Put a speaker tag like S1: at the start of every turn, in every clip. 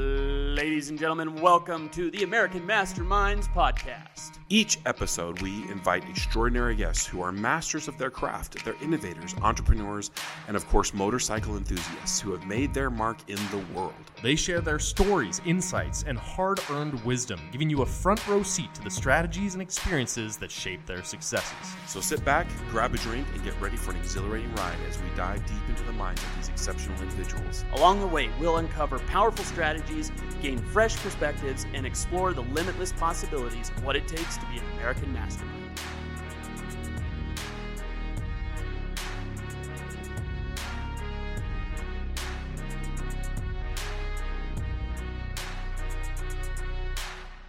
S1: Ladies and gentlemen, welcome to the American Masterminds Podcast.
S2: Each episode, we invite extraordinary guests who are masters of their craft. They're innovators, entrepreneurs, and of course, motorcycle enthusiasts who have made their mark in the world.
S3: They share their stories, insights, and hard earned wisdom, giving you a front row seat to the strategies and experiences that shape their successes.
S2: So sit back, grab a drink, and get ready for an exhilarating ride as we dive deep into the minds of these exceptional individuals.
S1: Along the way, we'll uncover powerful strategies, gain fresh perspectives, and explore the limitless possibilities of what it takes to be an American mastermind.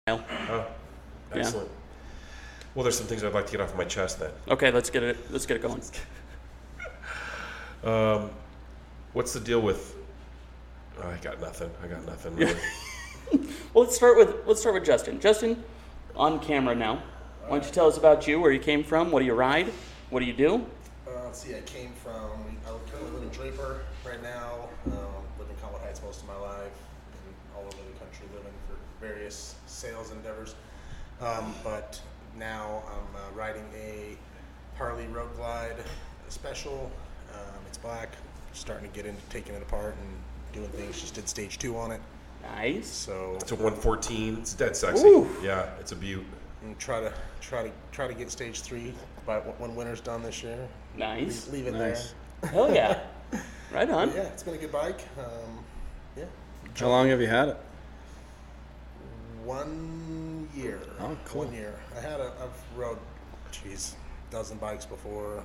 S4: Oh, excellent. Well, there's some things I'd like to get off my chest then.
S1: Okay, let's get it. Let's get it going.
S4: What's the deal with? Oh, I got nothing. I got nothing. Really.
S1: Well, let's start with let's start with Justin. Justin, on camera now. Why don't you tell us about you, where you came from, what do you ride, what do you do?
S5: Uh, let's see, I came from, I currently live in Draper right now. Um, lived in Colin Heights most of my life and all over the country living for various sales endeavors. Um, but now I'm uh, riding a Harley Road Glide special. Um, it's black, starting to get into taking it apart and doing things. Just did stage two on it.
S1: Nice.
S5: So
S4: It's a 114. It's dead sexy.
S1: Ooh.
S4: Yeah, it's a beaut.
S5: I'm try to try to try to get stage three by when winter's done this year.
S1: Nice.
S5: Leave it
S6: Nice.
S1: Hell yeah. Right on.
S5: there. Yeah, it's been a good bike. Um, yeah.
S6: How long have you had it?
S5: One year.
S6: Oh, cool.
S5: One year. I had a. I've rode, jeez, dozen bikes before.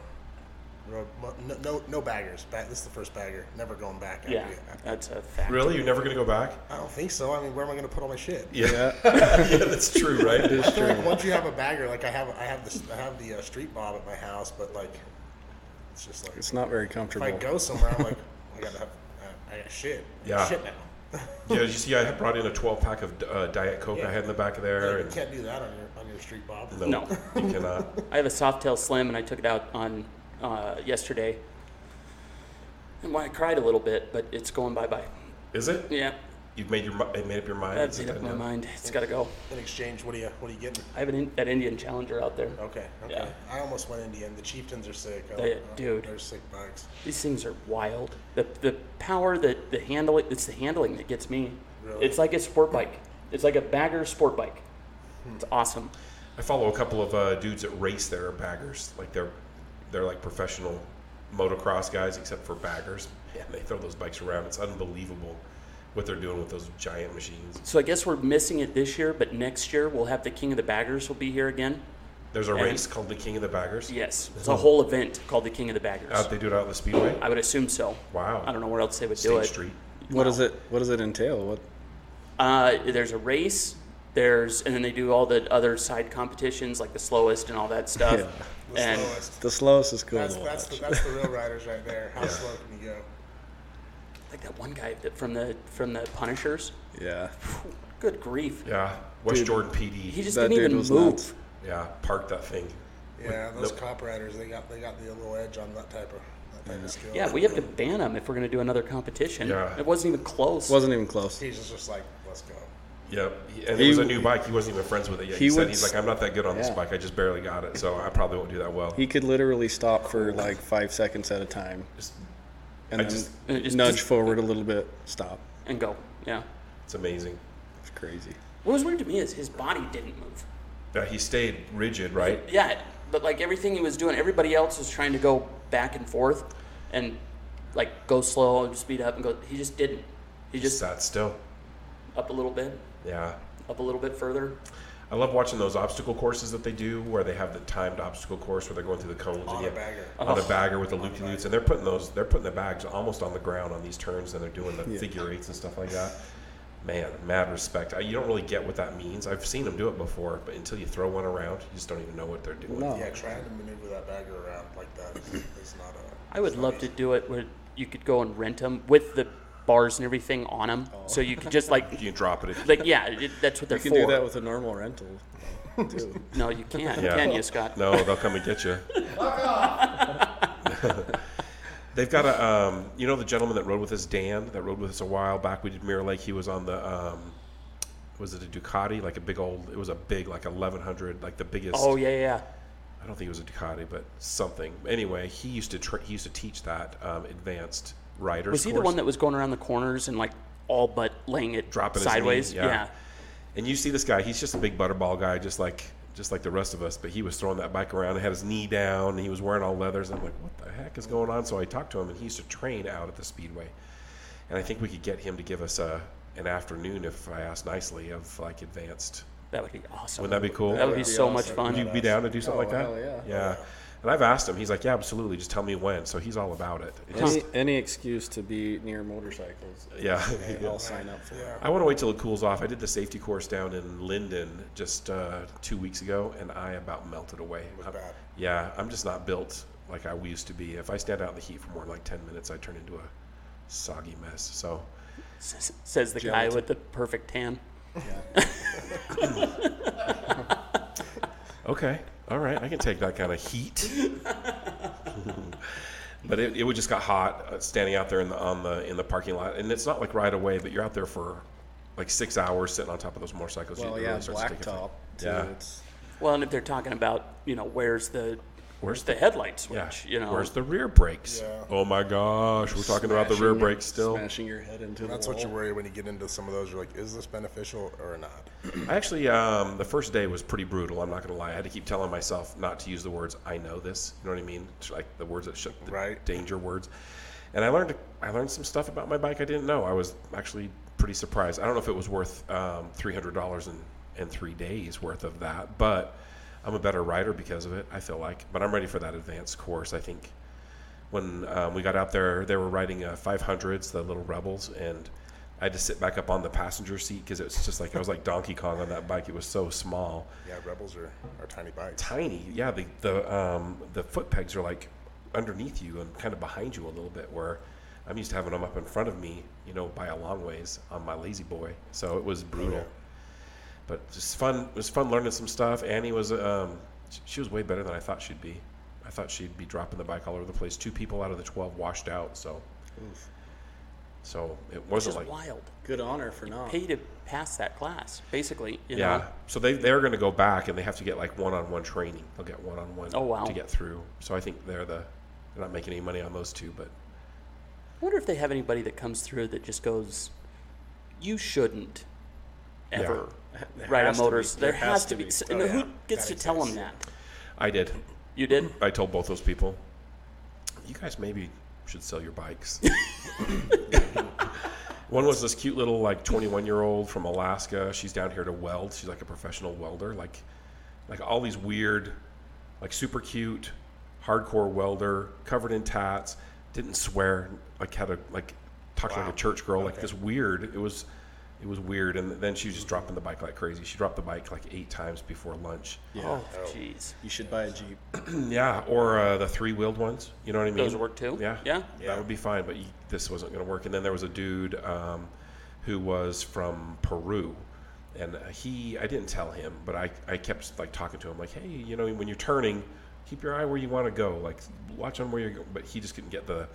S5: Rode mo- no no, no baggers. Ba- this is the first bagger. Never going back. After
S1: Yeah,
S5: you. I,
S1: that's a fact.
S4: Really? You're never gonna go back?
S5: I don't think so. I mean, where am I going to put all my shit?
S6: Yeah.
S4: yeah, that's true, right?
S6: It is
S5: I feel like
S6: true.
S5: once you have a bagger, like I have, I have this, I have the uh, street bob at my house, but like, it's just like
S6: It's not very
S5: if I
S6: comfortable.
S5: go somewhere, I'm like, I gotta have, I, I got shit. I got
S4: Yeah.
S5: Shit now.
S4: Yeah. Did you see? I had brought in a 12 pack of uh, Diet Coke I had in the back of there.
S5: you
S4: and-
S5: can't do that on your on your street bob.
S1: No.
S4: you cannot.
S1: I have a Softail Slim, and I took it out on uh, yesterday. And why I cried a little bit, but it's going bye bye.
S4: Is it?
S1: Yeah,
S4: You've made your mi- made up your mind.
S1: that's
S4: Is it
S1: made up
S4: that
S1: my
S4: now?
S1: mind. It's got to go.
S5: In exchange, what do you what are you getting?
S1: I have an in, that Indian Challenger out there.
S5: Okay. Okay.
S1: Yeah.
S5: I almost went Indian. The chieftains are sick. I-
S1: They-
S5: I-
S1: dude.
S5: They're sick bugs.
S1: These things are wild. The the power that the handling it's the handling that gets me.
S5: Really?
S1: It's like a sport bike. It's like a bagger sport bike.
S4: Hmm.
S1: It's awesome.
S4: I follow a couple of uh, dudes that race their baggers. Like they're they're like professional motocross guys, except for baggers. And they throw those bikes around. It's unbelievable what they're doing with those giant machines.
S1: So I guess we're missing it this year, but next year we'll have the King of the Baggers will be here again.
S4: There's a
S1: And-
S4: race called the King of the Baggers.
S1: Yes, it's a whole event called the King of the Baggers.
S4: Out they do it out in the speedway.
S1: I would assume so.
S4: Wow.
S1: I don't know where else they would do
S4: State
S1: it.
S4: Street.
S6: What does it what does it entail? What
S1: Uh, there's a race. There's and then they do all the other side competitions like the slowest and all that stuff.
S6: Yeah.
S5: The
S1: and
S5: slowest.
S6: the slowest is cool
S5: That's
S6: to
S5: that's the,
S6: watch.
S5: that's the real riders right there. How slow can you go?
S1: like that one guy that from the from the Punishers.
S6: Yeah.
S1: Good grief.
S4: Yeah. West
S6: Dude.
S4: Jordan
S1: He
S4: PD.
S1: just
S6: That
S1: didn't
S6: dude
S1: even
S6: was
S1: move.
S6: nuts.
S4: Yeah. Park that thing.
S5: Yeah, those
S4: nope.
S5: cop riders they got they got the little edge on that type of that type of skill.
S1: Yeah, we have to ban him if we're going to do another competition.
S4: Yeah.
S1: It wasn't even close.
S6: Wasn't even close.
S5: He's just, just like, let's go.
S4: Yep. He- And
S6: He-
S4: it was a new bike. He wasn't even friends with it yet. He,
S6: He
S4: said
S6: would
S4: he's
S6: s-
S4: like, I'm not that good on this
S6: Yeah.
S4: bike. I just barely got it, so I probably won't do that well.
S6: He could literally stop for like five seconds at a time.
S4: Just-
S6: And
S4: I
S6: then
S4: just-
S1: It just-
S6: nudge
S1: just-
S6: forward a little bit, stop.
S1: and go. Yeah.
S4: it's amazing.
S6: It's crazy.
S1: What was weird to me is his body didn't move.
S4: Yeah, he stayed rigid, right?
S1: Yeah, but like everything he was doing, everybody else was trying to go back and forth, and like go slow and speed up and go. He just didn't. He just
S4: Just sat still.
S1: up a little bit,
S4: Yeah.
S1: up a little bit further.
S4: I love watching those obstacle courses that they do, where they have the timed obstacle course where they're going through the cones
S5: On
S4: and
S5: a
S4: you-
S5: bagger.
S4: on a
S6: Oh.
S4: bagger with the loop loops, and they're putting those, they're putting the bags almost on the ground on these turns, and they're doing the
S6: Yeah.
S4: figure eights and stuff like that. Man, mad respect. I, you don't really get what that means. I've seen them do it before, but until you throw one around, you just don't even know what they're doing.
S1: Oh.
S6: No.
S5: Yeah, trying to maneuver that bagger around like that is, is not a.
S1: I would love to do it where you could go and rent them with the bars and everything on them, so you could just like,
S4: You can drop it. If,
S1: like yeah, it, that's what they're
S6: Oh. You can
S1: for.
S6: do that with a normal rental. Too.
S1: no, you can't.
S4: Yeah.
S1: Can you, Scott?
S4: no, they'll come and get you. They've got a, um, you know, the gentleman that rode with us, Dan, that rode with us a while back. We did Mirror Lake. He was on the um, was it a Ducati? Like a big old. It was a big like 1100, like the biggest.
S1: Oh yeah, yeah.
S4: I don't think it was a Ducati, but something. Anyway, he used to tra- he used to teach that um, advanced riders.
S1: Was he the
S4: course.
S1: one that was going around the corners and like all but laying it
S4: dropping his knee,
S1: sideways? yeah.
S4: And you see this guy; he's just a big butterball guy, just like just like the rest of us. But he was throwing that bike around. and had his knee down. And he was wearing all leathers. I'm like, what the heck is going on? So I talked to him, and he used to train out at the speedway. And I think we could get him to give us a an afternoon, if I asked nicely, of like advanced.
S1: That would be awesome.
S4: Wouldn't that be cool?
S1: That would be so much
S6: awesome.
S1: fun.
S4: Would you be down to do something
S6: Oh,
S4: like that?
S6: hell yeah.
S4: Yeah. And I've asked him. He's like, yeah, absolutely. Just tell me when. So he's all about it. It just-
S6: Any, any excuse to be near motorcycles, eh,
S4: yeah.
S6: I'll sign up for. it.
S5: Yeah.
S4: I want to wait till it cools off. I did the safety course down in Linden just uh, two weeks ago, and I about melted away.
S5: was
S4: I'm-
S5: bad.
S4: Yeah, I'm just not built like I used to be. If I stand out in the heat for more than like 10 minutes, I turn into a soggy mess. So,
S1: S- Says the guy with the perfect tan.
S4: okay, all right, I can take that kind of heat. but it, it would just got hot uh, standing out there in the on the in the parking lot, and it's not like right away, but you're out there for like six hours sitting on top of those motorcycles.
S6: Well,
S4: it
S6: yeah,
S4: really starts to take
S6: blacktop.
S4: effect.
S6: Too.
S4: Yeah.
S6: It's,
S1: Well, and if they're talking about, you know, where's the
S4: Where's
S1: the headlight switch,
S4: Yeah.
S1: you know.
S4: Where's the rear brakes?
S5: Yeah.
S4: Oh my gosh, we're talking about the rear
S6: smashing-
S4: brakes still.
S6: Smashing your head into the
S5: That's
S6: wall.
S5: what you worry when you get into some of those. You're like, is this beneficial or not?
S4: Actually, um, the first day was pretty brutal. I'm not gonna lie. I had to keep telling myself not to use the words "I know this." You know what I mean? It's Like the words that should, the
S5: Right.
S4: danger words. And I learned I learned some stuff about my bike I didn't know. I was actually pretty surprised. I don't know if it was worth um, three hundred dollars in in three days worth of that, but I'm a better rider because of it. I feel like, but I'm ready for that advanced course. I think when um, we got out there, they were riding uh, 500s, the little Rebels, and I had to sit back up on the passenger seat because it was just like I was like Donkey Kong on that bike. It was so small,
S5: Yeah, rebels are, are tiny bikes.
S4: tiny. Yeah, the the um, the foot pegs are like underneath you and kind of behind you a little bit. Where I'm used to having them up in front of me, you know, by a long ways on my lazy boy. So it was brutal, but just fun. It was fun learning some stuff. Annie was um, sh- she was way better than I thought she'd be. I thought she'd be dropping the bike all over the place. Two people out of the twelve washed out. So. So it
S1: Which is
S4: wasn't like
S1: wild.
S6: Good honor for not.
S1: Pay to pass that class, basically, you
S4: Yeah.
S1: know.
S4: So they they're going to go back and they have to get like one-on-one training. They'll get one-on-one
S1: Oh, wow.
S4: to get through. So I think they're the they're not making any money on those two, but
S1: I wonder if they have anybody that comes through that just goes, "You shouldn't ever ride a
S6: has to be.
S1: motor." There, has, to be. S- and
S6: Oh,
S1: who
S6: yeah.
S1: gets to tell them that?
S4: I did.
S1: You did.
S4: I told both those people, you guys maybe should sell your bikes. One was this cute little like 21 year old from Alaska. She's down here to weld. She's like a professional welder. Like, like all these weird, like super cute, hardcore welder, covered in tats. Didn't swear. Like had a like talked like a church girl. Like this weird. It was, it was weird. And then she was just dropping the bike like crazy. She dropped the bike like eight times before lunch.
S1: Oh, jeez.
S6: You should buy a jeep.
S4: Yeah, or uh, the three wheeled ones. You know what I mean?
S1: Those work too?
S4: Yeah,
S1: Yeah?
S4: That would be fine, but you, this wasn't going to work. And then there was a dude um, who was from Peru, and uh, he I didn't tell him, but I I kept like talking to him like, hey, you know, when you're turning, keep your eye where you want to go, like watch on where you're going. But he just couldn't get the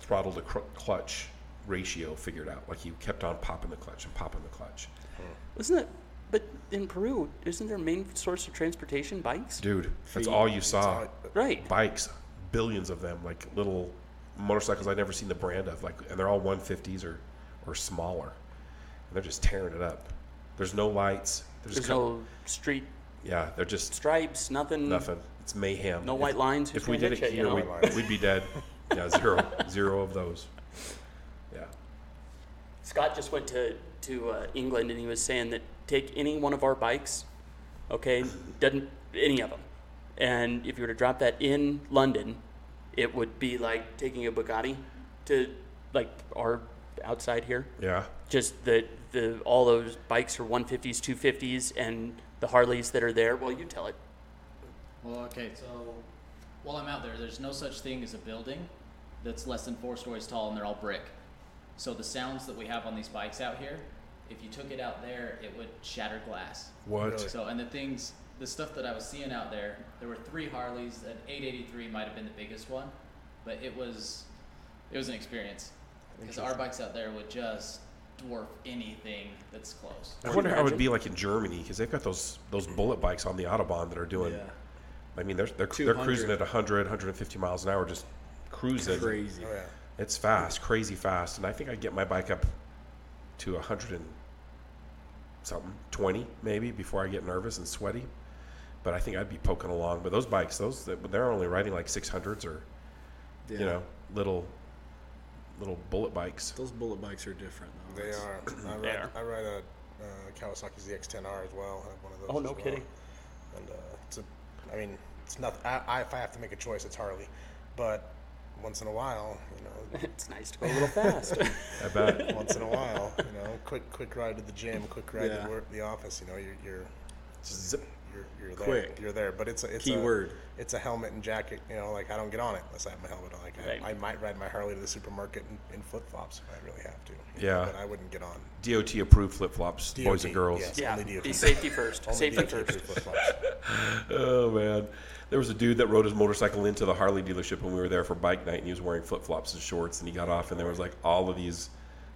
S4: throttle to cr- clutch ratio figured out. Like he kept on popping the clutch and popping the clutch.
S1: Isn't it? But in Peru, isn't their main source of transportation bikes?
S4: Dude, that's all you saw.
S1: Right.
S4: bikes, billions of them, like little motorcycles I'd never seen the brand of, like, and they're all 150s or, or smaller, and they're just tearing it up. There's no lights. There's,
S1: There's
S4: just co-
S1: no street
S4: yeah. They're just
S1: stripes, nothing.
S4: nothing. It's mayhem.
S1: No
S4: If-
S1: white lines. Who's
S4: If we
S1: gonna
S4: did it
S1: hit ya,
S4: here,
S1: you know?
S4: we'd, we'd be dead. Yeah, zero, zero of those. Yeah,
S1: Scott just went to to uh, England and he was saying that take any one of our bikes, okay, doesn't any of them, and if you were to drop that in London, it would be like taking a Bugatti to like our outside here.
S4: yeah.
S1: Just the the all those bikes are 150s, 250s, and the Harleys that are there. Well, you tell it.
S7: Well, okay, so while I'm out there, there's no such thing as a building that's less than four stories tall and they're all brick. So the sounds that we have on these bikes out here, if you took it out there, it would shatter glass.
S4: What?
S7: So, and the things, the stuff that I was seeing out there, there were three Harleys. An 883 might have been the biggest one, but it was, it was an experience. Because our bikes out there would just dwarf anything that's close.
S4: I wonder how it would be like in Germany because they've got those those bullet bikes on the autobahn that are doing.
S6: Yeah.
S4: I mean, they're they're, they're
S6: 200.
S4: cruising at 100, 150 miles an hour, just cruising.
S6: Crazy.
S5: Oh yeah.
S4: It's fast, crazy fast, and I think I get my bike up to 100 and something, 20 maybe, before I get nervous and sweaty. But I think I'd be poking along. But those bikes, those they're only riding like 600s or
S6: Yeah.
S4: you know little little bullet bikes.
S6: Those bullet bikes are different. Though.
S5: They
S6: That's-
S5: are. I ride,
S1: They are.
S5: I ride a uh, Kawasaki ZX10R as well. I have one of those.
S1: Oh,
S5: as
S1: no
S5: well.
S1: kidding.
S5: And uh, it's a, I mean, it's not. I, I, if I have to make a choice, it's Harley. But once in a while, you
S1: It's nice to go a little fast.
S4: I bet.
S5: know, once in a while, you know, quick quick ride to the gym, quick ride
S6: Yeah.
S5: to work, the office. You know, you're you're
S4: Zip.
S5: you're, you're there.
S6: Quick.
S5: You're there. But it's a it's
S6: Key
S5: a,
S6: word.
S5: It's a helmet and jacket. You know, like I don't get on it unless I have my helmet on. Like
S1: Right.
S5: I, I might ride my Harley to the supermarket in, in flip flops if I really have to. you know,
S4: Yeah.
S5: But I wouldn't get on.
S4: DOT approved flip flops, boys
S5: DOT,
S4: and girls.
S5: yes.
S1: yeah,
S5: Only DOT.
S1: be safety first.
S5: Only
S1: safety
S5: DOT
S1: first.
S5: flip flops.
S4: Oh man, there was a dude that rode his motorcycle into the Harley dealership when we were there for bike night, and he was wearing flip flops and shorts, and he got off, and there was like all of these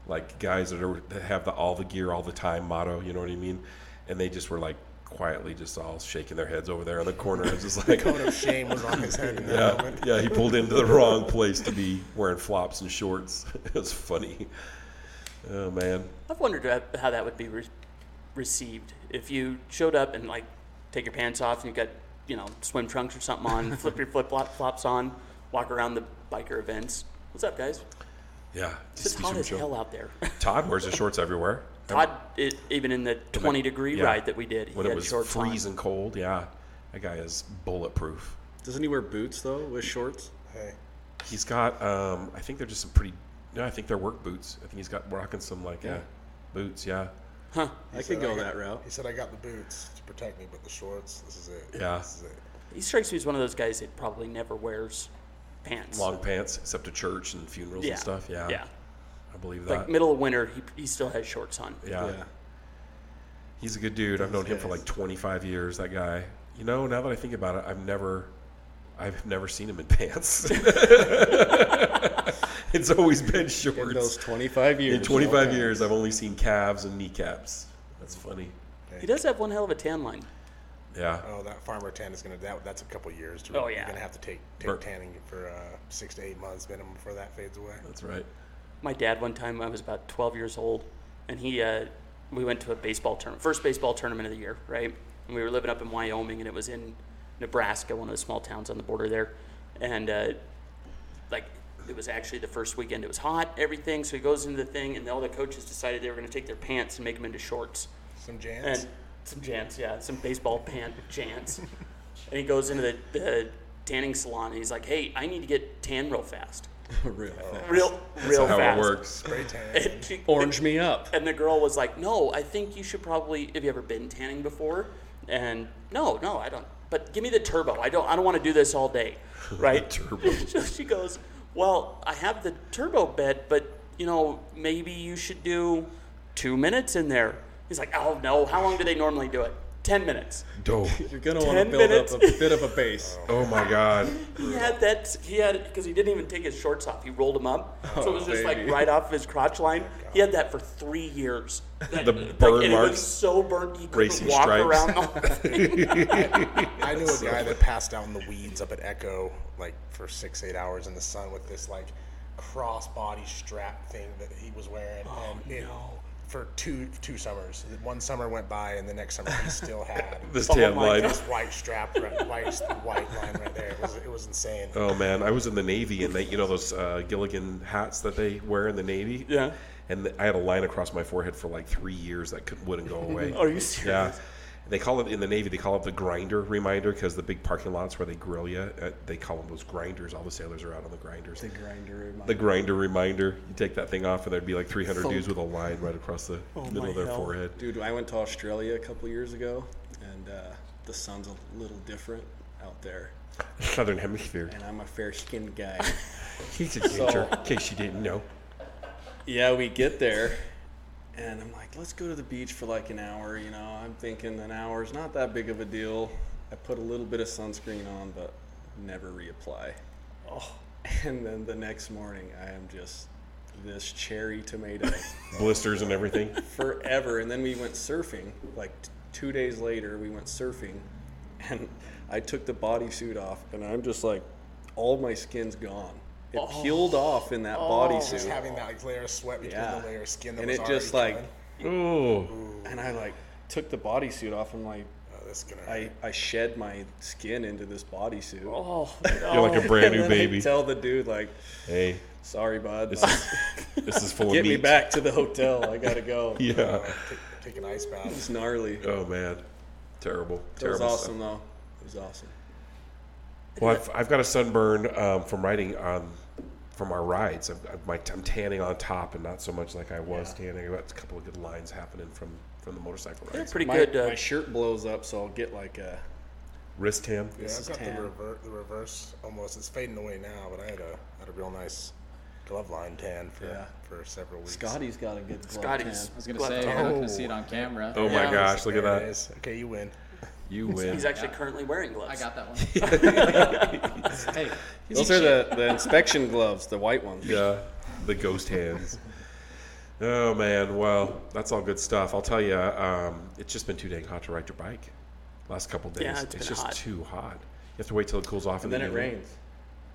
S4: like guys that are that have the all the gear all the time motto, you know what I mean? And they just were like quietly just all shaking their heads over there in the corner, and just like.
S5: coat of shame was on his head in that
S4: Yeah,
S5: moment.
S4: yeah, he pulled into the wrong place to be wearing flops and shorts. It was funny. Oh man,
S1: I've wondered how- how that would be re- received if you showed up and like take your pants off and you got you know swim trunks or something on, flip your flip flop flops on, walk around the biker events. What's up, guys?
S4: yeah,
S1: It's
S4: just be
S1: hot
S4: some
S1: as
S4: show.
S1: hell out there.
S4: Todd wears his shorts everywhere.
S1: Todd, it, even in the 20 degree
S4: yeah.
S1: ride that we did, he
S4: when it
S1: had
S4: was
S1: shorts on.
S4: freezing cold. Yeah, that guy is bulletproof.
S6: Doesn't he wear boots though with shorts?
S5: Hey,
S4: He's got, um, I think they're just some pretty. No, I think they're work boots. I think he's got rocking some like yeah, boots. Yeah,
S6: I could go that route.
S5: he said, I got the boots to protect me, but the shorts, this is it.
S4: Yeah.
S5: This is it.
S1: He strikes me as one of those guys that probably never wears pants.
S4: long pants except to church and funerals
S1: yeah.
S4: and stuff. Yeah, Uh,
S1: Yeah.
S4: I believe that.
S1: Like middle of winter, he, he still has shorts on.
S4: yeah. he's a good dude. I've known him for
S5: guys.
S4: like 25 years. That guy. You know, now that I think about it, I've never, I've never seen him in pants. it's always been shorts.
S6: In those 25 years.
S4: In 25 years, I've only seen calves and kneecaps. That's funny.
S1: He does have one hell of a tan line.
S4: Yeah.
S5: Oh, that farmer tan is gonna that. That's a couple years. To,
S1: Oh, yeah.
S5: You're gonna have to take take
S4: Bert-
S5: tanning for uh, six to eight months minimum before that fades away.
S4: That's right.
S1: My dad, one time, I was about 12 years old, and he, uh, we went to a baseball tournament, first baseball tournament of the year, right? And we were living up in Wyoming, and it was in Nebraska, one of the small towns on the border there. And, uh, like, it was actually the first weekend. It was hot, everything. So he goes into the thing, and all the coaches decided they were going to take their pants and make them into shorts.
S5: Some jans.
S1: and some jants, yeah, some baseball pant jants. and he goes into the, the tanning salon and he's like, "Hey, I need to get tan real fast,
S6: Real fast.
S1: real, real
S4: How
S1: fast."
S4: it works.
S5: Spray tan.
S1: And, she-
S6: Orange me up.
S1: and the girl was like, "No, I think you should probably. Have you ever been tanning before?" And no, no, I don't. But give me the turbo. I don't. I don't want to do this all day, right?
S4: turbo.
S1: so she goes, "Well, I have the turbo bed, but you know, maybe you should do two minutes in there." He's like, "Oh no, how long do they normally do it? Ten minutes."
S4: Dope.
S6: You're going to want to
S1: 10
S6: build
S1: minutes.
S6: up a bit of a base.
S4: Oh my god.
S1: He had that. He had because he didn't even take his shorts off. He rolled them up, so
S4: Oh,
S1: it was just
S6: baby.
S1: like right off his crotch line. he had that for three years. That,
S4: The
S1: like,
S4: burn
S1: and He
S4: marks.
S1: was so burnt he couldn't
S4: Racing
S1: walk
S4: stripes.
S1: around. The,
S5: I knew a guy that passed out in the weeds up at Echo, like for six, eight hours in the sun with this like crossbody strap thing that he was wearing,
S1: Oh,
S5: and it, for two two summers. One summer went by, and the next summer he still had
S4: This
S1: Oh
S4: tan
S1: my
S4: line.
S5: this white strap, right, white white line right there. It was, it was insane.
S4: Oh man, I was in the Navy and they, you know those uh, Gilligan hats that they wear in the Navy.
S1: Yeah.
S4: And I had a line across my forehead for like three years that could, wouldn't go away.
S1: Are you serious?
S4: Yeah. They call it in the Navy. They call it the grinder reminder because the big parking lots where they grill you, uh, they call them those grinders. All the sailors are out on the grinders.
S6: The grinder reminder.
S4: the grinder reminder. You take that thing off, and there'd be like 300 dudes with a line right across the middle
S1: Oh my
S4: of their
S1: hell.
S4: forehead.
S6: Dude, I went to Australia a couple years ago, and uh, the sun's a little different out there.
S4: Southern Hemisphere.
S6: And I'm a fair skinned guy.
S4: He's a danger, in case you didn't know.
S6: yeah, we get there, and I'm like, let's go to the beach for like an hour. You know, I'm thinking an hour's not that big of a deal. I put a little bit of sunscreen on, but never reapply. Oh. And then the next morning, I am just this cherry tomato
S4: blisters and everything.
S6: forever. And then we went surfing. Like t- two days later, we went surfing, and I took the bodysuit off, and I'm just like, all my skin's gone. It peeled off in that
S5: Just
S6: bodysuit.
S5: having that like layer of sweat between
S6: Yeah.
S5: the layer of skin that
S6: And
S5: was
S6: it just
S5: already
S6: like,
S4: Oh,
S6: and I like took the bodysuit off. I'm like,
S5: coming. Oh, this is gonna
S6: I, I shed my skin into this bodysuit.
S1: Oh,
S4: you're like a brand
S6: And
S4: new
S6: then I
S4: baby.
S6: tell the dude like,
S4: Hey,
S6: sorry, bud.
S4: this
S6: like,
S4: is this is full
S6: get
S4: of meat.
S6: me back to the hotel. I gotta go.
S4: Yeah.
S5: take, take an ice bath.
S6: It's gnarly. It
S4: Oh man, terrible.
S6: was
S4: Terrible. stuff.
S6: awesome though. It was awesome.
S4: Well, I've, I've got a sunburn um, from riding on from our rides. I'm, I'm, my, I'm tanning on top, and not so much like I was tanning. I got a couple of good lines happening from from the motorcycle
S1: they're
S4: rides.
S1: pretty
S6: My,
S1: good. Uh,
S6: my shirt blows up, so I'll get like uh, a.
S4: Wrist tan.
S5: Yeah, I've got
S6: tan.
S5: the, rever- the reverse almost. It's fading away now, but I had a had a real nice glove line tan for
S6: Yeah.
S5: for several weeks.
S6: Scotty's got a good. glove
S1: Scotty's.
S6: tan.
S7: I was gonna
S1: glove
S7: say
S1: tan.
S7: you're not gonna see it on camera.
S4: Oh my
S1: Yeah.
S4: gosh! Look at
S5: There it
S4: that.
S5: is. Okay, you win.
S4: You win.
S1: He's actually currently wearing gloves.
S7: I got that one. hey,
S6: Those are the, the inspection gloves, the white ones.
S4: Yeah, the ghost hands. Oh man, well, that's all good stuff. I'll tell you, um, it's just been too dang hot to ride your bike. Last couple days,
S1: Yeah, it's been
S4: just
S1: hot.
S4: too hot. You have to wait till it cools off,
S6: And then it
S4: you-
S6: rains.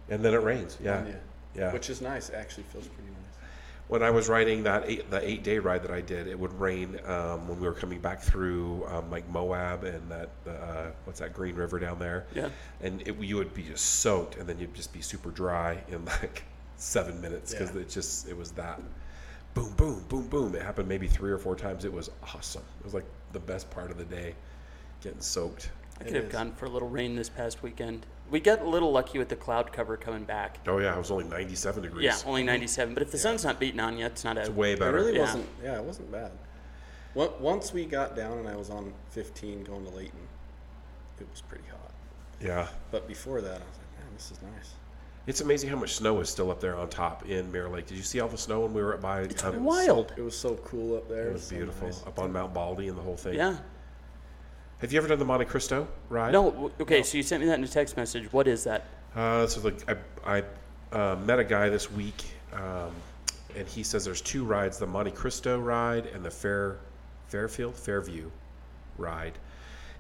S4: And then it rains. Yeah,
S6: Yeah.
S4: yeah.
S6: Which is nice. It actually feels pretty nice.
S4: when I was riding that eight, the eight day ride that I did, it would rain um, when we were coming back through um, like Moab and that the, uh, what's that Green River down there.
S1: Yeah.
S4: and it, you would be just soaked, and then you'd just be super dry in like seven minutes because
S6: Yeah.
S4: it just it was that boom boom boom boom. It happened maybe three or four times. It was awesome. It was like the best part of the day, getting soaked.
S1: I could have gone for a little rain this past weekend. We got a little lucky with the cloud cover coming back.
S4: Oh yeah, it was only ninety seven degrees.
S1: Yeah, only 97. But if the sun's not beating on you, it's not out.
S4: it's way
S6: It
S4: better.
S6: really
S1: Yeah.
S6: wasn't. Yeah, it wasn't bad. Wa- Once we got down and I was on 15 going to Layton, it was pretty hot.
S4: yeah.
S6: But before that, I was like, man, this is nice.
S4: It's amazing how much snow is still up there on top in Mirror Lake. Did you see all the snow when we were up by? It's
S1: wild.
S6: It was so cool up there.
S4: It was
S6: so
S4: beautiful
S6: nice.
S4: up on Mount Baldy and the whole thing.
S1: Yeah.
S4: Have you ever done the Monte Cristo ride?
S1: No, w- okay, so you sent me that in a text message. What is that?
S4: Uh, so like I, I uh, met a guy this week, um, and he says there's two rides: the Monte Cristo ride and the Fair, Fairfield Fairview ride.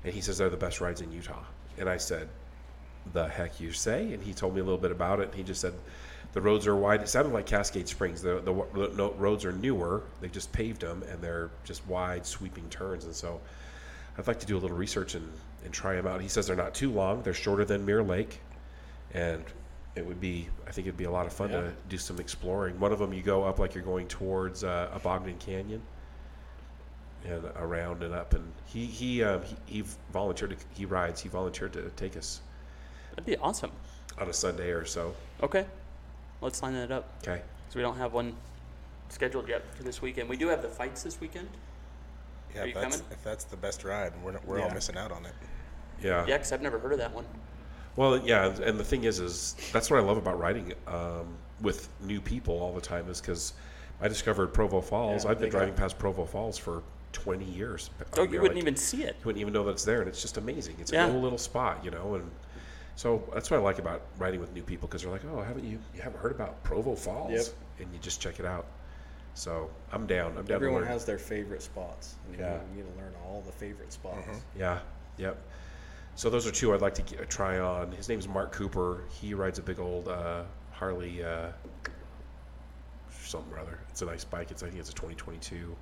S4: And he says they're the best rides in Utah. And I said, the heck you say? And he told me a little bit about it. He just said, the roads are wide. It sounded like Cascade Springs. The, the, w- no, roads are newer. They just paved them, and they're just wide, sweeping turns. And so, I'd like to do a little research and, and try them out. He says they're not too long. They're shorter than Mirror Lake, and it would be. I think it'd be a lot of fun to do some exploring. One of them, you go up like you're going towards uh, Abogden Canyon and around and up. And he he um, he, he volunteered. To, he rides. He volunteered to take us
S1: That'd be awesome.
S4: on a Sunday or so.
S1: Okay, let's line that up
S4: Okay.
S1: because we don't have one scheduled yet for this weekend. We do have the fights this weekend.
S5: Yeah,
S1: Are
S5: if
S1: you
S5: that's,
S1: coming?
S5: if that's the best ride, we're, not- we're all
S6: Yeah.
S5: missing out on it.
S4: Yeah.
S1: Yeah, because I've never heard of that one.
S4: Well, yeah, and the thing is, is that's what I love about writing um, with new people all the time is because I discovered Provo Falls.
S6: Yeah,
S4: I've been
S6: they got-
S4: driving past Provo Falls for 20 years.
S1: Oh,
S4: You're
S1: you wouldn't
S4: like-
S1: even see it.
S4: you wouldn't even know that it's there, and it's just amazing. It's
S1: Yeah.
S4: a cool little spot, you know, and so that's what I like about writing with new people because they're like, oh, haven't you you haven't heard about Provo Falls?
S6: Yep.
S4: And you just check it out. So I'm down. I'm down. to
S6: Everyone
S4: learn.
S6: has their favorite spots. And
S4: Yeah. Mm-hmm.
S6: You need to learn all the favorite spots.
S4: Yeah. Yep. So those are two I'd like to get, try on. His name's Mark Cooper. He rides a big old uh, Harley, uh, something or other. It's a nice bike. It's I think it's a 2022.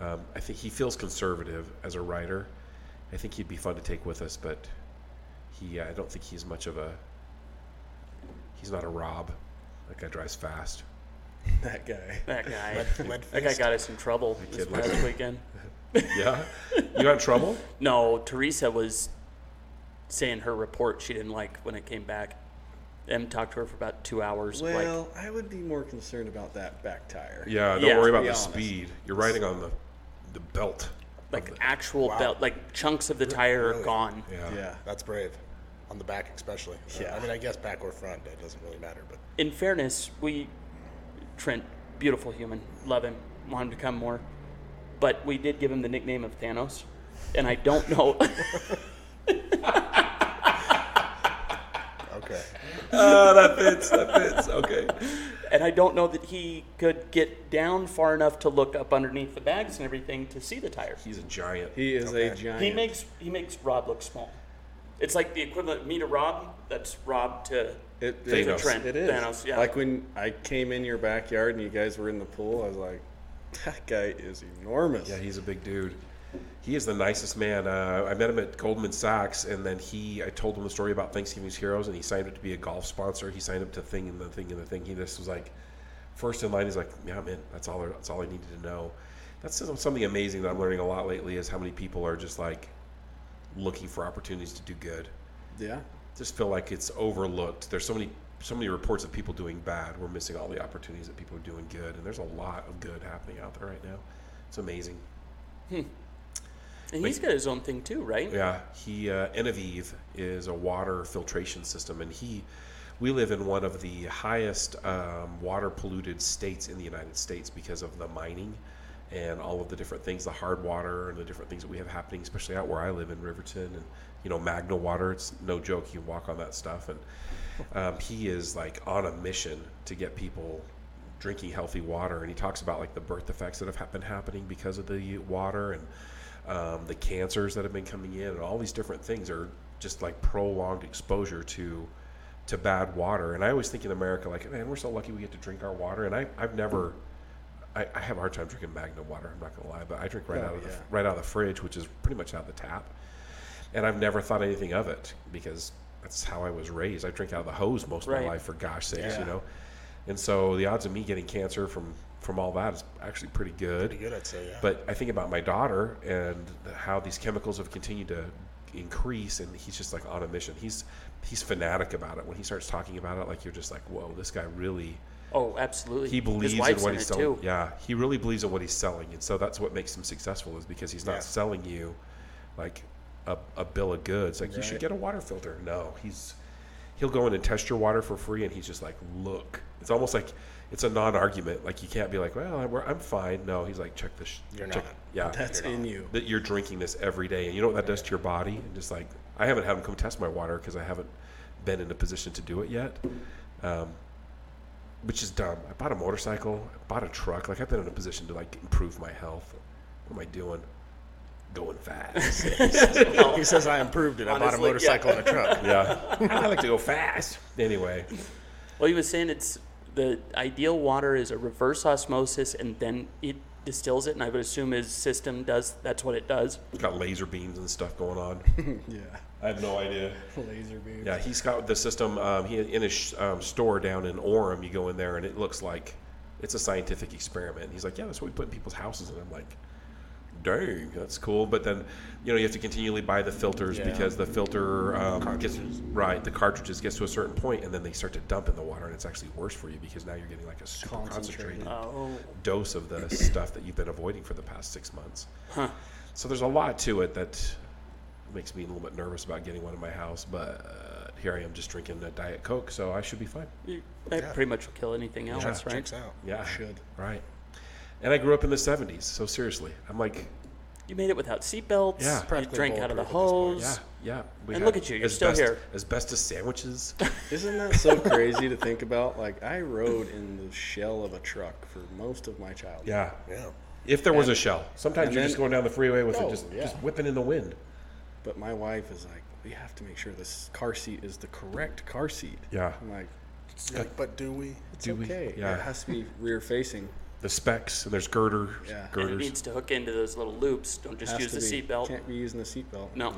S4: Um, I think he feels conservative as a rider. I think he'd be fun to take with us, but he uh, I don't think he's much of a. He's not a Rob. That guy drives fast.
S6: That guy.
S1: That guy.
S5: Lead
S1: that guy
S5: fist.
S1: got us in trouble this
S4: kid was-
S1: past weekend.
S4: Yeah. you got in trouble?
S1: No, Teresa was saying her report she didn't like when it came back. Em talked to her for about two hours. of,
S6: Well,
S1: like,
S6: I would be more concerned about that back tire.
S4: Yeah. Don't
S1: Yeah.
S4: worry about
S6: Be
S4: the
S6: honest.
S4: speed. You're riding on the the belt. of
S1: like
S4: the-
S1: actual belt, like chunks of the tire are
S5: Really?
S1: gone.
S6: Yeah.
S5: That's brave. On the back, especially. Uh,
S6: Yeah.
S5: I mean, I guess back or front, it doesn't really matter, but
S1: in fairness, we Trent, beautiful human, love him, want him to come more, but we did give him the nickname of Thanos, and I don't know.
S5: okay.
S4: Ah, that fits. That fits. Okay.
S1: and I don't know that he could get down far enough to look up underneath the bags and everything to see the tires.
S4: He's a giant.
S6: He is a
S4: Okay.
S6: giant.
S1: He makes he makes Rob look small. It's like the equivalent of me to Rob. That's Rob to
S6: It,
S1: David
S6: it's-
S1: Trent,
S6: It is.
S1: Thanos, yeah.
S6: Like when I came in your backyard and you guys were in the pool, I was like, that guy is enormous.
S4: Yeah, he's a big dude. He is the nicest man. Uh, I met him at Goldman Sachs, and then he, I told him the story about Thanksgiving's Heroes, and he signed up to be a golf sponsor. He signed up to thing and the thing and the thing. He just was like, first in line. He's like, yeah, man, that's all. That's all I needed to know. That's some- something amazing that I'm learning a lot lately is how many people are just like looking for opportunities to do good.
S6: yeah.
S4: Just feel like it's overlooked. There's so many, so many reports of people doing bad. We're missing all the opportunities that people are doing good, and there's a lot of good happening out there right now. It's amazing.
S1: and he's got his own thing too, right?
S4: Yeah, he uh, Enevive is a water filtration system, and he, we live in one of the highest um, water polluted states in the United States because of the mining, and all of the different things, the hard water and the different things that we have happening, especially out where I live in Riverton, and you know Magna Water. It's no joke. You walk on that stuff, and um, he is like on a mission to get people drinking healthy water and he talks about like the birth effects that have ha- been happening because of the water and um, the cancers that have been coming in and all these different things are just like prolonged exposure to to bad water and i always think in america like man we're so lucky we get to drink our water and I, i've never I, I have a hard time drinking magna water i'm not going to lie but i drink right
S6: Oh,
S4: out of the,
S6: yeah.
S4: right out of the fridge which is pretty much out of the tap and I've never thought anything of it because that's how I was raised. I drink out of the hose most of
S1: Right.
S4: my life, for gosh sakes,
S6: Yeah.
S4: you know. And so the odds of me getting cancer from from all that is actually pretty good.
S5: Pretty good, I'd say. Yeah.
S4: But I think about my daughter and how these chemicals have continued to increase, and he's just like on a mission. He's he's fanatic about it. When he starts talking about it, like you're just like, whoa, this guy really
S1: Oh, absolutely.
S4: he
S1: His
S4: believes in
S1: wife's
S4: what
S1: it,
S4: he's selling. Yeah, he really believes in what he's selling, and so that's what makes him successful is because he's not
S5: Yeah.
S4: selling you like a, a bill of goods. Like you should get a water filter. No, he's he'll go in and test your water for free, and he's just like, look. It's almost like it's a non-argument. Like you can't be like, well, I'm, I'm fine. No, he's like, check this. sh-
S5: You're
S4: check-
S5: not.
S4: Yeah,
S6: That's in you.
S4: that you're drinking this every day, and you know what that does to your body. And just like I haven't had them come test my water because I haven't been in a position to do it yet, um, which is dumb. I bought a motorcycle, I bought a truck. Like I've been in a position to like improve my health. What am I doing? Going fast.
S5: he says I improved it. I bought a
S1: Honestly, yeah.
S5: motorcycle and a truck.
S4: yeah, I like to go fast. Anyway,
S1: Well, he was saying it's the ideal water is a reverse osmosis, and then it distills it. And I would assume his system does. That's what it does.
S4: got laser beams and stuff going on.
S6: Yeah.
S4: I have no idea.
S6: Laser beams.
S4: Yeah, he's got the system. Um, he in his sh- um, store down in Orem. You go in there, and it looks like it's a scientific experiment. And he's like, "Yeah, that's what we put in people's houses." And I'm like, "Dang, that's cool." But then, you know, you have to continually buy the filters because the filter um, gets right. The cartridges gets to a certain point, and then they start to dump in the water, and it's actually worse for you because now you're getting like a super concentrated
S1: Oh,
S4: dose of the stuff that you've been avoiding for the past six months. So there's a lot to it that makes me a little bit nervous about getting one in my house, but uh, here I am just drinking a Diet Coke, so I should be fine.
S1: You- that pretty much will kill anything else, right?
S5: Checks out.
S4: Yeah.
S6: Should.
S4: Right. And I grew up in the 70s, so seriously, I'm like,
S1: You made it without seatbelts.
S4: Yeah.
S1: you
S5: Practically
S1: drank out of the
S5: bulletproof
S1: hose.
S4: yeah, yeah. We
S1: And
S4: had
S1: look at you, you're still
S4: asbest-
S1: here.
S4: Asbestos sandwiches.
S6: Isn't that so crazy to think about? Like, I rode in the shell of a truck for most of my childhood.
S4: yeah.
S5: Yeah.
S4: If there was a shell, sometimes
S6: and
S4: you're
S6: then-
S4: just going down the freeway with
S6: No,
S4: it, just,
S6: yeah.
S4: just whipping in the wind.
S6: But my wife is like, we have to make sure this car seat is the correct car seat.
S4: Yeah.
S6: I'm like,
S5: Like, but do we?
S6: it's
S4: Do we-
S6: okay.
S4: yeah.
S6: It has to be rear facing.
S4: The specs, and there's girders.
S6: Yeah.
S1: And it
S4: girders.
S1: needs to hook into those little loops. Don't just
S6: Has
S1: use the
S6: to be-
S1: seatbelt.
S6: Can't be using the seatbelt.
S1: No.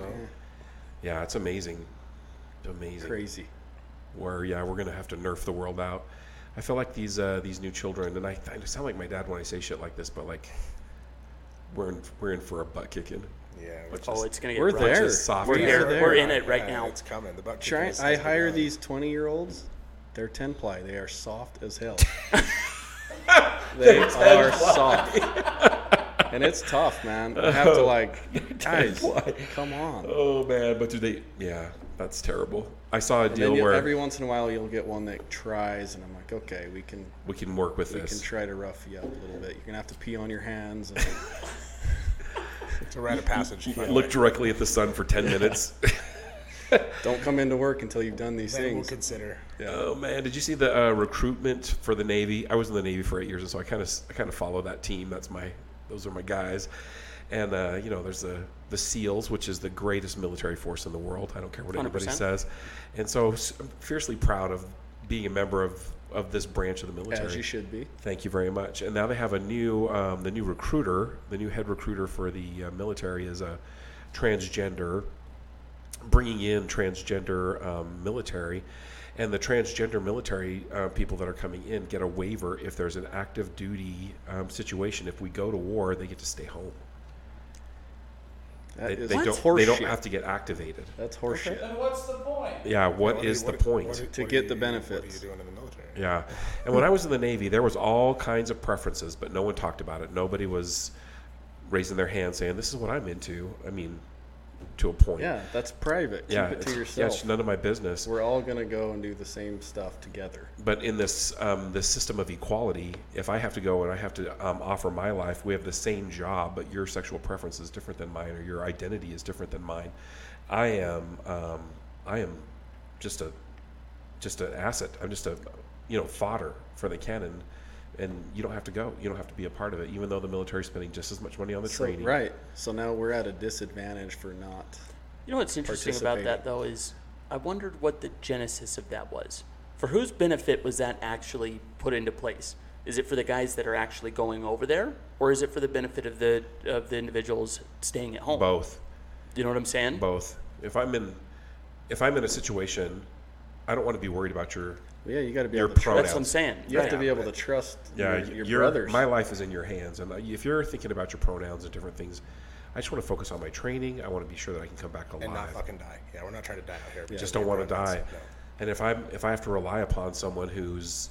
S4: yeah, it's amazing. It's amazing.
S6: Crazy.
S4: where yeah, we're gonna have to nerf the world out. I feel like these uh, these new children, and I, I sound like my dad when I say shit like this, but like we're in, we're in for a butt kicking.
S5: Yeah.
S4: Which
S1: Oh,
S4: is-
S1: it's gonna get
S6: We're
S1: rough.
S6: there.
S4: Just soft
S1: We're
S4: ass.
S1: here.
S6: there.
S1: We're in it right
S5: Yeah,
S1: now.
S5: It's coming. The butt
S6: Try,
S5: kicking
S6: I
S5: is-
S6: hire these 20 year olds. They're 10 ply. They are soft as hell. they are soft. and it's tough, man. I have to, like, guys, come on.
S4: Oh man, but do they? Yeah, that's terrible. I saw a
S6: And then
S4: deal
S6: you'll-
S4: where
S6: every once in a while you'll get one that tries, and I'm like, okay, we can
S4: we can work with
S6: we
S4: this.
S6: can try to rough you up a little bit. You're gonna have to pee on your hands. And
S5: It's a rite of passage. by the
S4: Look
S5: way.
S4: directly at the sun for ten minutes.
S6: Don't come into work until you've done these
S5: Then we'll
S6: things.
S5: consider.
S4: Oh man, did you see the uh, recruitment for the Navy? I was in the Navy for eight years, and so I kind of I kind of follow that team. That's my those are my guys, and uh, you know there's the the SEALs, which is the greatest military force in the world. I don't care what anybody
S1: 100%.
S4: says, and so s- I'm fiercely proud of being a member of of this branch of the military.
S6: As you should be.
S4: Thank you very much. And now they have a new, um, the new recruiter, the new head recruiter for the uh, military is a transgender, bringing in transgender um, military. And the transgender military uh, people that are coming in get a waiver if there's an active duty um, situation. If we go to war, they get to stay home.
S6: That
S4: They,
S6: is
S4: they
S6: that's
S4: don't. They don't
S6: horseshit.
S4: have to get activated.
S6: That's horseshit.
S7: Then what's the point?
S4: Yeah.
S5: What
S4: what
S5: do you-
S4: is
S5: what
S4: the
S5: do-
S4: point?
S5: what do-
S6: To
S5: what
S6: get
S5: do
S6: the
S5: you- What are
S6: benefits.
S5: you doing in the military?
S4: Yeah. And when I was in the Navy, there was all kinds of preferences, but no one talked about it. Nobody was raising their hand saying, "This is what I'm into." I mean, to a point.
S6: Yeah, that's private.
S4: Yeah.
S6: Keep it to
S4: it's-
S6: yourself.
S4: Yeah, it's none of my business.
S6: We're all gonna go and do the same stuff together.
S4: But in this um, this system of equality, if I have to go and I have to um, offer my life, we have the same job, but your sexual preference is different than mine, or your identity is different than mine. I am um, I am just a just an asset. I'm just a you know fodder for the cannon, and you don't have to go. You don't have to be a part of it, even though the military is spending just as much money on the
S6: So,
S4: training.
S6: right. So now we're at a disadvantage for not.
S1: You know what's interesting about that
S6: Participating.
S1: though is I wondered what the genesis of that was. For whose benefit was that actually put into place? Is it for the guys that are actually going over there, or is it for the benefit of the of the individuals staying at home?
S4: Both.
S1: You know what I'm saying?
S4: Both. If I'm in if I'm in a situation, I don't want to be worried about your
S6: Yeah, you got to be
S4: Your
S6: able to
S4: pronouns.
S1: That's
S6: trust.
S1: what I'm saying.
S6: You have to
S1: Right.
S6: be able to trust.
S4: yeah,
S6: your, your
S4: your
S6: brothers.
S4: My life is in your hands, and like, if you're thinking about your pronouns and different things, I just want to focus on my training. I want to be sure that I can come back alive.
S5: And not fucking die. Yeah, we're not trying to die out here.
S4: I just don't want to die. And if I'm if I have to rely upon someone who's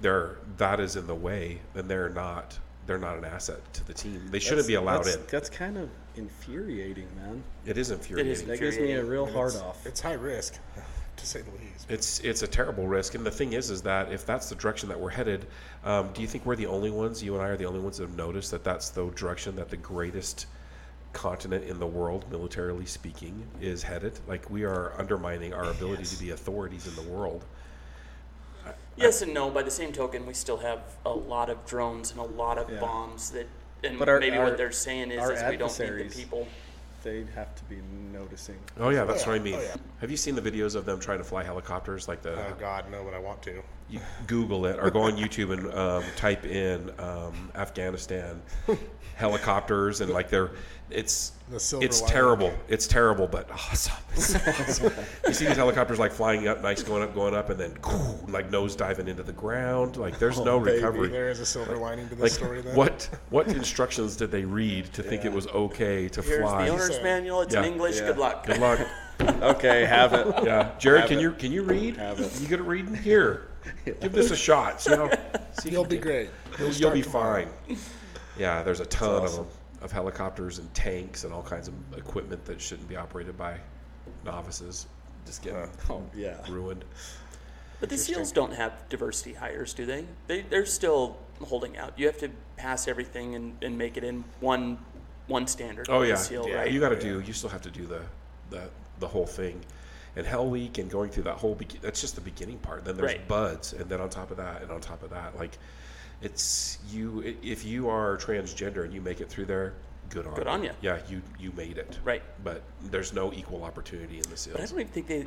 S4: there that is in the way, then they're not they're not an asset to the team. They shouldn't be allowed
S6: that's,
S4: in.
S6: That's kind of infuriating, man.
S4: It is infuriating.
S6: That gives me a
S1: Infuriating.
S6: real hard
S5: it's,
S6: off.
S5: It's high risk, to say the least.
S4: It's it's a terrible risk, and the thing is, is that if that's the direction that we're headed, um, do you think we're the only ones? You and I are the only ones that have noticed that that's the direction that the greatest continent in the world, militarily speaking, is headed. Like we are undermining our ability to be authorities in the world.
S1: Yes and no. By the same token, we still have a lot of drones and a lot of
S6: Yeah.
S1: bombs that. And
S6: But our-
S1: maybe
S6: our-
S1: what they're saying is,
S6: our
S1: is we don't need
S6: adversaries-
S1: the people.
S6: They'd have to be noticing.
S4: Oh yeah, that's
S5: yeah.
S4: what I mean.
S5: Oh, yeah.
S4: Have you seen the videos of them trying to fly helicopters? Like the
S5: Oh God, no, but I want to.
S4: you Google it or go on YouTube and um, type in um, Afghanistan helicopters and like they're it's
S5: The silver
S4: it's
S5: lining.
S4: terrible. It's terrible, but awesome. It's awesome. you see these helicopters like flying up, nice going up, going up, and then like nose diving into the ground. Like there's no recovery.
S5: There is Oh, a silver lining to this
S4: Like
S5: story. Then
S4: what what instructions did they read to think it was okay to
S1: Here's
S4: fly?
S1: the owner's
S5: So-
S1: manual. It's
S4: Yeah.
S1: in English. Good luck.
S4: Good luck.
S6: okay, have it.
S4: Yeah, Jared,
S6: Have
S4: can
S6: it.
S4: you can you read?
S6: Have it.
S4: You good at reading? Here, give this a shot. See how see if
S5: You'll
S4: you
S5: be
S4: can-
S5: great.
S4: You'll, you'll
S5: start
S4: be
S5: tomorrow.
S4: fine. Yeah, there's a ton of them, of helicopters and tanks and all kinds of equipment that shouldn't be operated by novices. Just getting
S6: Oh, yeah.
S4: ruined.
S1: But the SEALs don't have diversity hires, do they? they they're still holding out. You have to pass everything and, and make it in one one standard.
S4: Oh
S1: as a
S4: yeah,
S1: SEAL,
S4: yeah.
S1: right?
S4: You got to do. You still have to do the the the whole thing, and Hell Week and going through that whole. Be- that's just the beginning part. Then there's
S1: Right.
S4: buds, and then on top of that, and on top of that, like it's you. i- If you are transgender and you make it through there, good on
S1: Good
S4: you.
S1: on ya.
S4: Yeah, you you made it.
S1: Right.
S4: But there's no equal opportunity in the
S1: But I
S4: seals.
S1: don't even think they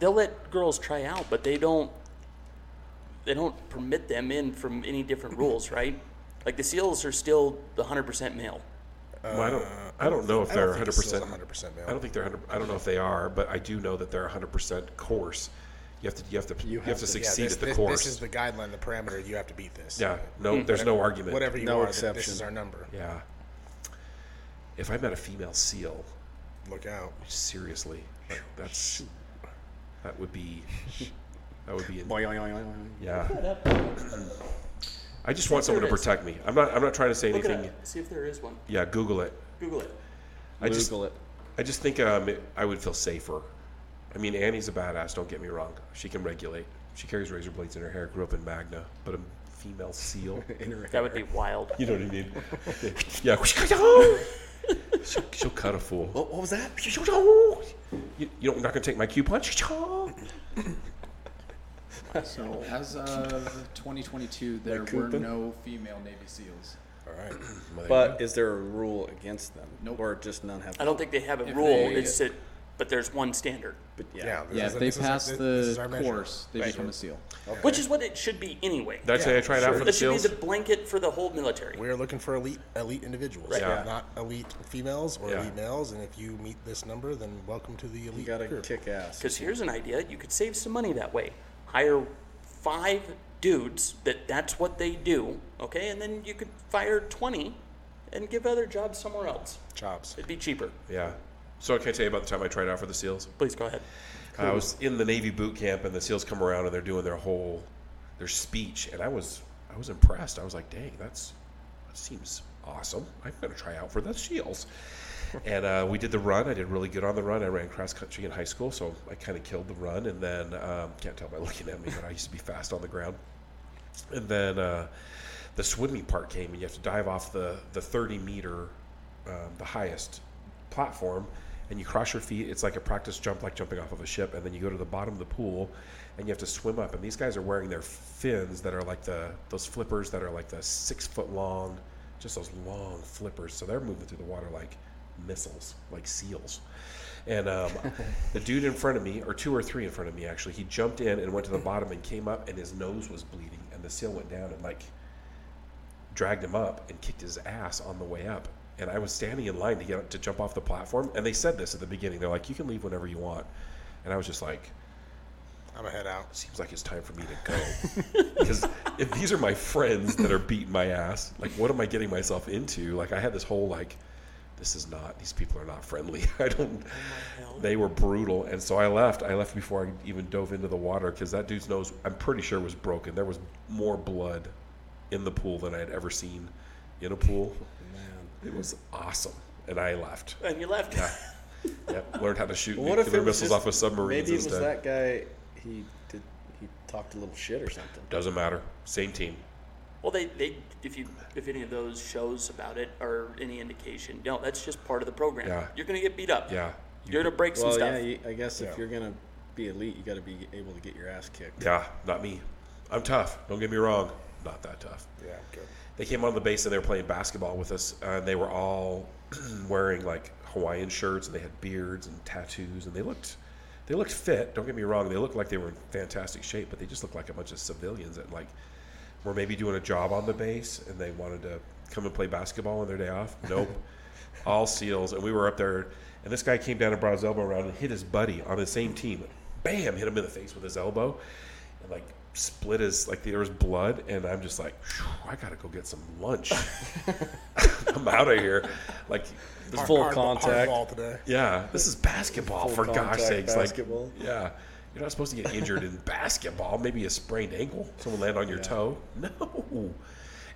S1: they'll let girls try out, but they don't they don't permit them in from any different rules, right? Like the SEALs are still the hundred percent male.
S4: Well, I don't. I don't know if
S5: I
S4: they're
S5: don't
S4: 100.
S5: think the SEALs
S4: percent
S5: 100% male.
S4: I don't think they're 100. I don't know if they are, but I do know that they're 100 percent course. You have to. You have to. You, have, to, succeed
S5: this,
S4: at the
S5: this,
S4: course.
S5: This is the guideline, the parameter. You have to beat this.
S4: yeah. No.
S1: Hmm.
S4: There's no argument.
S5: Whatever you
S6: No
S5: are, th- this
S6: exception.
S5: is our number.
S4: Yeah. If I met a female seal,
S5: Look out.
S4: seriously, like that's that would be that would be
S6: Boing, boing, boing, boing.
S4: yeah. I just want someone to protect me. I'm not. I'm not trying to say
S1: Look it
S4: anything.
S1: up. See if there is one.
S4: Yeah, Google it.
S1: Google it.
S4: I just.
S6: Google it.
S4: I just think um, it, I would feel safer. I mean, Annie's a badass. Don't get me wrong. She can regulate. She carries razor blades in her hair. Grew up in Magna, but a female seal.
S6: Interact.
S1: That would be wild.
S4: You know what I mean? yeah. she'll, she'll cut a fool.
S6: What, what was that?
S4: You You, you don't, not going to take my cue punch?
S7: So as of 2022, there
S6: Like
S7: were
S6: Koopa?
S7: no female Navy SEALs.
S4: All right. Mother-
S6: But is there a rule against them?
S7: Nope.
S6: Or just none have?
S1: I don't think they have a
S7: If
S1: rule.
S7: they-
S1: it's that, but there's one standard,
S6: But yeah.
S5: Yeah, this
S7: yeah,
S5: is-
S7: if they
S5: this is-
S7: pass
S5: this- this is our
S7: the
S5: measure.
S7: course, they become a SEAL.
S1: which is what it should be anyway.
S4: Did I say I tried out for the
S1: That should be
S4: SEALs?
S1: the blanket for the whole military.
S5: We are looking for elite elite individuals,
S4: Yeah.
S5: not elite females or
S4: Yeah.
S5: elite males. And if you meet this number, then welcome to the elite
S6: You gotta
S5: group.
S6: kick ass.
S1: Because here's an idea: you could save some money that way. Hire five dudes that that's what they do, okay, and then you could fire twenty and give other jobs somewhere else.
S5: Jobs.
S1: It'd be cheaper.
S4: yeah. So can I tell you about the time I tried out for the SEALs?
S1: Please go ahead.
S4: I was in the Navy boot camp, and the SEALs come around and they're doing their whole their speech, and I was I was impressed. I was like, "Dang, that's that seems awesome. I'm gonna try out for the SEALs." and uh, we did the run. I did really good on the run. I ran cross country in high school, so I kind of killed the run. And then um, can't tell by looking at me, but I used to be fast on the ground. And then uh, the swimming part came, and you have to dive off the, the 30 meter, um, the highest platform, and you cross your feet. It's like a practice jump, like jumping off of a ship. And then you go to the bottom of the pool, and you have to swim up. And these guys are wearing their fins that are like the those flippers that are like the six foot long, just those long flippers. So they're moving through the water like missiles, like seals. And um, the dude in front of me, or two or three in front of me, actually, he jumped in and went to the bottom and came up, and his nose was bleeding. And the seal went down and like dragged him up and kicked his ass on the way up. And I was standing in line to get to jump off the platform. And they said this at the beginning. They're like, "You can leave whenever you want." And I was just like,
S5: I'm a head out.
S4: "Seems like it's time for me to go." because if these are my friends that are beating my ass, like, what am I getting myself into? Like, I had this whole like, "This is not. These people are not friendly." I
S6: Oh
S4: don't. They were brutal, and so I left. I left before I even dove into the water because that dude's nose, I'm pretty sure, was broken. There was more blood in the pool than I had ever seen in a pool. It was awesome, and I left.
S1: And Oh, you left.
S4: Yep, learned how to shoot
S6: But what if it
S4: nuclear
S6: was
S4: missiles
S6: just-
S4: off of submarines
S6: Maybe it was
S4: instead.
S6: that guy. He did. He talked a little shit or something.
S4: Doesn't matter. Same team.
S1: Well, they, they if you if any of those shows about it are any indication, no, that's just part of the program.
S4: Yeah.
S1: You're gonna get beat up.
S4: Yeah. You-
S1: You're gonna break some
S6: Well,
S1: stuff.
S6: yeah. You, I guess
S4: Yeah.
S6: if you're gonna be elite, you got to be able to get your ass kicked.
S4: Yeah, not me. I'm tough. Don't get me wrong. Not that tough.
S5: Yeah, I'm good.
S4: they came on the base and they were playing basketball with us uh, and they were all wearing like hawaiian shirts and they had beards and tattoos and they looked they looked fit don't get me wrong they looked like they were in fantastic shape but they just looked like a bunch of civilians that like were maybe doing a job on the base and they wanted to come and play basketball on their day off nope all seals and we were up there and this guy came down and brought his elbow around and hit his buddy on the same team bam hit him in the face with his elbow and like split his like there was blood and i'm just like "Phew, i gotta go get some lunch i'm out of here like this,
S6: Full
S5: Hard-
S6: contact.
S5: hardball today.
S4: yeah this is basketball for gosh
S6: contact
S4: sakes
S6: basketball.
S4: like yeah you're not supposed to get injured in basketball maybe a sprained ankle someone land on your toe no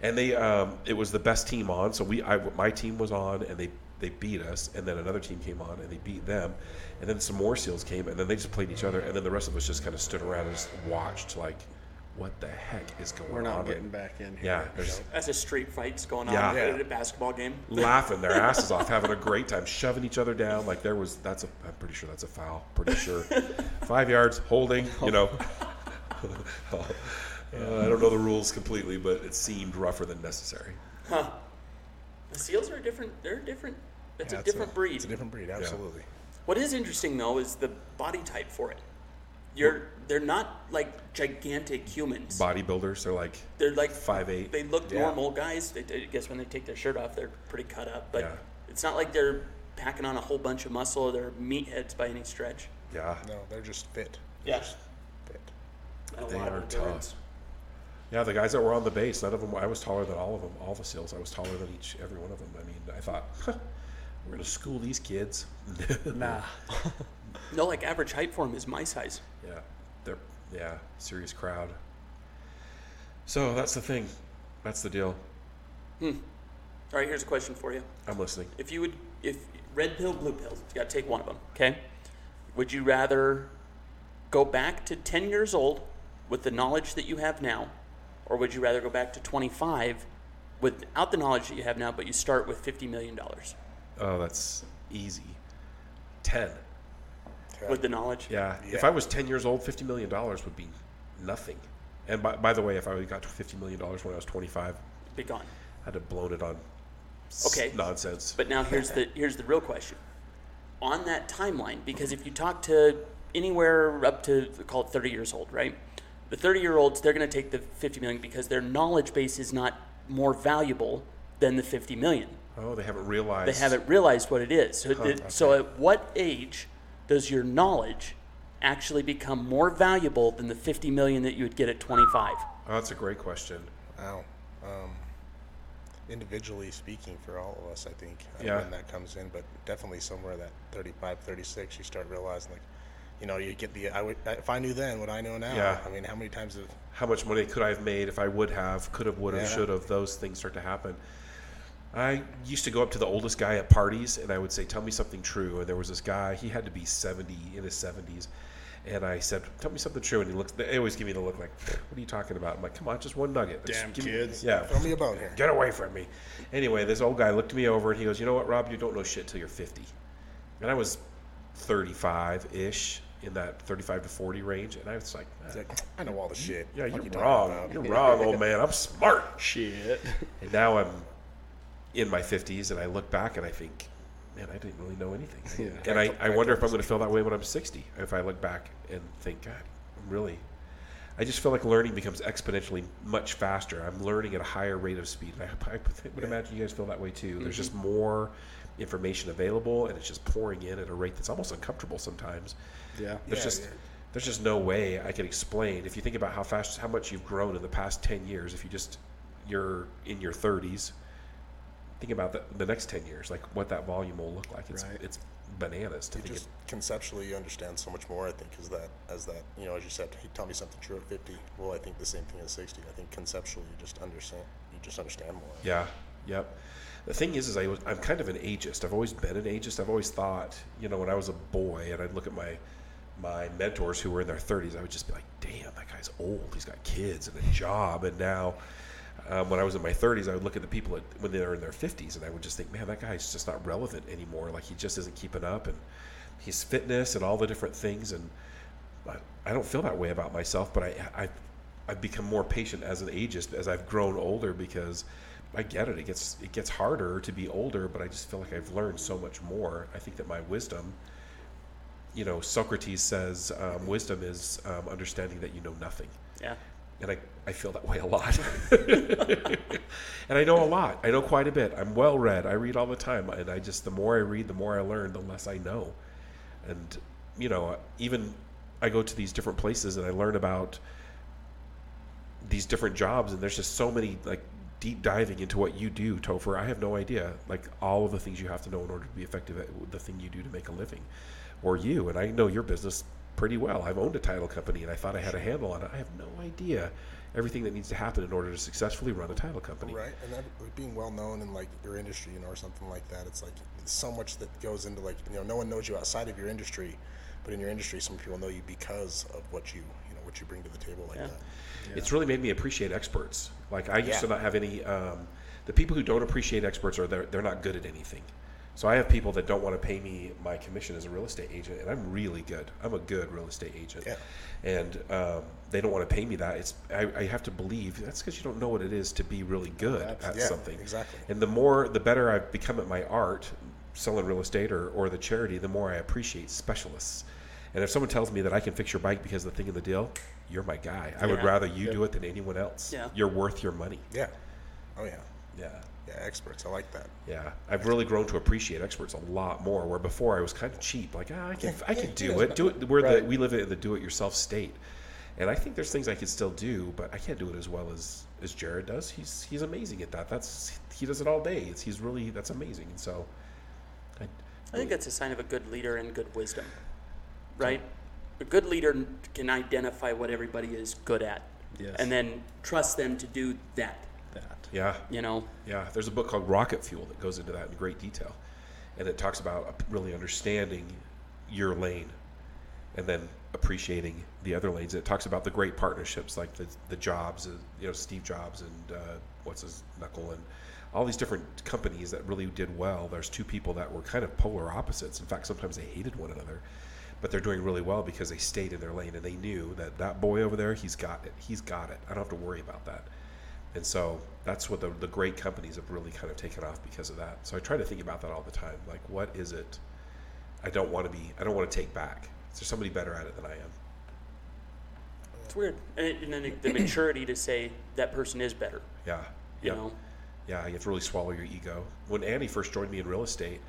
S4: and they um, it was the best team on so we I, my team was on and they they beat us and then another team came on and they beat them and then some more seals came and then they just played each other and then the rest of us just kind of stood around and just watched like what the heck is going
S6: We're
S4: on
S6: not
S4: right
S6: getting back in here.
S4: yeah there's
S1: That's a street fights going on
S4: Yeah.
S1: at a basketball game.
S4: laughing their asses off having a great time shoving each other down like there was that's a i'm pretty sure that's a foul pretty sure five yards holding you know Uh, i don't know the rules completely but it seemed rougher than necessary
S1: The seals are different. They're different. It's
S5: Yeah,
S1: a different breed.
S5: It's a different breed, absolutely.
S1: What is interesting though is the body type for it. You're they're not like gigantic humans.
S4: bodybuilders they're like
S1: They're like
S4: five eight
S1: They look
S4: Yeah.
S1: normal guys. They, I guess when they take their shirt off, they're pretty cut up. But
S4: Yeah.
S1: it's not like they're packing on a whole bunch of muscle. or They're meatheads by any stretch.
S4: yeah
S5: No, they're just fit.
S1: Yes,
S5: Fit.
S1: and a
S4: They
S1: lot
S4: are
S1: of
S4: tough.
S1: endurance.
S4: yeah the guys that were on the base none of them i was taller than all of them all the seals i was taller than each every one of them i mean i thought huh, we're gonna school these kids nah
S1: No, like average height for them is my size.
S4: Yeah, they're yeah serious crowd. So that's the thing, that's the deal.
S1: All right, here's a question for you.
S4: I'm listening.
S1: If you would, if red pill, blue pill, you got to take one of them. Okay. Would you rather go back to 10 years old with the knowledge that you have now, or would you rather go back to 25 without the knowledge that you have now, but you start with 50 million dollars?
S4: Oh, that's easy. Ten.
S5: God.
S1: with the knowledge.
S4: Yeah. If I was 10 years old, $50 million would be nothing. And by, by the way, if I would've got $50 million when I was 25,
S1: Be gone.
S4: I'd have blown it on s-
S1: Okay.
S4: nonsense.
S1: But now here's the here's the real question. On that timeline, because if you talk to anywhere up to call it 30 years old, right? The 30 year olds they're going to take the 50 million because their knowledge base is not more valuable than the 50 million.
S4: oh, they haven't
S1: They
S4: realized.
S1: haven't realized what it is. So, the-
S4: okay.
S1: so at what age does your knowledge actually become more valuable than the 50 million that you would get at 25?
S4: Oh, that's a great question.
S5: Wow. Um, individually speaking, for all of us, I think I don't
S4: Yeah.
S5: know when that comes in, but definitely somewhere that 35, 36, you start realizing like, you know, you get the I would if I knew then what I know now.
S4: Yeah.
S5: I mean, how many times have
S4: How much money could I have made if I would have, could have, would have,
S5: Yeah.
S4: should have? Those things start to happen. I used to go up to the oldest guy at parties and I would say, Tell me something true. And there was this guy, he had to be 70 in his 70s. And I said, Tell me something true. And he looks, they always give me the look like, What are you talking about? I'm like, Come on, just one nugget. Just
S6: Damn
S4: give me-"
S6: kids.
S4: yeah.
S5: throw me a bone here?
S4: Get away from me. Anyway, this old guy looked me over and he goes, You know what, Rob? You don't know shit till you're 50. And I was 35 ish, in that 35 to 40 range. And I was like,
S5: It's like, I know uh, all the shit.
S4: Yeah,
S5: What
S4: you're
S5: you talking
S4: wrong.
S5: about?
S4: You're wrong, old man. I'm smart.
S6: Shit.
S4: And now I'm in my 50s and I look back and I think, Man, I didn't really know anything.
S6: Yeah.
S4: And I, I wonder if I'm going to feel that way when I'm 60. If I look back and think, God, I'm really. I just feel like learning becomes exponentially much faster. I'm learning at a higher rate of speed. And I, I would imagine you guys feel that way too. There's just more information available, and it's just pouring in at a rate that's almost uncomfortable sometimes.
S6: Yeah.
S4: There's just there's just no way I could explain. If you think about how fast, how much you've grown in the past ten years, if you just you're in your 30s, think about the, the next ten years, like what that volume will look like. It's
S6: Right.
S4: it's bananas to
S5: You
S4: think.
S5: just conceptually you understand so much more. I think is that as that you know as you said, he tell me something true at 50. Well, I think the same thing at 60. I think conceptually you just understand you just understand more.
S4: Of, yeah, yep. The thing is, is I was, I'm kind of an ageist. I've always been an ageist. I've always thought, you know, when I was a boy and I'd look at my my mentors who were in their 30s, I would just be like, damn, that guy's old. He's got kids and a job. And now, um, when I was in my 30s, I would look at the people at, when they were in their 50s, and I would just think, man, that guy's just not relevant anymore. Like he just isn't keeping up, and his fitness and all the different things. And I, I don't feel that way about myself, but I, I I've become more patient as an ageist as I've grown older because. I get it. It gets it gets harder to be older, but I just feel like I've learned so much more. I think that my wisdom you know, Socrates says um, wisdom is um, understanding that you know nothing.
S1: Yeah.
S4: And I, I feel that way a lot. and I know a lot. I know quite a bit. I'm well read. I read all the time. And I just, the more I read, the more I learn, the less I know. And, you know, even I go to these different places and I learn about these different jobs. And there's just so many, like, deep diving into what you do, Topher. I have no idea, like, all of the things you have to know in order to be effective at the thing you do to make a living or you, and I know your business pretty well. I've owned a title company and I thought I had a handle on it. I have no idea everything that needs to happen in order to successfully run a title company.
S5: Right, and that, like, being well known in like your industry, you know, or something like that. It's like so much that goes into like you know, no one knows you outside of your industry, but in your industry, some people know you because of what you you know what you bring to the table like that.
S4: It's really made me appreciate experts. Like I used
S5: Yeah.
S4: to not have any. Um, the people who don't appreciate experts are they're, they're not good at anything. So I have people that don't want to pay me my commission as a real estate agent, and I'm really good. I'm a good real estate agent,
S5: Yeah.
S4: and um, they don't want to pay me that. It's I, I have to believe that's because you don't know what it is to be really good at
S5: Yeah,
S4: something.
S5: exactly.
S4: And the more, the better I've become at my art, selling real estate or, or the charity, the more I appreciate specialists. And if someone tells me that I can fix your bike because of the thing in the deal, you're my guy. I would
S1: Yeah.
S4: rather you do it than anyone else.
S1: Yeah.
S4: You're worth your money.
S5: Yeah. Oh yeah.
S4: Yeah.
S5: Yeah, experts. I like that.
S4: Yeah. I've really grown to appreciate experts a lot more where before I was kind of cheap. Like, ah, I can, I can do it. Do it. We're
S6: Right.
S4: the, we live in the do it yourself state. And I think there's things I could still do, but I can't do it as well as, as Jared does. He's, he's amazing at that. That's, he does it all day. It's, he's really, that's amazing. And so, I,
S1: I think that's a sign of a good leader and good wisdom, right? A good leader can identify what everybody is good at,
S6: Yes.
S1: and then trust them to do that.
S6: That.
S4: yeah.
S1: You know,
S4: Yeah, there's a book called Rocket Fuel that goes into that in great detail, and it talks about uh, really understanding your lane, and then appreciating the other lanes. It talks about the great partnerships like the the Jobs, uh, you know, Steve Jobs and uh, what's his knuckle and all these different companies that really did well. There's two people that were kind of polar opposites. In fact, sometimes they hated one another, but they're doing really well because they stayed in their lane and they knew that that boy over there, he's got it. He's got it. I don't have to worry about that. And so that's what the, the great companies have really kind of taken off because of that. So I try to think about that all the time. Like, what is it I don't want to be, I don't want to take back? Is there somebody better at it than I am?
S1: It's weird. And, it- and then the- the maturity to say that person is better.
S4: Yeah.
S1: You
S4: yeah.
S1: know,
S4: Yeah, you have to really swallow your ego. When Annie first joined me in real estate,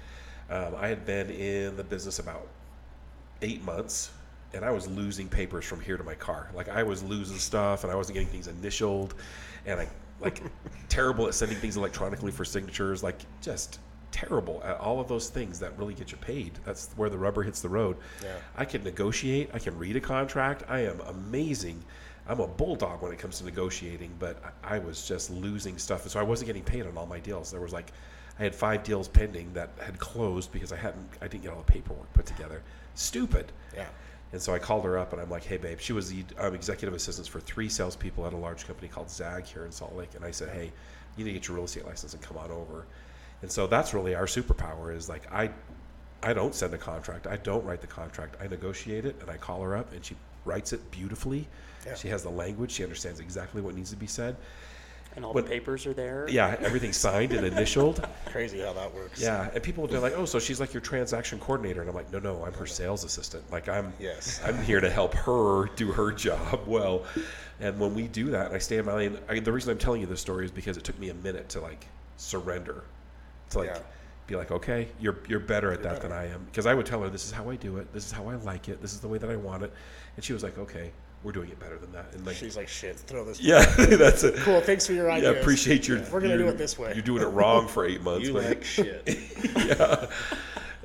S4: um, I had been in the business about eight months and I was losing papers from here to my car. Like I was losing stuff and I wasn't getting things initialed and I like terrible at sending things electronically for signatures, like just terrible at all of those things that really get you paid. That's where the rubber hits the road.
S5: Yeah.
S4: I can negotiate, I can read a contract. I am amazing. I'm a bulldog when it comes to negotiating, but I I was just losing stuff. And so I wasn't getting paid on all my deals. There was like I had five deals pending that had closed because I hadn't I didn't get all the paperwork put together. Stupid.
S5: Yeah.
S4: And so I called her up and I'm like, hey, babe. She was the um, executive assistant for three salespeople at a large company called Zag here in Salt Lake. And I said, hey, you need to get your real estate license and come on over. And so that's really our superpower is like, I, I don't send a contract. I don't write the contract. I negotiate it and I call her up and she writes it beautifully.
S5: Yeah.
S4: She has the language. She understands exactly what needs to be said.
S1: and all
S4: But-
S1: the papers are there.
S4: Yeah, everything's signed and initialed.
S5: Crazy how that works.
S4: Yeah, and people are like, "Oh, so she's like your transaction coordinator," and I'm like, "No, no, I'm her sales assistant. Like, I'm
S5: Yes.
S4: I'm here to help her do her job well." And when we do that, and I stay in my lane. I, the reason I'm telling you this story is because it took me a minute to like surrender, to like
S5: Yeah.
S4: be like, "Okay, you're you're better at that than I am," because I would tell her, "This is how I do it. This is how I like it. This is the way that I want it," and she was like, "Okay, we're doing it better than that." And like,
S5: She's like, shit, throw this.
S4: "Yeah, that's it."
S5: Cool. Thanks for your
S4: Yeah,
S5: ideas.
S4: appreciate your.
S5: We're gonna
S4: your-
S5: do it this way.
S4: You're doing it wrong for eight months.
S6: You
S4: but-
S6: like shit.
S4: yeah.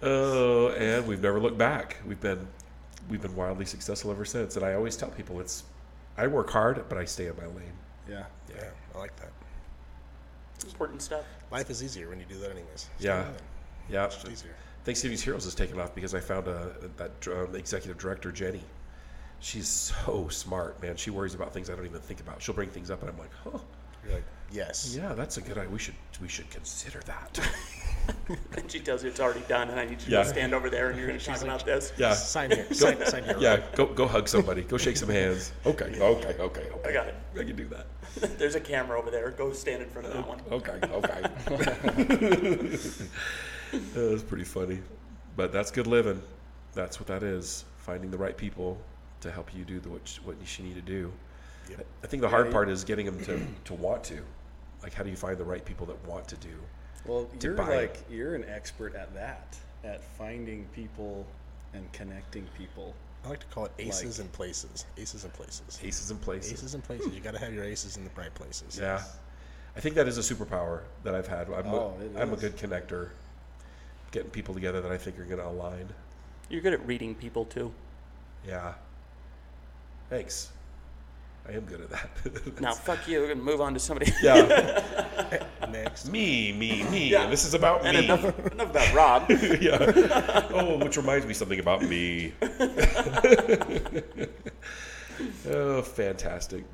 S4: Oh, and we've never looked back. We've been we've been wildly successful ever since. And I always tell people it's I work hard, but I stay in my lane.
S6: Yeah.
S5: Yeah, I like that.
S1: It's important stuff.
S5: Life is easier when you do that, anyways. It's
S4: Yeah.
S5: fine.
S4: Yeah.
S5: It's easier.
S4: Thanksgiving's Heroes has taken off because I found a, that um, executive director Jenny. She's so smart, man. She worries about things I don't even think about. She'll bring things up, and I'm like, "Huh,
S5: You're like, yes.
S4: yeah, that's a good idea. We should we should consider that."
S1: And she tells you it's already done, and I need you
S4: Yeah.
S1: to stand over there and you're going to talk about this.
S4: yeah,
S5: Sign here. Sign, sign here.
S4: yeah. Go go hug somebody. Go shake some hands. Okay, okay, okay, okay.
S1: I got it.
S4: I can do that.
S1: There's a camera over there. Go stand in front of that one.
S4: Okay, okay. that was pretty funny. But that's good living. That's what that is. Finding the right people to help you do the, what, you- what you need to do.
S5: Yep.
S4: I think the hard part is getting them to, to want to. Like, how do you find the right people that want to do?
S6: Well,
S4: To
S6: you're
S4: buy.
S6: like you're an expert at that, at finding people and connecting people.
S5: I like to call it aces and places. Aces and places.
S4: Aces and places.
S5: Aces and places. You got to have your aces in the right places.
S4: Yeah. I think that is a superpower that I've had. I'm,
S6: Oh, it
S4: a, I'm a
S6: is.
S4: good connector. Getting people together that I think are going to align.
S1: You're good at reading people too.
S4: Yeah. Thanks. I am good at that.
S1: Now, fuck you. We're going to move on to somebody.
S4: yeah.
S5: Next.
S4: me, me, me.
S1: Yeah.
S4: And this is about
S1: and
S4: me.
S1: enough, enough about Rob.
S4: yeah. Oh, which reminds me something about me. oh, fantastic.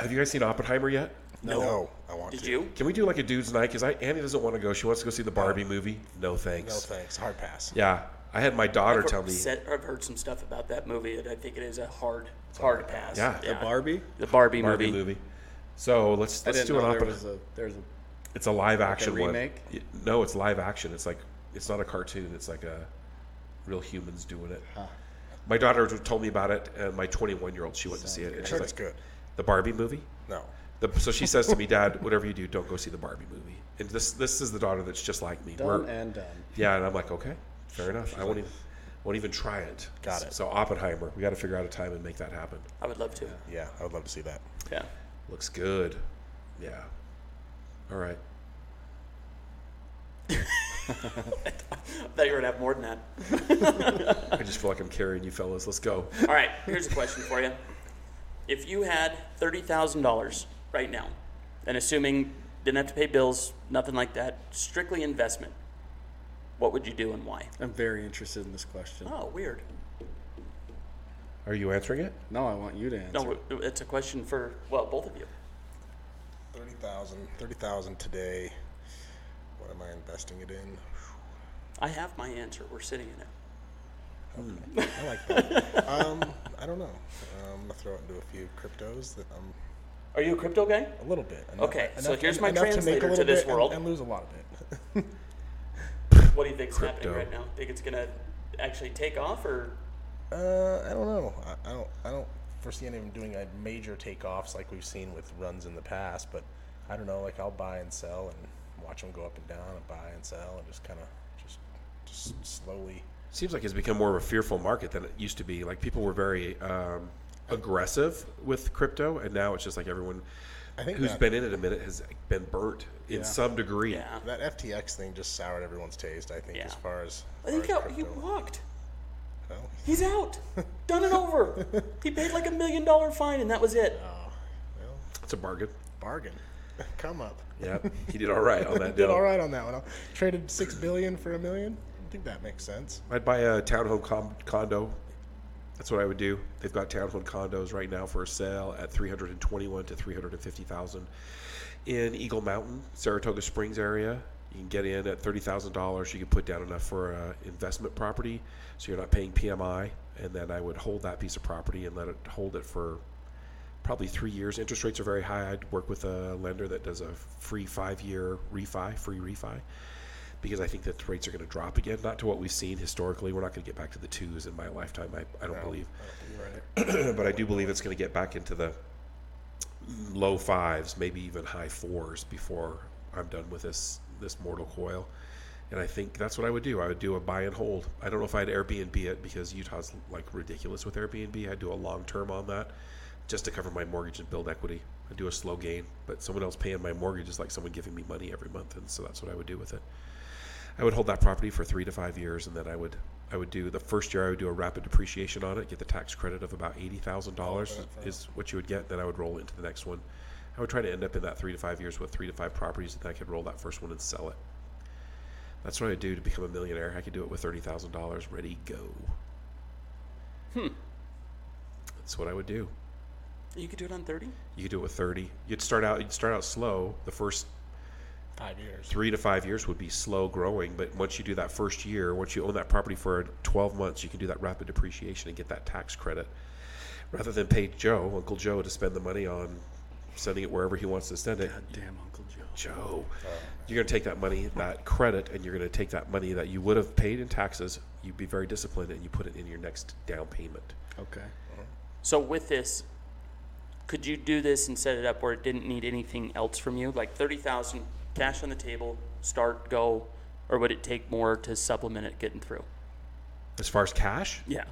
S4: Have you guys seen Oppenheimer yet?
S5: No. I want
S1: Did
S5: to.
S1: you?
S4: Can we do like a dude's night? Because I Annie doesn't want to go. She wants to go see the Barbie movie. No
S5: No,
S4: thanks.
S5: thanks. Hard pass.
S4: yeah. I had my daughter tell me.
S1: Said- I've heard some stuff about that movie, and I think it is a hard, hard pass.
S4: Yeah.
S1: yeah.
S6: The Barbie.
S1: the Barbie,
S4: Barbie
S1: movie.
S4: movie. So let's
S6: I
S4: let's do
S6: didn't know
S4: an
S6: there
S4: Oppenheimer.
S6: was a there's a
S4: It's a live action
S6: remake?
S4: One. Y- No, it's live action. It's like it's not a cartoon. It's like a real humans doing it. My daughter t- told me about it, and my 21 year old she went to see it, and she's
S5: Sure, it's
S4: like,
S5: good.
S4: "The Barbie movie."
S5: No.
S4: The, so she says to me, "Dad, whatever you do, don't go see the Barbie movie." And this this is the daughter that's just like me.
S6: dumb
S4: We're-
S6: and dumb.
S4: yeah, and I'm like, "Okay, fair enough. I won't even won't even try it."
S5: Got it.
S4: So Oppenheimer, we got to figure out a time and make that happen.
S1: I would love to.
S5: Yeah, I would love to see that.
S1: Yeah.
S4: Looks good. Yeah. All right.
S1: I thought you were going to have more than that.
S4: I just feel like I'm carrying you fellas. Let's go.
S1: All right, here's a question for you. If you had $30,000 right now, and assuming didn't have to pay bills, nothing like that, strictly investment, what would you do and why?
S6: I'm very interested in this question.
S1: Oh, weird.
S4: Are you answering it?
S6: No, I want you to answer.
S1: No, it's a question for, well, both of you.
S5: 30,000. 30,000 today. What am I investing it in?
S1: I have my answer. We're sitting in it.
S5: I like that. um, I don't know. Um, I'm gonna throw it into a few cryptos that I'm
S1: Are you a crypto guy?
S5: a little bit.
S1: Okay, so here's my
S5: enough make a
S1: translator to
S5: little
S1: this
S5: bit and-
S1: world.
S5: and, lose a lot of it.
S1: What do you think's happening
S4: Crypto.
S1: right now? Think it's gonna actually take off, or
S5: Uh, I don't know. I, I don't. I don't foresee any of them doing like major takeoffs like we've seen with runs in the past. But I don't know. Like I'll buy and sell and watch them go up and down, and buy and sell, and just kind of just just slowly.
S4: Seems like it's become more of a fearful market than it used to be. Like people were very um, aggressive with crypto, and now it's just like everyone
S5: I
S4: who's
S5: think that-
S4: been in it a minute has been burnt in some degree.
S1: yeah,
S5: That FTX thing just soured everyone's taste. I think as
S1: Yeah.
S5: far as
S1: I think
S5: far as
S1: out, he
S5: crypto.
S1: walked.
S5: Well,
S1: He's out. Done and over. He paid like a million dollar fine, and that was it.
S5: well,
S4: It's a bargain.
S5: bargain. Come up.
S4: Yeah, he did all right on that
S5: Did
S4: deal.
S5: all right on that one. I traded six billion for a million. I think that makes sense.
S4: I'd buy a townhome com- condo. That's what I would do. They've got townhome condos right now for sale at three hundred and twenty-one to three hundred and fifty thousand in Eagle Mountain, Saratoga Springs area. You can get in at thirty thousand dollars. You can put down enough for an investment property, so you're not paying PMI. And then I would hold that piece of property and let it hold it for probably three years. Interest rates are very high. I'd work with a lender that does a free five-year refi, free refi because I think that the rates are going to drop again, not to what we've seen historically. We're not going to get back to the twos in my lifetime, I, I don't believe. but I do believe it's going to get back into the low fives, maybe even high fours before I'm done with this this mortal coil. And I think that's what I would do. I would do a buy and hold. I don't know if I'd Airbnb it because Utah's like ridiculous with Airbnb. I'd do a long term on that just to cover my mortgage and build equity. I'd do a slow gain, but someone else paying my mortgage is like someone giving me money every month, and so that's what I would do with it. I would hold that property for three to five years, and then I would I would do the first year I would do a rapid depreciation on it, get the tax credit of about eighty thousand dollars is what you would get. Then I would roll into the next one. I would try to end up in that three to five years with three to five properties, and then I could roll that first one and sell it. That's what I do to become a millionaire. I could do it with thirty thousand dollars. Ready, go. Hmm. That's what I would do.
S1: You could do it on thirty.
S4: You could do it with thirty. You'd start out. You'd start out slow. The first
S5: Five years.
S4: three to five years would be slow growing, but once you do that first year, once you own that property for 12 months, you can do that rapid depreciation and get that tax credit. Rather than pay Joe, Uncle Joe, to spend the money on sending it wherever he wants to send it,
S6: Damn, Uncle Joe.
S4: Joe, you're going to take that money, that credit, and you're going to take that money that you would have paid in taxes. You'd be very disciplined and you put it in your next down payment.
S6: Okay.
S1: So with this, could you do this and set it up where it didn't need anything else from you, like thirty thousand cash on the table, start go, or would it take more to supplement it getting through?
S4: As far as cash,
S1: Yeah.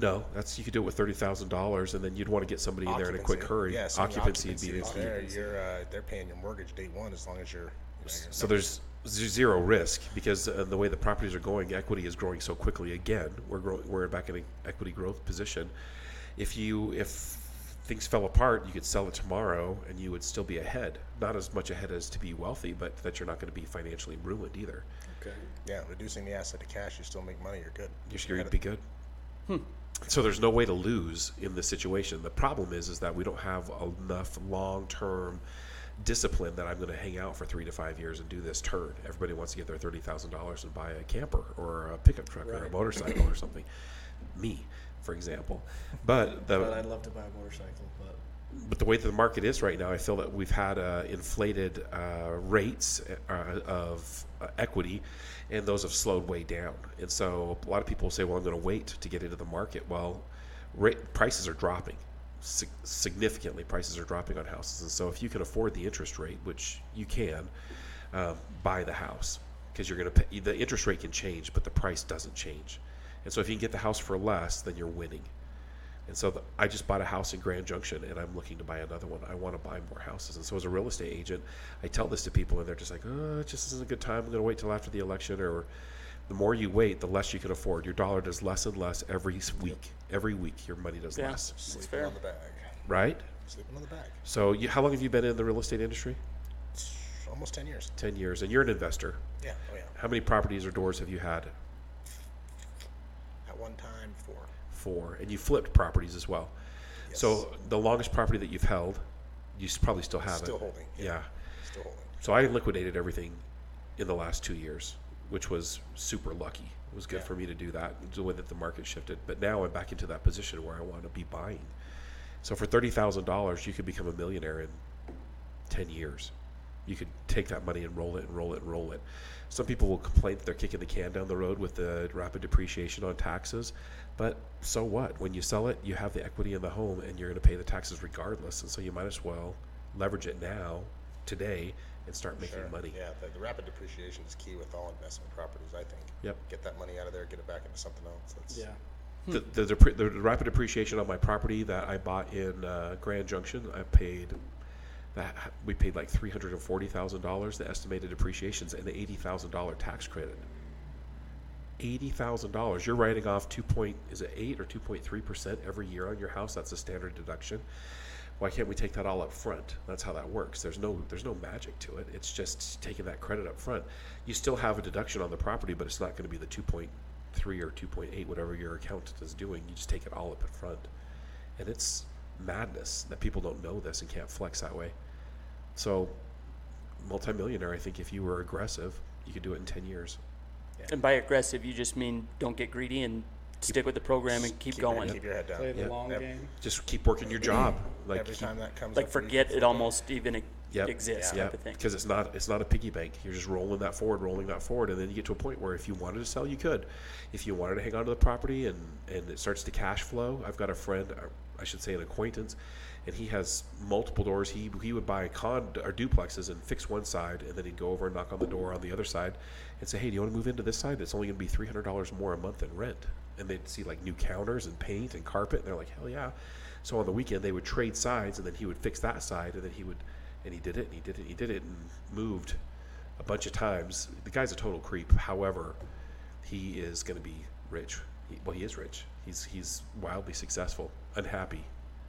S4: no, that's you could do it with thirty thousand dollars, and then you'd want to get somebody in there in a quick hurry.
S5: Yes.
S4: occupancy, would be the
S5: there. You're uh, they're paying your mortgage day one as long as you're.
S4: So there's z- zero risk because uh, the way the properties are going, equity is growing so quickly. Again, we're growing, we're back in an equity growth position. If you if things fell apart, you could sell it tomorrow and you would still be ahead. Not as much ahead as to be wealthy, but that you're not going to be financially ruined either.
S6: Okay.
S5: Yeah, reducing the asset to cash, you still make money. You're good.
S4: You're sure you'd be good. So there's no way to lose in this situation. The problem is, is that we don't have enough long-term discipline that I'm going to hang out for three to five years and do this turn. Everybody wants to get their thirty thousand dollars and buy a camper or a pickup truck or a motorcycle or something. Me, for example. But the
S6: But I'd love to buy a motorcycle, but
S4: but the way that the market is right now, I feel that we've had uh, inflated uh, rates uh, of uh, equity, and those have slowed way down. And so a lot of people say, "Well, I'm going to wait to get into the market." Well, rate, prices are dropping sig- significantly. Prices are dropping on houses, and so if you can afford the interest rate, which you can, um, buy the house because you're going to pay. The interest rate can change, but the price doesn't change. And so if you can get the house for less, then you're winning. And so th I just bought a house in Grand Junction, and I'm looking to buy another one. I want to buy more houses. And so, as a real estate agent, I tell this to people, and they're just like, "Oh, it just isn't a good time. I'm going to wait till after the election." Or the more you wait, the less you can afford. Your dollar does less and less every s- week. Every week, your money does
S1: Yeah.
S4: less.
S1: That's
S5: Sleeping
S1: fair.
S5: on the bag.
S4: Right.
S5: Sleeping on the bag.
S4: So, you, how long have you been in the real estate industry?
S5: Almost ten years.
S4: Ten years, and you're an investor.
S5: Yeah. Oh yeah.
S4: How many properties or doors have you had?
S5: At one time, four.
S4: Four, and you flipped properties as well. So, the longest property that you've held, you s- probably still have it.
S5: Still holding.
S4: yeah.
S5: Still holding.
S4: So I liquidated everything in the last two years. which was super lucky. It was good for me to do that, the way that the market shifted. But now I'm back into that position where I want to be buying. So for thirty thousand dollars, you could become a millionaire in ten years. You could take that money and roll it and roll it and roll it. Some people will complain that they're kicking the can down the road with the rapid depreciation on taxes, but so what? When you sell it, you have the equity in the home and you're going to pay the taxes regardless. And so you might as well leverage it now, today, and start making
S5: Sure.
S4: money.
S5: Yeah, the, the rapid depreciation is key with all investment properties, I think.
S4: Yep.
S5: Get that money out of there, get it back into something else. That's,
S6: Yeah.
S4: The, the, depre- the rapid appreciation on my property that I bought in uh, Grand Junction, I paid that we paid like three hundred and forty thousand dollars. The estimated depreciations and the eighty thousand dollar tax credit. Eighty thousand dollars. You're writing off two point is it eight or two point three percent every year on your house. That's a standard deduction. Why can't we take that all up front? That's how that works. There's no there's no magic to it. It's just taking that credit up front. You still have a deduction on the property, but it's not going to be the two point three or two point eight, whatever your accountant is doing. You just take it all up in front. And it's madness that people don't know this and can't flex that way. So, multimillionaire, I think if you were aggressive, you could do it in 10 years.
S1: And by aggressive, you just mean don't get greedy and stick with the program and keep
S5: your-
S1: going.
S5: Keep your head down.
S6: Play the
S4: Yeah.
S6: long
S5: Yep.
S6: game.
S4: Just keep working your job. Like
S5: Every
S4: keep-
S5: time that comes
S1: like
S5: up for you,
S1: forget it almost even e-
S4: Yep.
S1: exists
S4: Yeah,
S1: type of thing.
S4: because it's not it's not a piggy bank. You're just rolling that forward, rolling that forward, and then you get to a point where if you wanted to sell, you could. If you wanted to hang on to the property and and it starts to cash flow, I've got a friend, or I should say an acquaintance, and he has multiple doors. He he would buy con or duplexes and fix one side, and then he'd go over and knock on the door on the other side, and say, hey, do you want to move into this side? It's only going to be three hundred dollars more a month in rent, and they'd see like new counters and paint and carpet, and they're like, hell yeah. So on the weekend they would trade sides, and then he would fix that side, and then he would and he did it and he did it and he did it and moved a bunch of times. The guy's a total creep. However, he is going to be rich. He, well, he is rich. He's he's wildly successful, unhappy,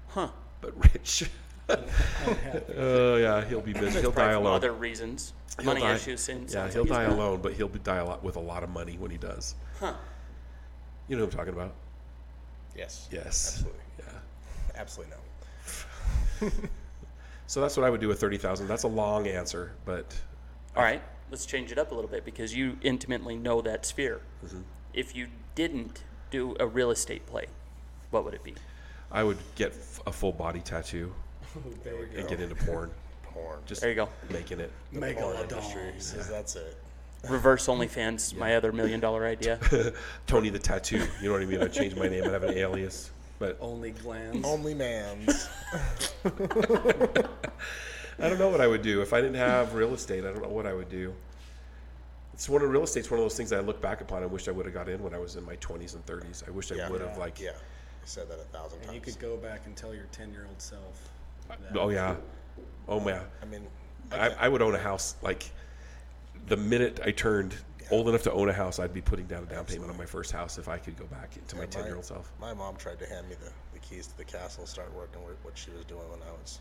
S1: Huh.
S4: but rich. Oh yeah, he'll be busy. He'll
S1: Probably
S4: die
S1: from
S4: alone.
S1: other reasons,
S4: He'll
S1: money
S4: die-
S1: issues. And
S4: Yeah,
S1: sounds
S4: he'll
S1: like he's
S4: die
S1: not-
S4: alone, but he'll be die a lot with a lot of money when he does.
S1: Huh.
S4: You know what I'm talking about?
S5: Yes.
S4: Yes.
S5: Absolutely.
S4: Yeah.
S5: Absolutely no.
S4: So that's what I would do with thirty thousand. That's a long answer, but
S1: All right, let's change it up a little bit because you intimately know that sphere.
S4: Mm-hmm.
S1: If you didn't do a real estate play, what would it be?
S4: I would get f- a full body tattoo
S5: There we go.
S4: and get into porn.
S5: porn.
S4: Just
S1: There you go.
S4: making it.
S5: Megalodon. That's it.
S1: Reverse OnlyFans, my other million dollar idea.
S4: Tony the Tattoo. You know what I mean? I changed my name. I have an alias. But
S6: Only glands.
S5: Only man's.
S4: I don't know what I would do if I didn't have real estate. I don't know what I would do. It's one of real estate's one of those things I look back upon. I wish I would have got in when I was in my twenties and thirties. I wish I
S5: Yeah.
S4: would have like.
S5: yeah. I said that a thousand
S6: And
S5: times.
S6: you could go back and tell your 10 year old self. that.
S4: Oh yeah. Oh yeah.
S5: I mean,
S4: I, I would own a house like the minute I turned old enough to own a house. I'd be putting down a down payment on my first house if I could go back to my
S5: my-
S4: ten year old self.
S5: my mom tried to hand me the, the keys to the castle, start working with what she was doing when I was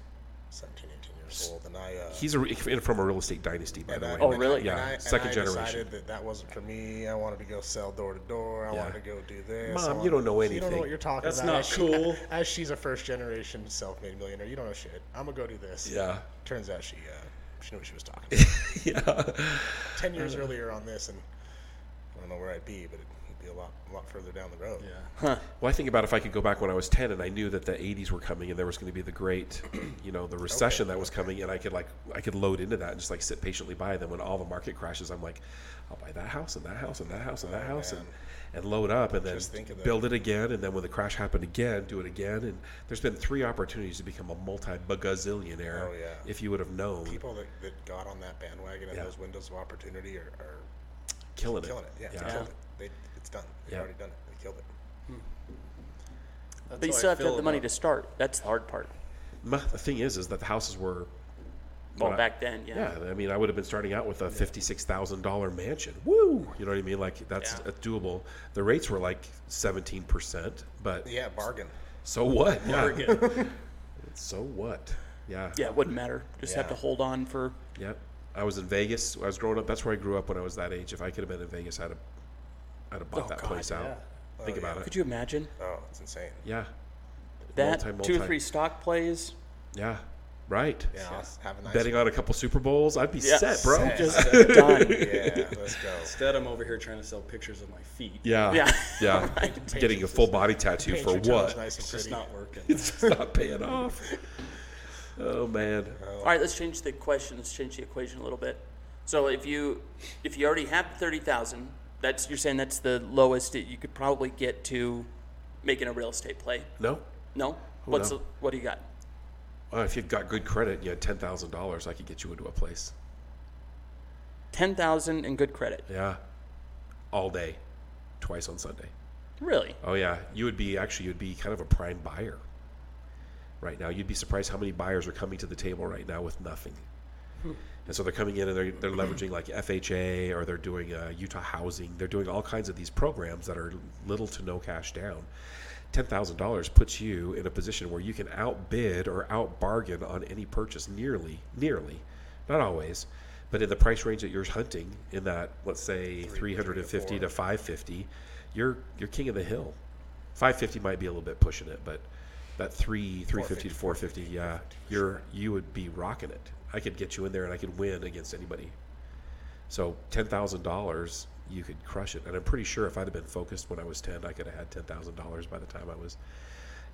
S5: 17, 18 years old. And I, uh,
S4: He's a, re- from a real estate dynasty, by
S5: And
S4: the
S5: I-
S4: way.
S1: Oh,
S5: and I-
S1: really?
S5: and
S4: Yeah,
S5: I- and
S4: second
S5: I
S4: generation.
S5: decided that that wasn't for me. I wanted to go sell door to door. I
S4: Yeah.
S5: wanted to go do this. I
S4: Mom,
S5: wanted-
S4: you don't know
S5: You don't know
S4: anything.
S5: what you're talking
S6: That's
S5: about.
S6: not
S5: As she-
S6: cool.
S5: as she's a first generation self-made millionaire, you don't know shit. I'm gonna go do this.
S4: Yeah.
S5: Turns out she uh, she knew what she was talking. about.
S4: yeah.
S5: Ten years earlier on this, and I don't know where I'd be, but it'd be a lot a lot further down the road.
S6: Yeah.
S4: Well, I think about if I could go back when I was 10 and I knew that the 80s were coming and there was going to be the great, you know, the recession that was coming and I could like, I could load into that and just like sit patiently by. And then when all the market crashes, I'm like, I'll buy that house and that house and that house and that house and, and load up and then
S5: Oh, Just think of that.
S4: build it again. And then when the crash happened again, do it again. And there's been three opportunities to become a multi bagazillionaire
S5: Oh, yeah.
S4: if you would have known.
S5: People that, that got on that bandwagon and
S4: Yeah.
S5: those windows of opportunity are, are
S4: killing it.
S5: killing it. Yeah, they
S4: Yeah.
S5: killed it. They, it's done. They've
S4: Yeah.
S5: already done it. They killed it.
S1: but you still have to have the money to start. That's the hard part.
S4: My- The thing is, is that the houses were
S1: Well,
S4: Well, I-
S1: back then, yeah.
S4: Yeah, I mean, I would have been starting out with a fifty-six thousand dollar mansion. Woo! You know what I mean? Like that's
S1: Yeah.
S4: uh, doable. The rates were like seventeen percent, but
S5: Yeah, bargain.
S4: so what? Yeah. so what? Yeah.
S1: Yeah, it wouldn't matter. Just have
S5: Yeah.
S1: to hold on for.
S4: Yep. I was in Vegas. I was growing up. That's where I grew up when I was that age. If I could have been in Vegas, I'd have, I'd have bought
S1: Oh,
S4: that
S1: God,
S4: place out. Think
S5: Oh,
S4: about it.
S1: Could you imagine
S5: Oh, it's insane.
S4: yeah.
S1: that
S4: Multi,
S1: two or
S4: multi.
S1: three stock plays?
S4: Yeah. Right.
S5: You know, have a nice
S4: Betting on a couple Super Bowls, I'd be
S1: Yeah.
S4: set, bro.
S5: Set.
S6: Just
S1: Done.
S5: Yeah, let's go.
S6: instead, I'm over here trying to sell pictures of my feet.
S4: Yeah.
S1: Yeah.
S4: Yeah. Getting a full body tattoo
S5: Paint
S4: for
S5: your toes
S4: what?
S5: Nice and
S6: It's just
S5: pretty.
S6: not working.
S4: It's just not paying off. Oh man.
S1: All right, let's change the question. Let's change the equation a little bit. So if you if you already have thirty thousand, that's you're saying that's the lowest that you could probably get to making a real estate play.
S4: No.
S1: No, what's
S4: no.
S1: the- what do you got?
S4: Well, if you've got good credit, you had ten thousand dollars, I could get you into a place.
S1: Ten thousand and good credit.
S4: Yeah. All day, twice on Sunday.
S1: Really?
S4: Oh yeah, you would be actually you'd be kind of a prime buyer. Right now, you'd be surprised how many buyers are coming to the table right now with nothing. And so they're coming in and they're, they're leveraging like FHA or they're doing uh, Utah Housing. They're doing all kinds of these programs that are little to no cash down. Ten thousand dollars puts you in a position where you can outbid or outbargain on any purchase nearly, nearly, not always, but in the price range that you're hunting, in that let's say three hundred and fifty to five fifty, you're you're king of the hill. Five fifty might be a little bit pushing it, but that three three fifty to four fifty, yeah, you're you would be rocking it. I could get you in there and I could win against anybody. So ten thousand dollars, you could crush it. And I'm pretty sure if I'd have been focused when I was ten, I could have had ten thousand dollars by the time I was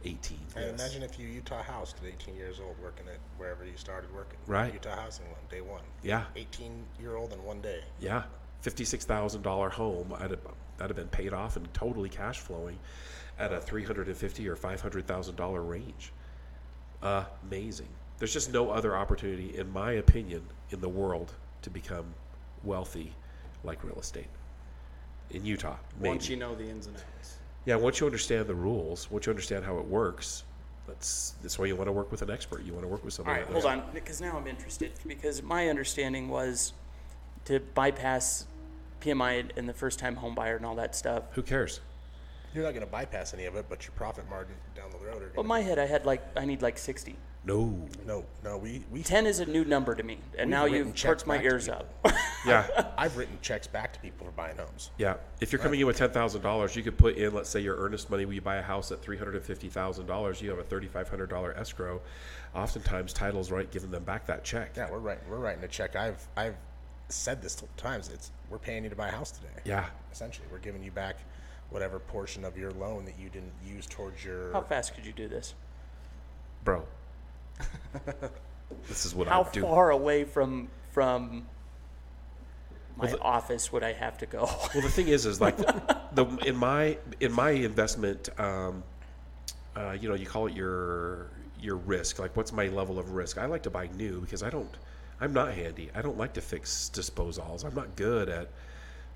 S4: eighteen.
S5: And imagine if you Utah housed at 18 years old, working at wherever you started working.
S4: Right.
S5: Utah housing loan, day one.
S4: Yeah,
S5: 18 year old in one day.
S4: yeah, fifty-six thousand dollar home. I'd have, that'd have been paid off and totally cash flowing at a three hundred and fifty or five hundred thousand dollar range. Amazing. There's just no other opportunity, in my opinion, in the world to become wealthy like real estate in Utah. Maybe.
S6: Once you know the ins and outs.
S4: Yeah, once you understand the rules, once you understand how it works, that's that's why you want to work with an expert. You want to work with
S1: All
S4: somebody.
S1: right,
S4: that
S1: hold
S4: knows.
S1: on, because now I'm interested. Because my understanding was to bypass PMI and the first-time home buyer and all that stuff.
S4: Who cares?
S5: You're not going to bypass any of it, but your profit margin down the road are
S1: But
S5: going
S1: my head, I had like I need like sixty.
S4: No.
S5: to. No, no, we. we
S1: Ten is a new number to me, and now you've
S5: written checks
S1: perked my
S5: back to
S1: ears
S5: people.
S1: up.
S4: Yeah,
S5: I've written checks back to people for buying homes.
S4: yeah. If you're coming in with ten thousand dollars, you could put in, let's say, your earnest money. When you buy a house at three hundred and fifty thousand dollars, you have a thirty-five hundred dollar escrow. Oftentimes, titles right giving them back that check.
S5: Yeah, we're writing, we're writing a check. I've I've said this times. It's we're paying you to buy a house today.
S4: Yeah.
S5: Essentially, we're giving you back whatever portion of your loan that you didn't use towards your.
S1: How fast could you do this?
S4: bro. this is what
S1: How
S4: I would do.
S1: far away from from my office would I have to go?
S4: Well, the thing is, is like the in my in my investment, um, uh, you know, you call it your your risk. Like, what's my level of risk? I like to buy new because I don't. I'm not handy. I don't like to fix disposals. I'm not good at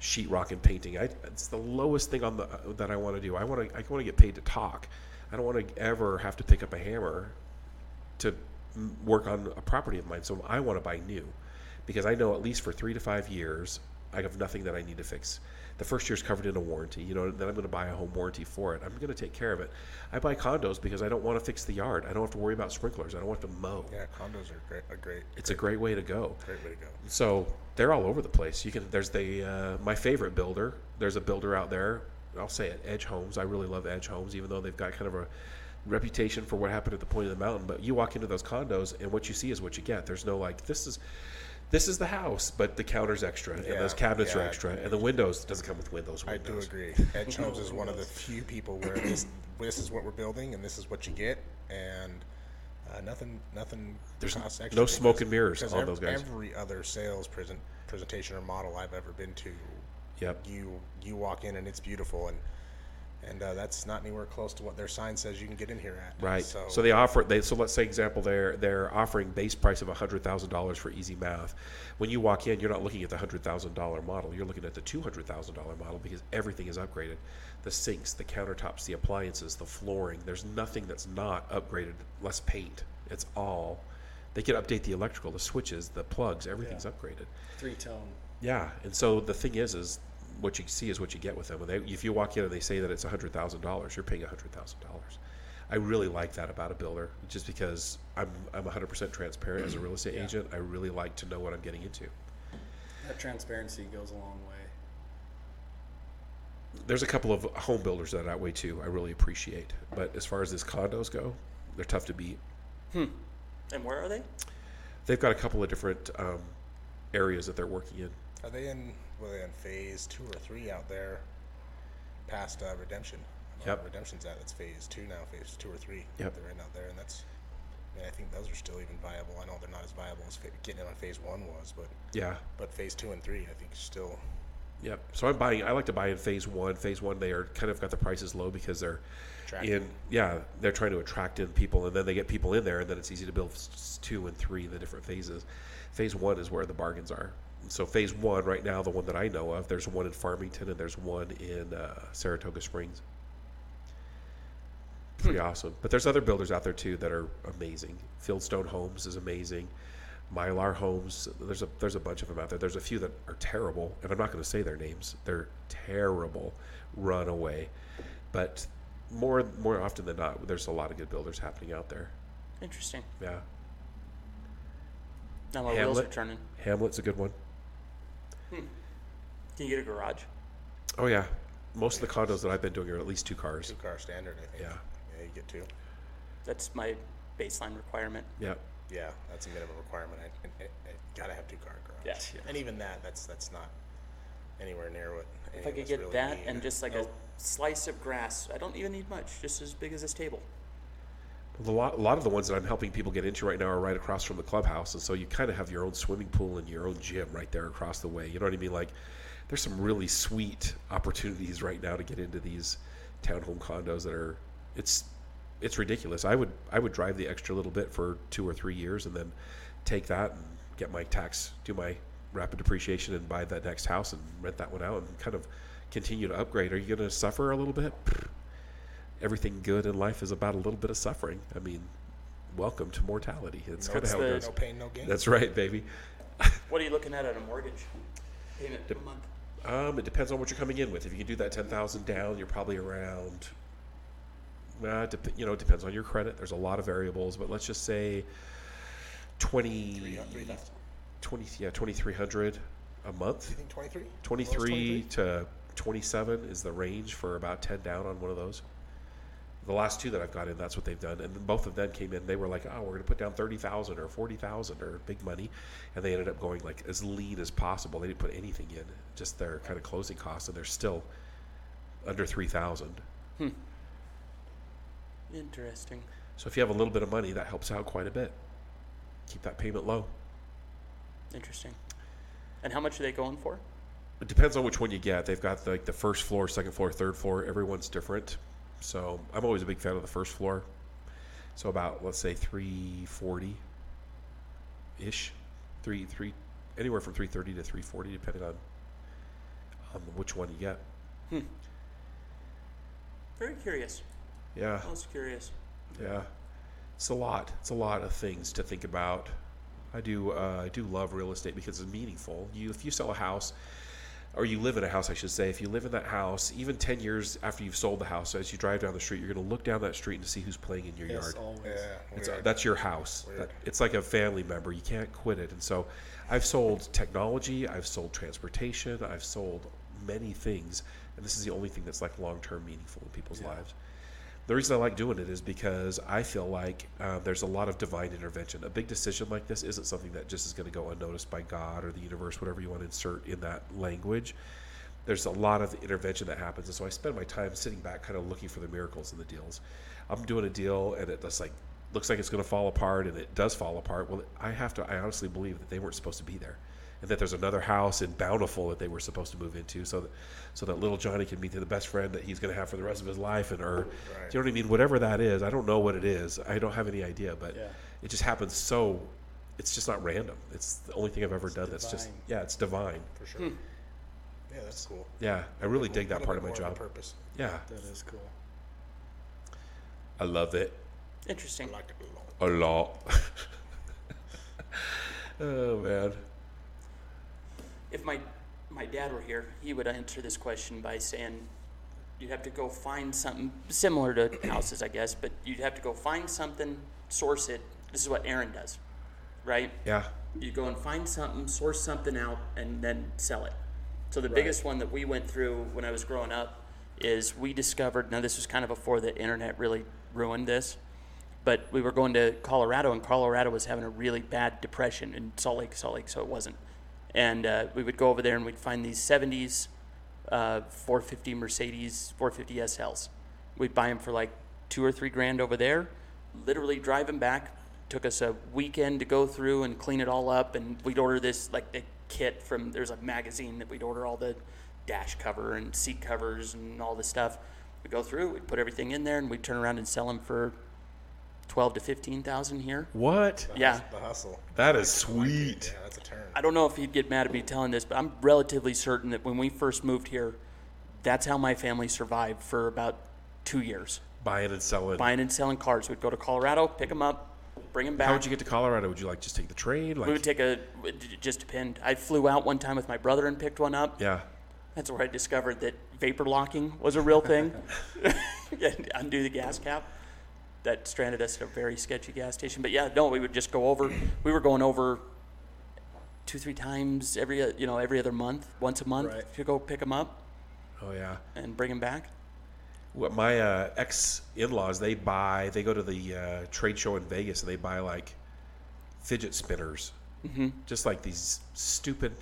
S4: sheetrock and painting. I, it's the lowest thing on the that I want to do. I want to. I want to get paid to talk. I don't want to ever have to pick up a hammer to m- work on a property of mine. So I want to buy new because I know at least for three to five years, I have nothing that I need to fix. The first year's covered in a warranty, you know, then I'm going to buy a home warranty for it. I'm going to take care of it. I buy condos because I don't want to fix the yard. I don't have to worry about sprinklers. I don't have to mow.
S5: Yeah, condos are great. A great,
S4: It's a great way to go.
S5: great way to go.
S4: So they're all over the place. You can there's the uh, my favorite builder. There's a builder out there. I'll say it, Edge Homes. I really love Edge Homes, even though they've got kind of a reputation for what happened at the point of the mountain. But you walk into those condos, and what you see is what you get. There's no like this is this is the house, but the counter's extra, and
S5: Yeah,
S4: those cabinets are
S5: yeah.
S4: extra, and the windows doesn't come with windows.
S5: I do
S4: windows.
S5: agree. Ed Holmes is one of the few people where this this is what we're building and this is what you get and uh, nothing nothing.
S4: There's
S5: costs
S4: no
S5: extra
S4: smoke
S5: because-
S4: and mirrors
S5: because
S4: on
S5: ev-
S4: those guys.
S5: Every other sales present presentation or model I've ever been to
S4: Yep.
S5: you you walk in and it's beautiful and and uh, that's not anywhere close to what their sign says you can get in here at.
S4: Right.
S5: So,
S4: So, they offer they so let's say example they're they're offering base price of hundred thousand dollars for easy math. When you walk in, you're not looking at the hundred thousand dollar model. You're looking at the two hundred thousand dollar model because everything is upgraded. The sinks, the countertops, the appliances, the flooring. There's nothing that's not upgraded. Less paint. It's all. They could update the electrical, the switches, the plugs. Everything's upgraded.
S6: Three tone.
S4: Yeah, and so the thing is, is what you see is what you get with them. And they, if you walk in and they say that it's hundred thousand dollars, you're paying hundred thousand dollars. I really like that about a builder, just because I'm I'm 100 percent transparent as a real estate agent. I really like to know what I'm getting into.
S6: That transparency goes a long way.
S4: There's a couple of home builders that I way too. I really appreciate, but as far as these condos go, they're tough to beat.
S1: And where are they?
S4: They've got a couple of different um, areas that they're working in.
S5: Are they in? Were they in phase two or three out there? Past uh, Redemption. I don't know
S4: Yep.
S5: where Redemption's at. That's phase two now. Phase two or three.
S4: Yep.
S5: They're in out there, and that's. I mean, I think those are still even viable. I know they're not as viable as fa- getting in on phase one was, but
S4: Yeah.
S5: but phase two and three, I think, still.
S4: Yep. So I'm buying. I like to buy in phase one. Phase one, they are kind of got the prices low because they're
S5: Attractive.
S4: in. Yeah, they're trying to attract in people, and then they get people in there, and then it's easy to build s- s- two and three, the different phases. Phase one is where the bargains are. So phase one, right now, the one that I know of, there's one in Farmington and there's one in uh, Saratoga Springs. Pretty awesome. But there's other builders out there too that are amazing. Fieldstone Homes is amazing. Mylar Homes. There's a there's a bunch of them out there. There's a few that are terrible, and I'm not going to say their names. They're terrible, runaway. But more more often than not, there's a lot of good builders happening out there.
S1: Interesting.
S4: Yeah,
S1: Now my wheels are
S4: Hamlet.
S1: turning.
S4: Hamlet's a good one.
S1: Can you get a garage?
S4: Oh yeah, most of the condos that I've been doing are at least two cars.
S5: Two car standard, I think.
S4: Yeah.
S5: Yeah, you get two.
S1: That's my baseline requirement.
S4: Yeah,
S5: Yeah, that's a minimum requirement. I, I, I gotta have two car garage.
S1: Yeah.
S5: And even that, that's that's not anywhere near what. any
S1: If I
S5: of
S1: could
S5: us
S1: get
S5: really
S1: that
S5: need.
S1: and just like a
S5: Nope.
S1: slice of grass, I don't even need much. Just as big as this table.
S4: a lot, a lot of the ones that I'm helping people get into right now are right across from the clubhouse, and so you kind of have your own swimming pool and your own gym right there across the way. You know what I mean? Like, there's some really sweet opportunities right now to get into these townhome condos that are it's it's ridiculous. I would I would drive the extra little bit for two or three years and then take that and get my tax, do my rapid depreciation, and buy that next house and rent that one out and kind of continue to upgrade. Are you going to suffer a little bit? everything good in life is about a little bit of suffering. I mean, welcome to mortality. It's kind of
S1: it's
S4: how it
S1: the-
S4: goes.
S5: no pain, no gain.
S4: That's right, baby.
S1: What are you looking at on a mortgage payment a month?
S4: Um, it depends on what you're coming in with. If you can do that ten thousand down, you're probably around. Uh, dep- you know, it depends on your credit. There's a lot of variables, but let's just say 20, 20 yeah, 2300 a
S5: You
S4: month.
S5: think 23?
S4: 23 to 27 is the range for about 10 down on one of those. The last two that I've got in, that's what they've done. And then both of them came in, they were like, oh, we're going to put down 30,000 or 40,000 or big money. And they ended up going like as lean as possible. They didn't put anything in, just their kind of closing costs. And they're still under 3,000.
S1: Interesting.
S4: So if you have a little bit of money, that helps out quite a bit. Keep that payment low.
S1: Interesting. And how much are they going for?
S4: It depends on which one you get. They've got like the first floor, second floor, third floor. Everyone's different. So I'm always a big fan of the first floor. So about let's say 340 ish, three three, anywhere from 330 to 340, depending on on which one you get.
S1: Very curious.
S4: Yeah,
S1: I was curious.
S4: yeah. It's a lot. It's a lot of things to think about. I do. Uh, I do love real estate because it's meaningful. You, if you sell a house, or you live in a house, I should say, if you live in that house, even 10 years after you've sold the house, as you drive down the street, you're going to look down that street and see who's playing in your yard.
S5: Yeah.
S4: It's,
S5: weird.
S4: that's your house. That- it's like a family member. You can't quit it. And so I've sold technology, I've sold transportation, I've sold many things. And this is the only thing that's like long term meaningful in people's lives. The reason I like doing it is because I feel like uh, there's a lot of divine intervention. A big decision like this isn't something that just is going to go unnoticed by God or the universe, whatever you want to insert in that language there's a lot of intervention that happens and so i spend my time sitting back kind of looking for the miracles in the deals i'm doing a deal and it just like looks like it's going to fall apart and it does fall apart well i have to i honestly believe that they weren't supposed to be there and that there's another house in bountiful that they were supposed to move into so that so that little johnny can meet the best friend that he's going to have for the rest of his life and or do you know what i mean whatever that is i don't know what it is i don't have any idea but it just happens so it's just not random it's the only thing i've ever done that's just
S6: divine.
S4: yeah it's divine
S5: for sure.
S1: Hmm.
S5: Yeah, that's cool.
S4: yeah i really dig
S5: A
S4: that
S5: little
S4: part of
S5: bit
S4: my
S5: more a
S4: job
S5: purpose.
S4: yeah
S6: That is cool.
S4: I love it
S1: Interesting.
S5: I like it a lot.
S4: a lot. oh man.
S1: If my my dad were here, he would answer this question by saying, "You'd have to go find something similar to houses, I guess, but you'd have to go find something, source it. This is what Aaron does, right?
S4: Yeah.
S1: you go and find something, source something out, and then sell it. So the biggest one that we went through when I was growing up is we discovered. Now this was kind of before the internet really ruined this, but we were going to Colorado, and Colorado was having a really bad depression in Salt Lake, Salt Lake, so it wasn't. And uh, we would go over there and we'd find these 70s uh, 450 Mercedes 450 SLs. We'd buy them for like two or three grand over there, literally drive them back. Took us a weekend to go through and clean it all up, and we'd order this like the kit from there's a magazine that we'd order all the dash cover and seat covers and all this stuff. We go through, we put everything in there, and we turn around and sell them for twelve to fifteen thousand here.
S4: What?
S1: Yeah,
S5: The hustle.
S4: That is
S5: Yeah,
S4: sweet.
S5: that's a turn.
S1: I don't know if he'd get mad at me telling this, but I'm relatively certain that when we first moved here, that's how my family survived for about two years.
S4: Buying and selling.
S1: Buying and selling cars. We'd go to Colorado, pick them up, bring them back.
S4: How would you get to Colorado? Would you like just take the train? Like,
S1: we would take a. It just depend. I flew out one time with my brother and picked one up.
S4: yeah.
S1: That's where I discovered that vapor locking was a real thing. And undo the gas cap. That stranded us at a very sketchy gas station. But yeah, no, we would just go over. We were going over two, three times every uh, you know every other month, once a month
S6: Right.
S1: to go pick them up
S4: Oh yeah.
S1: and bring them back.
S4: What my uh, ex in laws they buy they go to the uh, trade show in Vegas and they buy like fidget spinners, just like these stupid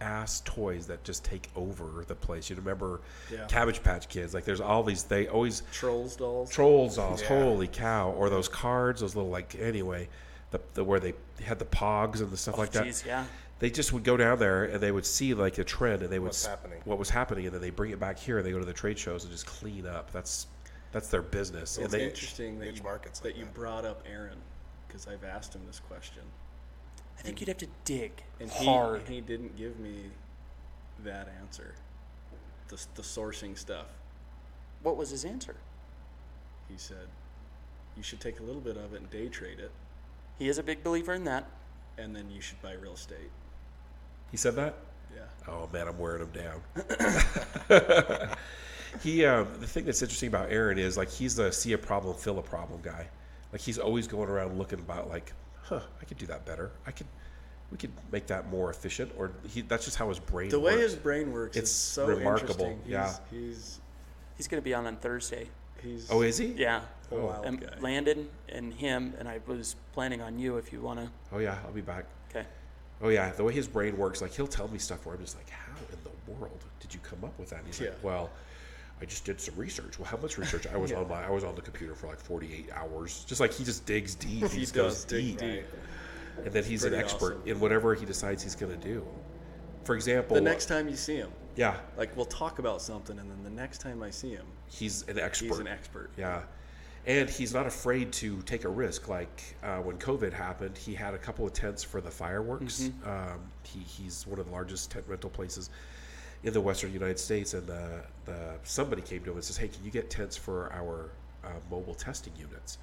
S4: ass toys that just take over the place. You remember
S6: Yeah.
S4: Cabbage Patch Kids? Like there's all these they always
S6: Trolls dolls.
S4: trolls dolls. Holy cow! Or those cards, those little like anyway, the, the where they had the pogs and the stuff like that.
S1: Jeez, yeah.
S4: they just would go down there and they would see like a trend and they would
S5: What's
S4: s-
S5: happening.
S4: what was happening and then they bring it back here and they go to the trade shows and just clean up that's that's their business and
S6: It's
S4: they
S6: interesting that
S5: niche
S6: you,
S5: markets
S6: that
S5: like
S6: you
S5: that.
S6: brought up Aaron because I've asked him this question
S1: I think you'd have to dig
S6: and he,
S1: hard.
S6: he didn't give me that answer. The, s- the sourcing stuff.
S1: what was his answer?
S6: He said you should take a little bit of it and day trade it,
S1: He is a big believer in that.
S6: and then you should buy real estate.
S4: he said that
S6: Yeah.
S4: oh man i'm wearing him down he um, the thing that's interesting about aaron is like he's the see a problem feel a problem guy like he's always going around looking about like huh i could do that better i could we could make that more efficient or he that's just how his brain
S6: The way
S4: works.
S6: his brain works
S4: It's
S6: is so
S4: remarkable,
S6: Interesting. He's,
S4: yeah.
S6: He's
S1: He's going to be on on Thursday.
S6: he's
S4: oh is he
S1: Yeah.
S6: a wild
S1: and
S6: guy.
S1: Landon and him, and I was planning on you if you want to.
S4: oh yeah i'll be back
S1: Okay.
S4: Oh yeah, the way his brain works, like he'll tell me stuff where I'm just like, "How in the world did you come up with that?" And he's
S6: Yeah.
S4: like, "Well, I just did some research." Well, how much research? I was on my, I was on the computer for like 48 hours. Just like he just digs deep. He,
S6: He
S4: just goes
S6: does dig
S4: deep, and then he's an
S6: Pretty
S4: expert
S6: awesome.
S4: in whatever he decides he's going to do. For example,
S6: the next time you see him,
S4: yeah,
S6: like we'll talk about something, and then the next time I see him,
S4: he's an expert.
S6: he's an expert.
S4: Yeah. And he's not afraid to take a risk. Like uh, when COVID happened, he had a couple of tents for the fireworks. Um, he, he's one of the largest tent rental places in the Western United States. And the, the, somebody came to him and says, Hey, can you get tents for our uh, mobile testing units?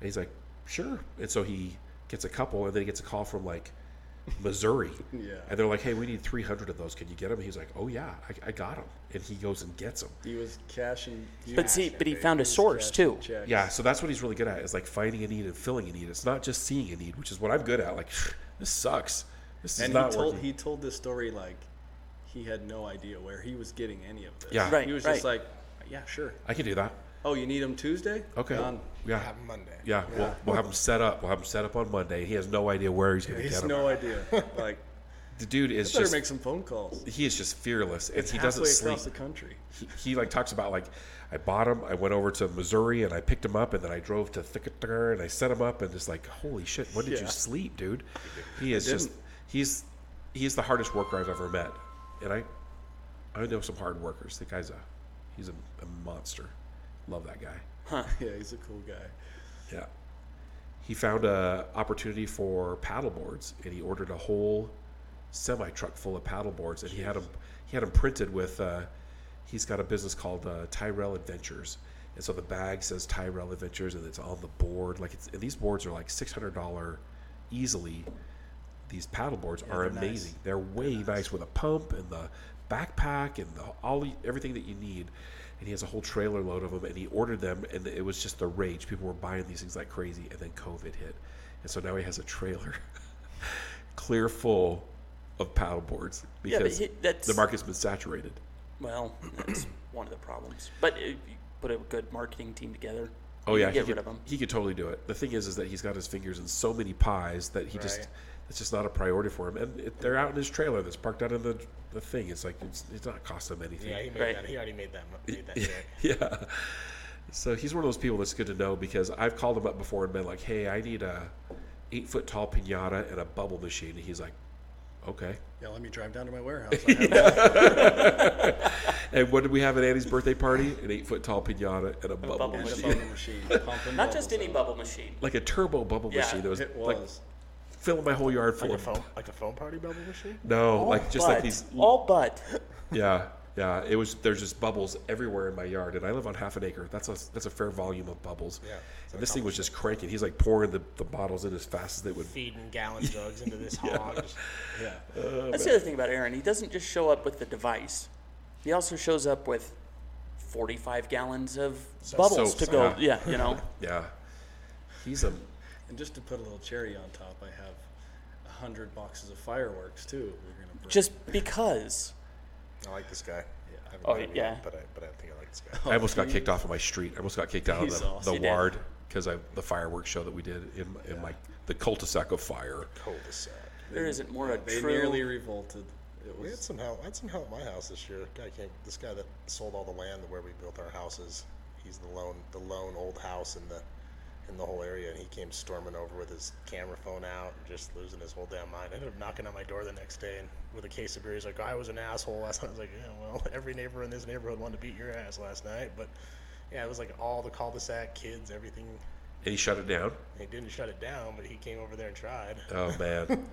S4: And he's like, Sure. And so he gets a couple, and then he gets a call from like Missouri.
S6: Yeah.
S4: And they're like, Hey, we need 300 of those. Can you get them? He's like, Oh, yeah, I, I got them. And he goes and gets them.
S6: He was cashing. he
S1: But
S6: was
S1: see, but he found a source
S6: cashing
S1: too.
S6: checks.
S4: Yeah, so that's what he's really good at is like finding a need and filling a need. It's not just seeing a need, which is what I'm good at. Like, this sucks. This is
S6: and
S4: not
S6: he told
S4: working.
S6: he told this story like he had no idea where he was getting any of this.
S4: Yeah.
S1: Right,
S6: He was just
S1: right.
S6: like, yeah, sure.
S4: I can do that.
S6: Oh, you need him Tuesday?
S4: Okay.
S6: Done.
S4: Yeah.
S5: Have Monday.
S4: Yeah. We'll, we'll have him set up. We'll have him set up on Monday. He has no idea where he's going to
S6: He's
S4: get him.
S6: no idea. Like,
S4: the dude is
S6: better
S4: just
S6: make some phone calls.
S4: he is just fearless, and
S6: It's
S4: he
S6: halfway
S4: doesn't sleep.
S6: across the country.
S4: He, he like talks about like I bought him. I went over to Missouri and I picked him up, and then I drove to Thicketer and I set him up, and just like holy shit, when did
S6: Yeah.
S4: you sleep, dude? He is just
S6: didn't.
S4: he's he's the hardest worker I've ever met, and I I know some hard workers. The guy's a he's a, a monster. Love that guy.
S6: Yeah, he's a cool guy.
S4: Yeah. He found a opportunity for paddle boards, and he ordered a whole semi truck full of paddle boards, and he had them he had 'em printed with. Uh, he's got a business called uh, Tyrell Adventures, and so the bag says Tyrell Adventures, and it's on the board. Like it's and these boards are like six hundred dollar easily. These paddle boards are
S6: they're nice.
S4: amazing. They're way nice. with a pump and the backpack and the, all the- everything that you need. And he has a whole trailer load of them, and he ordered them, and it was just the rage. People were buying these things like crazy, and then COVID hit, and so now he has a trailer clear full of paddle boards
S1: Yeah, but
S4: because
S1: he- that's-
S4: the market's been saturated.
S1: Well, that's one of the problems. But if you put a good marketing team together,
S4: Oh
S1: You
S4: yeah,
S1: can
S4: he
S1: get
S4: could,
S1: rid of 'em.
S4: he could totally do it. The thing is, is that he's got his fingers in so many pies that he just
S6: Right.
S4: it's just not a priority for him. And it, they're out in his trailer that's parked out in the the thing. It's like it's, it's not cost him anything.
S5: Yeah, he made
S1: Right.
S5: that. He already made that. Made that joke.
S4: yeah. So he's one of those people that's good to know because I've called him up before and been like, "Hey, I need a eight foot tall pinata and a bubble machine," and he's like, "Okay."
S8: Yeah, let me drive down to my warehouse. I have
S4: And what did we have at Annie's birthday party? An eight foot tall pinata and a bubble,
S1: bubble
S4: machine.
S1: machine.
S6: Bubble machine, pumping
S1: Not just
S6: bubbles
S1: any
S6: out.
S1: bubble machine.
S4: like a turbo bubble
S1: Yeah,
S4: machine that was,
S6: It
S4: like
S6: was.
S4: filling my whole yard full
S5: Like a
S4: of
S5: phone, like a phone party bubble machine.
S4: no, like just like
S1: Oh, But-
S4: these
S1: all but
S4: Yeah, yeah. It was there's just bubbles everywhere in my yard, and I live on half an acre. That's a that's a fair volume of bubbles.
S5: Yeah.
S4: And this thing was just cranking. He's like pouring the, the bottles in as fast as they would.
S5: Feeding gallon jugs into this hog.
S1: That's the other thing about Aaron. He doesn't just show up with the device. He also shows up with 45 gallons of bubbles
S4: soap,
S1: to go.
S4: yeah.
S1: Yeah, you know.
S4: Yeah. He's a
S6: And just to put a little cherry on top, I have a hundred boxes of fireworks too. We're gonna burn.
S1: just because.
S5: I like this guy. Yeah. I haven't
S1: Oh,
S5: met him
S1: yeah.
S5: Yet, but I, but I think I like this guy.
S4: I almost got kicked off of my street. I almost got kicked out of
S6: He's
S4: the, the
S6: awesome.
S1: You did.
S4: ward because I the fireworks show that we did in in my the cul-de-sac of fire.
S5: Cold as sack.
S1: There isn't more a
S6: they
S1: true.
S6: nearly revolted. It
S5: We had
S6: was
S5: some help. I had some help at my house this year. Guy came. This guy that sold all the land where we built our houses. He's the lone, the lone old house in the, in the whole area. And he came storming over with his camera phone out and just losing his whole damn mind. I ended up knocking on my door the next day and with a case of beer. He's like, "I was an asshole last night." I was like, "Yeah, well, every neighbor in this neighborhood wanted to beat your ass last night." But, yeah, it was like all the cul-de-sac kids, everything.
S4: And he shut it down.
S5: He didn't shut it down, but he came over there and tried.
S4: Oh man.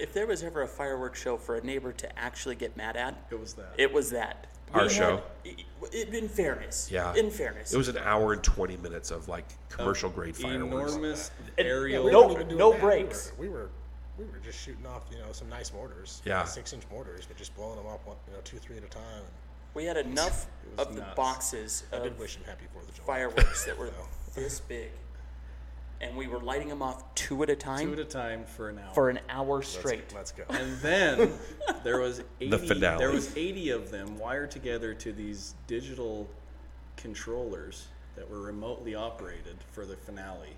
S1: If there was ever a fireworks show for a neighbor to actually get mad at,
S6: it was that.
S1: it was that.
S4: Our
S1: We had-
S4: show.
S1: i- i- in fairness.
S4: Yeah.
S1: In fairness.
S4: it was an hour and twenty minutes of like commercial grade fireworks.
S6: Enormous
S1: And-
S6: aerial.
S1: No-
S5: weren't even doing
S1: no
S5: that.
S1: breaks.
S5: We were, we were, we were just shooting off, you know, some nice mortars.
S4: Yeah.
S5: Six inch mortars, but just blowing them up, one, you know, two, three at a time. And
S1: We had enough
S6: was
S1: of the
S6: nuts.
S1: boxes
S5: I
S1: of
S5: did wish him happy Fourth of July.
S1: fireworks that were
S5: So.
S1: this big. And we were lighting them off two at a time
S6: two at a time for an hour.
S1: for an hour straight.
S5: Let's go.
S6: and then there was 80,
S4: finale.
S6: There was 80 of them wired together to these digital controllers that were remotely operated for the finale.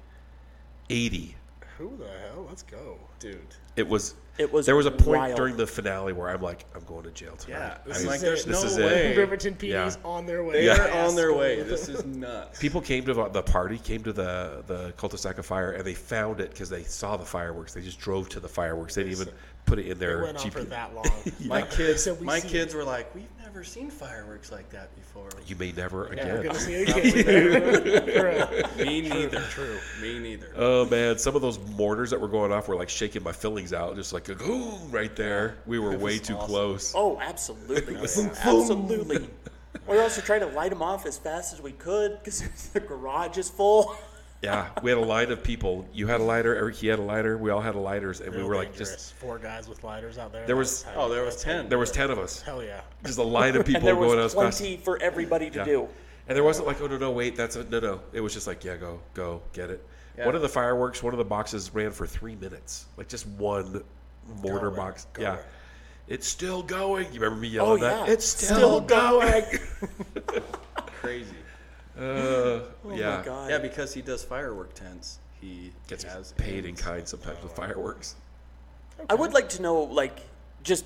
S4: Eighty.
S5: Who the hell? Let's go.
S6: Dude,
S4: It was.
S1: It was
S4: There was a point
S1: wild.
S4: during the finale where I'm like, I'm going to jail tonight.
S6: yeah,
S4: I
S6: I'm
S4: mean,
S6: like, there's
S4: this
S6: no
S4: is it.
S6: way.
S5: Riverton PD's
S4: Yeah.
S5: on their way.
S6: They are
S5: Yes.
S6: on their way. This is nuts.
S4: People came to the party, came to the the cul-de-sac of fire, and they found it because they saw the fireworks. They just drove to the fireworks. They didn't even put it in
S5: They
S4: their
S5: went on for
S4: GPS.
S5: that long.
S6: My kids,
S5: So we
S6: my
S5: see
S6: kids were like, we've never seen fireworks like that before.
S4: You may never
S5: We're
S4: again.
S5: gonna see it again.
S6: Me neither. True. Me neither.
S4: Oh man, some of those mortars that were going off were like shaking my fillings out, just like "Gagoon," right there. We were way too close.
S1: Oh, absolutely. absolutely. We were also trying to light them off as fast as we could because the garage is full.
S4: Yeah, we had a line of people. You had a lighter, Eric. He had a lighter. We all had a lighters, and we
S5: Real
S4: were like
S5: dangerous.
S4: just
S5: four guys with lighters out there.
S4: There
S5: That
S4: was-
S5: tight.
S6: Oh, there was 10.
S4: there was ten of us.
S5: hell yeah.
S4: Just a line of people
S1: And there
S4: going
S1: was
S4: as fast.
S1: plenty for everybody to
S4: Yeah.
S1: do.
S4: And there wasn't like, oh no, no, wait, that's a, no, no. It was just like, yeah, go, go, get it.
S6: Yeah.
S4: One of the fireworks, one of the boxes ran for three minutes, like just one mortar
S5: Going,
S4: box.
S5: going.
S4: Yeah, it's still going. You remember me yelling
S1: Oh,
S4: that?
S1: yeah.
S4: It's still,
S1: Still
S4: going.
S6: Crazy.
S4: uh, yeah,
S1: Oh my God.
S6: Yeah, because he does firework tents. He
S4: gets
S6: has
S4: paid in
S6: ends.
S4: kind sometimes with fireworks.
S1: I would like to know, like, just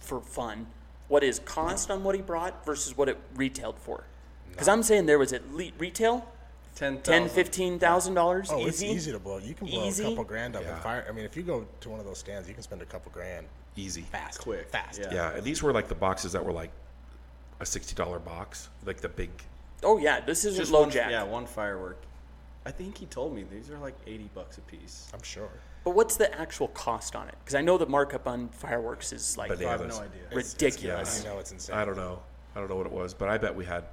S1: for fun, what his cost on what he brought versus what it retailed for. Because I'm saying there was at least retail
S6: Ten,
S1: ten,
S6: thousand.
S1: fifteen thousand dollars
S5: Oh, it's
S1: easy.
S5: easy to blow. You can blow
S1: Easy.
S5: a couple grand up in
S4: Yeah.
S5: fire. I mean, if you go to one of those stands, you can spend a couple grand
S4: Easy.
S5: fast,
S6: Quick.
S5: fast.
S6: Yeah.
S4: Yeah, and these were like the boxes that were like a sixty dollar box, like the big.
S1: Oh yeah, this isn't
S6: Just
S1: low
S6: one,
S1: jack.
S6: yeah, one firework. I think he told me these are like eighty bucks a piece.
S5: I'm sure.
S1: But what's the actual cost on it? Because I know the markup on fireworks is like
S4: Banana.
S6: I have
S4: Others.
S6: no idea.
S1: ridiculous.
S5: I know it's insane.
S4: I don't know. I don't know what it was, but I bet we had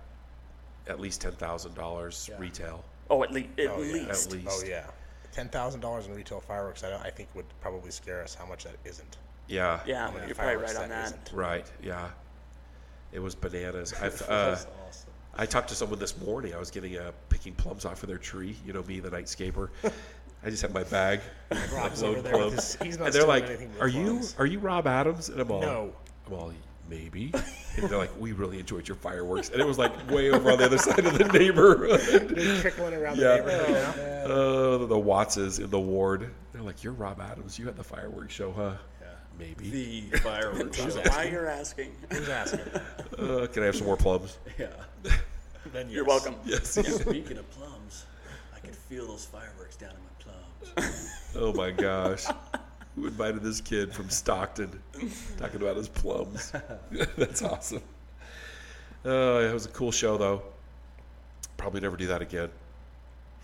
S4: at least ten thousand dollars retail.
S1: Oh, at, le- at
S5: Oh, yeah.
S1: least.
S4: At least.
S5: Oh yeah, ten thousand dollars in retail fireworks. I, don't, I think would probably scare us how much that isn't.
S4: Yeah.
S1: Yeah,
S5: How many
S1: you're probably
S5: fireworks
S1: right on that.
S5: isn't.
S4: Right. Yeah. It was bananas. I've, uh,
S6: awesome.
S4: I talked to someone this morning. I was getting uh, picking plums off of their tree. You know me, the nightscaper. I just had my bag.
S5: Rob's
S4: load
S5: over there with
S4: plums.
S5: his- he's not
S4: and they're
S5: stealing
S4: like,
S5: anything but
S4: "Are you
S5: plums."
S4: are you Rob Adams?" And I'm all,
S5: No.
S4: I'm all, maybe. And they're like, we really enjoyed your fireworks. And it was like way over on the other side of the neighborhood.
S5: They kick one around
S4: Yeah.
S5: the neighborhood now.
S4: Uh, the Wattses in the ward. They're like, you're Rob Adams. You had the fireworks show, huh? Yeah. Maybe.
S6: The fireworks show.
S1: Why you're asking?
S6: Who's asking?
S4: Uh, can I have some more plums?
S6: Yeah. Then
S1: You're
S6: yes.
S1: welcome.
S4: Yes.
S6: Speaking of plums, I could feel those fireworks down in my plums.
S4: Oh my gosh. Who invited this kid from Stockton talking about his plums? That's awesome. Uh, it was a cool show, though. Probably never do that again.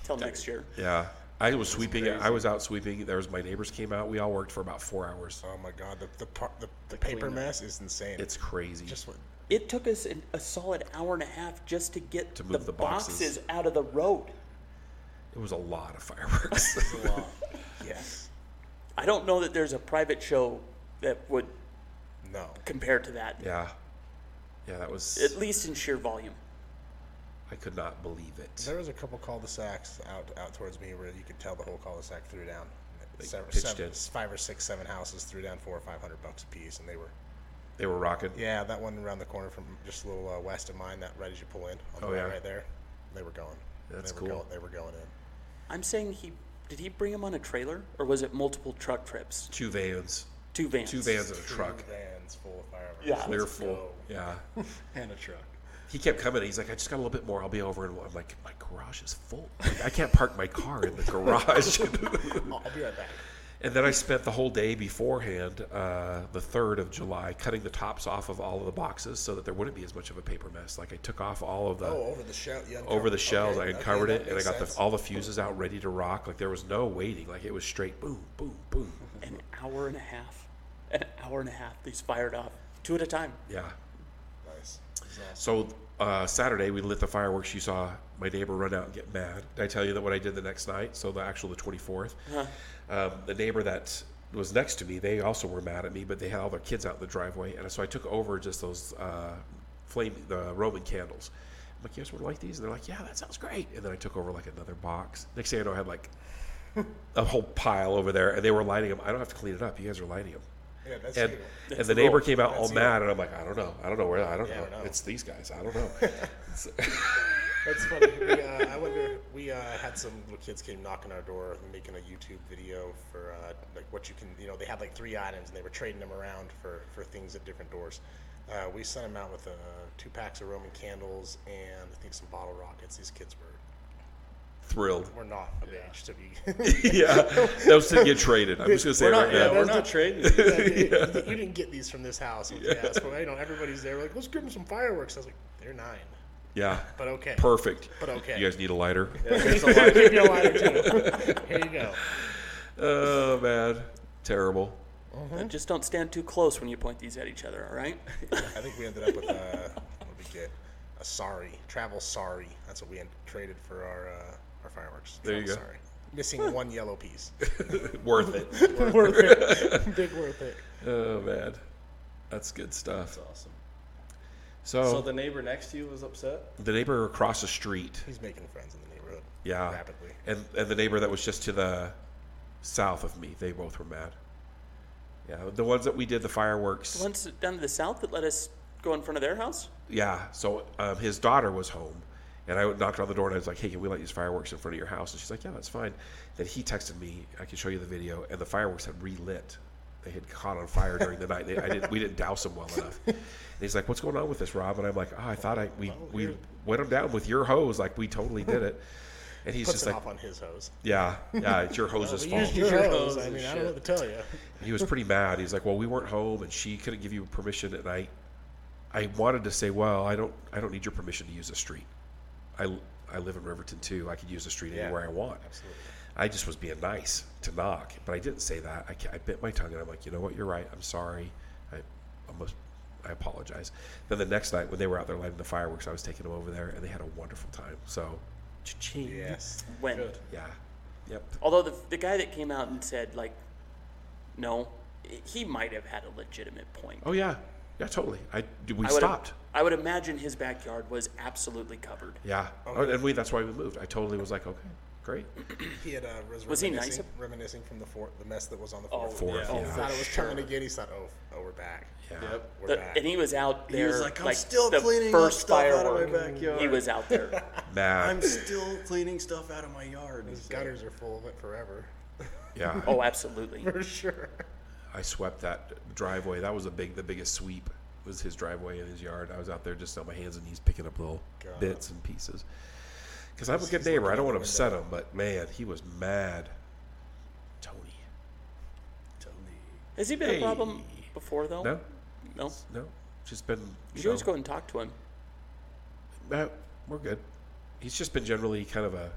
S1: Till next year.
S4: Yeah. I was sweeping. I was out sweeping. There was my neighbors came out. We all worked for about four hours.
S5: Oh my god, the the, par- the, the paper mess is insane.
S4: It's crazy.
S5: just what
S1: It took us an, a solid hour and a half just to get
S4: To move the boxes.
S1: boxes out of the road.
S4: it was a lot of fireworks.
S5: yes.
S1: I don't know that there's a private show that would
S5: No.
S1: compare to that,
S4: yeah, yeah. That was.
S1: at least in sheer volume.
S4: I could not believe it.
S5: There was a couple cul-de-sacs out out towards me where you could tell the whole cul-de-sac threw down. Seven,
S4: pitched
S5: seven,
S4: in.
S5: five or six, seven houses threw down four or five hundred bucks a piece, and they were
S4: They were rocking.
S5: yeah. That one around the corner from just a little uh, west of mine, that right as you pull in, on the
S4: Oh,
S5: way
S4: yeah.
S5: right there, they were going.
S4: That's
S5: they were
S4: cool.
S5: Going, they were going in.
S1: I'm saying he did he bring him on a trailer or was it multiple truck trips?
S4: Two vans.
S1: Two vans.
S4: Two vans and a truck.
S5: Two vans full of fireworks.
S1: Yeah.
S4: They're
S5: Let's
S4: full.
S5: go.
S4: Yeah.
S6: and a truck.
S4: He kept coming. He's like, I just got a little bit more. I'll be over. And I'm like, my garage is full. Like, I can't park my car in the garage.
S5: I'll I'll be right back.
S4: And then I spent the whole day beforehand, uh, the 3rd of July, cutting the tops off of all of the boxes so that there wouldn't be as much of a paper mess. Like I took off all of the
S5: Oh, over the shell. You
S4: over
S5: uncovered-
S4: the shells,
S5: okay,
S4: I
S5: okay,
S4: uncovered
S5: that
S4: it, and I
S5: makes
S4: got
S5: sense.
S4: the, all the fuses out ready to rock. Like there was no waiting. Like it was straight boom, boom, boom.
S1: An hour and a half. An hour and a half. These fired off. Two at a time.
S4: Yeah.
S5: Nice.
S4: So uh, Saturday we lit the fireworks. You saw my neighbor run out and get mad. Did I tell you that what I did the next night? So the actual the twenty fourth, um, the neighbor that was next to me, they also were mad at me, but they had all their kids out in the driveway, and so I took over just those uh, flame the Roman candles. I'm like, you guys would like these? And they're like, yeah, that sounds great. And then I took over like another box. Next thing I know, I had like a whole pile over there, and they were lighting them. I don't have to clean it up. You guys are lighting them.
S5: Yeah, that's
S4: And,
S5: you.
S4: and the neighbor came out all
S5: That's you.
S4: mad, and I'm like, I don't know, I don't know where, I don't
S5: Yeah, I
S4: know.
S5: don't know.
S4: It's these guys, I don't know.
S5: That's funny. We, uh, I wonder. We uh, had some little kids came knocking our door, making a YouTube video for uh, like what you can. You know, they had like three items, and they were trading them around for for things at different doors. Uh, we sent them out with uh, two packs of Roman candles and I think some bottle rockets. These kids were
S4: Thrilled.
S5: were not of age to be.
S4: yeah, those didn't get traded. I'm just gonna say it right
S5: yeah,
S4: now.
S5: we're
S6: We're
S5: not
S6: not trading. these.
S5: You didn't get these from this house. Yeah. That's why, you know, everybody's there. Like, let's give them some fireworks. I was like, they're nine,
S4: Yeah,
S5: but okay.
S4: perfect.
S5: But okay.
S4: You guys need a lighter.
S5: Here's a lighter. Give you a lighter too. Here you go.
S4: Oh man, terrible.
S1: Uh,
S6: Mm-hmm.
S1: just don't stand too close when you point these at each other, all right?
S5: I think we ended up with a what did we get? A sorry travel sorry. That's what we had traded for our uh, our fireworks.
S4: There you
S5: Travel
S4: go.
S5: Sorry. Missing one yellow piece.
S4: Worth it.
S5: worth it. Big worth it.
S4: Oh man, that's good stuff.
S6: That's awesome.
S4: So,
S6: So
S4: the,
S6: the neighbor next to you was upset.
S4: neighbor across the street,
S5: He's making friends in the neighborhood.
S4: yeah,
S5: Rapidly.
S4: and and the neighbor that was just to the south of me, they both were mad. Yeah, the ones that we did the fireworks.
S1: Once down to the south that let us go in front of their house?
S4: Yeah. So um, his daughter was home, and I knocked on the door and I was like, "Hey, can we light these fireworks in front of your house?" And she's like, "Yeah, that's fine." Then he texted me, "I can show you the video," and the fireworks had relit. They had caught on fire during the night. They, I didn't. We didn't douse them well enough. And he's like, "What's going on with this, Rob?" And I'm like, "Oh, I thought I we we wet them down with your hose. Like we totally did it." And he's
S5: Puts
S4: just
S5: it
S4: like,
S5: off on his hose.
S4: "Yeah, yeah, it's your hose's fault."
S5: Your hose.
S6: hose
S5: I
S6: is
S5: mean, I don't know what to tell you.
S4: he was pretty mad. He's like, "Well, we weren't home, and she couldn't give you permission." And I, I wanted to say, "Well, I don't, I don't need your permission to use the street. I, I live in Riverton too. I could use the street anywhere I want." Absolutely. I just was being nice to knock, but I didn't say that. I, ca- I bit my tongue, and I'm like, "You know what? You're right. I'm sorry. I almost." I apologize. Then the next night, when they were out there lighting the fireworks, I was taking them over there, and they had a wonderful time. So, cha-ching.
S5: Yes.
S1: When?
S4: yeah, yep.
S1: Although the, the guy that came out and said, like, no, he might have had a legitimate point.
S4: Oh yeah, yeah, totally. I we
S1: I would-
S4: stopped.
S1: I would imagine his backyard was absolutely covered.
S4: Yeah, Oh, and we—that's why we moved. I totally was like, okay, Great.
S5: He had uh, was,
S1: Was he nice
S5: reminiscing,
S1: ab-
S5: reminiscing from the fourth, the mess that was on the
S1: Oh,
S5: fourth.
S4: Fourth.
S5: He
S4: Yeah.
S5: thought it was
S1: sure.
S5: coming again. He thought, oh, oh, we're back.
S4: Yeah.
S5: We're
S1: The-
S5: back.
S1: and he was out there.
S6: was like, "I'm still
S1: the
S6: cleaning up
S1: first
S6: stuff out of my
S1: firework.
S6: backyard."
S1: He was out there.
S4: Matt.
S6: I'm still cleaning stuff out of my yard.
S5: His gutters are full of it forever,
S4: yeah.
S1: oh, absolutely.
S5: for sure.
S4: I swept that driveway. That was a big, the biggest sweep was his driveway in his yard. I was out there just on my hands and knees picking up little
S5: God.
S4: bits and pieces. Because I'm a good neighbor. I don't want to upset him, but man, he was mad. Tony.
S6: Tony.
S1: Has he been
S4: Hey.
S1: a problem before though?
S4: No,
S1: No.
S4: no, just been.
S1: You
S4: You
S1: should always
S4: know,
S1: go and talk to him.
S4: "Nah, we're good. He's just been generally kind of a.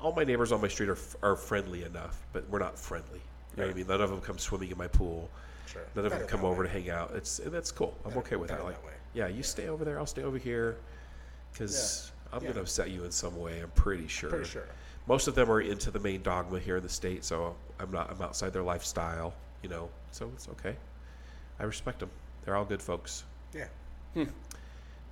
S4: All my neighbors on my street are f- are friendly enough, but we're not friendly. You know what I mean? None of them come swimming in my pool.
S5: Sure.
S4: None of them
S5: Better
S4: come
S5: that
S4: over to hang out. It's and that's cool. I'm okay with that.
S5: better
S4: Like,
S5: that way.
S4: yeah, you stay over there. I'll stay over here, because I'm gonna upset you in some way. I'm pretty sure.
S5: Pretty sure.
S4: Most of them are into the main dogma here in the state, so I'm not. I'm outside their lifestyle, you know. So it's okay. I respect them. They're all good folks,
S5: Yeah.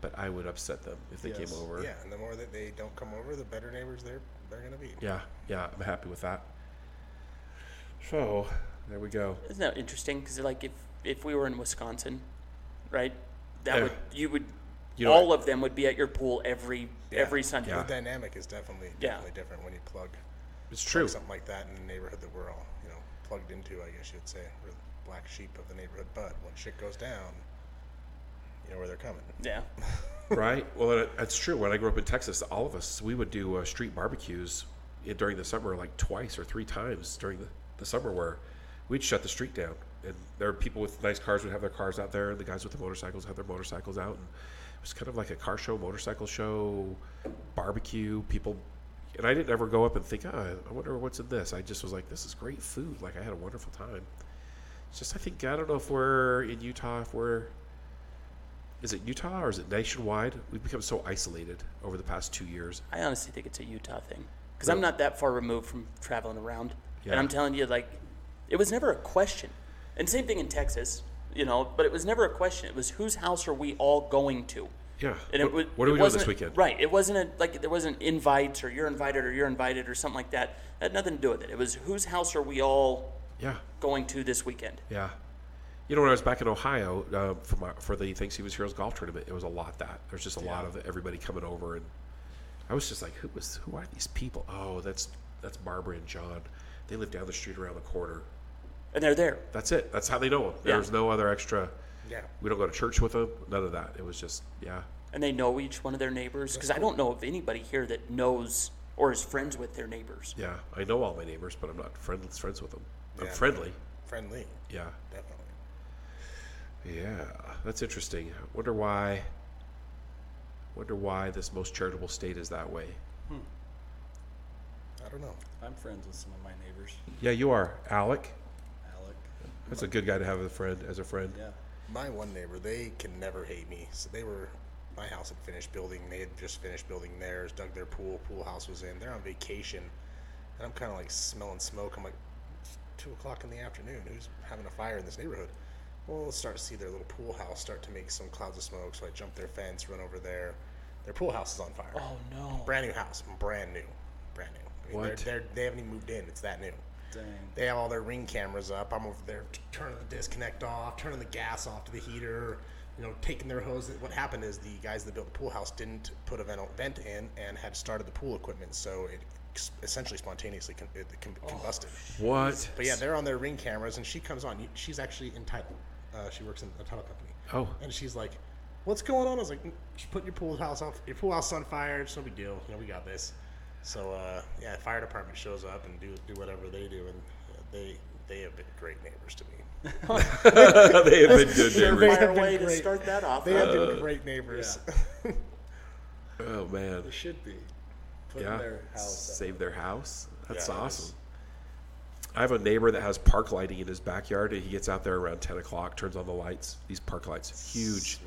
S4: but I would upset them if they came over.
S5: Yeah. And the more that they don't come over, the better neighbors they're they're gonna be.
S4: yeah, yeah. I'm happy with that. So there we go.
S1: Isn't that interesting? Because like if if we were in Wisconsin, right, that
S4: Yeah.
S1: would you would
S4: You know
S1: all of them would be at your pool every every Sunday.
S5: The
S4: Yeah.
S5: dynamic is definitely
S1: Yeah.
S5: definitely different when you plug
S4: It's true.
S5: something like that in the neighborhood that we're all you know plugged into. I guess you'd say we're the black sheep of the neighborhood. But when shit goes down, you know where they're coming.
S1: Yeah.
S4: right? Well, it- it's true. When I grew up in Texas, all of us we would do uh, street barbecues i- during the summer, like twice or three times during the, the summer, where we'd shut the street down, and there are people with nice cars would have their cars out there, and the guys with the motorcycles have their motorcycles out, and it was kind of like a car show, motorcycle show, barbecue. People, and I didn't ever go up and think, oh, I wonder what's in this. I just was like, this is great food. Like I had a wonderful time. It's just I think I don't know if we're in Utah, if we're is it Utah or is it nationwide? We've become so isolated over the past two years.
S1: I honestly think it's a Utah thing because I'm not that far removed from traveling around,
S4: Yeah.
S1: and I'm telling you, like, it was never a question. And same thing in Texas, you know, but it was never a question. It was whose house are we all going to?
S4: Yeah.
S1: And it,
S4: what,
S1: wa-
S4: what are
S1: it
S4: we doing this
S1: wasn't-
S4: weekend?
S1: Right. It wasn't a, like there wasn't invites or you're invited or you're invited or something like that. It had nothing to do with it. It was whose house are we all
S4: Yeah.
S1: going to this weekend?
S4: Yeah. You know, when I was back in Ohio uh, for my for the Thanksgiving Heroes golf tournament, it was a lot that there's just a lot of everybody coming over, and I was just like, who was who are these people? Oh, that's that's Barbara and John. They live down the street around the corner.
S1: And they're there.
S4: That's it. That's how they know them.
S1: Yeah.
S4: There's no other extra.
S5: Yeah.
S4: We don't go to church with them. None of that. It was just yeah.
S1: And they know each one of their neighbors because I don't know of anybody here that knows or is friends with their neighbors.
S4: Yeah, I know all my neighbors, but I'm not friends friends with them. I'm
S5: Yeah.
S4: friendly.
S5: Friendly,
S4: Yeah,
S5: definitely.
S4: yeah, that's interesting. I wonder why. Wonder why this most charitable state is that way.
S5: I don't know.
S6: I'm friends with some of my neighbors.
S4: Yeah, you are Alec.
S6: Alec.
S4: That's a good guy to have as a friend. As a friend.
S6: Yeah.
S5: My one neighbor, they can never hate me. So they were, my house had finished building. They had just finished building theirs, dug their pool. Pool house was in. They're on vacation, and I'm kind of like smelling smoke. I'm like, it's two o'clock in the afternoon. Who's having a fire in this neighborhood? Well, let's start to see their little pool house start to make some clouds of smoke. So I jump their fence, run over there. Their pool house is on fire.
S1: Oh no.
S5: Brand new house, brand new, brand new. I mean,
S4: What?
S5: They're, they're, they haven't even moved in. It's that new.
S6: Dang.
S5: They have all their ring cameras up. I'm over there t- turning the disconnect off, turning the gas off to the heater, you know, taking their hose. What happened is the guys that built the pool house didn't put a vent, vent in and had started the pool equipment, so it ex- essentially spontaneously con- it con- combusted.
S4: What?
S5: But yeah, they're on their ring cameras, and she comes on. She's actually in title. Uh, she works in a title company.
S4: Oh.
S5: And she's like, "What's going on?" I was like, "Mm, "She's putting your pool house off. Your pool house on fire. It's no big deal. You know, we got this." So uh, yeah, fire department shows up and do do whatever they do, and uh, they they have been great neighbors to me.
S4: they have been good
S5: They're
S4: neighbors.
S5: very-
S1: Fire
S5: been
S1: way to
S5: great.
S1: start that off.
S5: They have been great neighbors.
S4: Oh man.
S6: They should be. Putting
S4: Yeah.
S6: their house up.
S4: Save their house. That's
S5: Yeah, it
S4: awesome. I have a neighbor that has park lighting in his backyard, and he gets out there around ten o'clock, turns on the lights. These park lights, huge.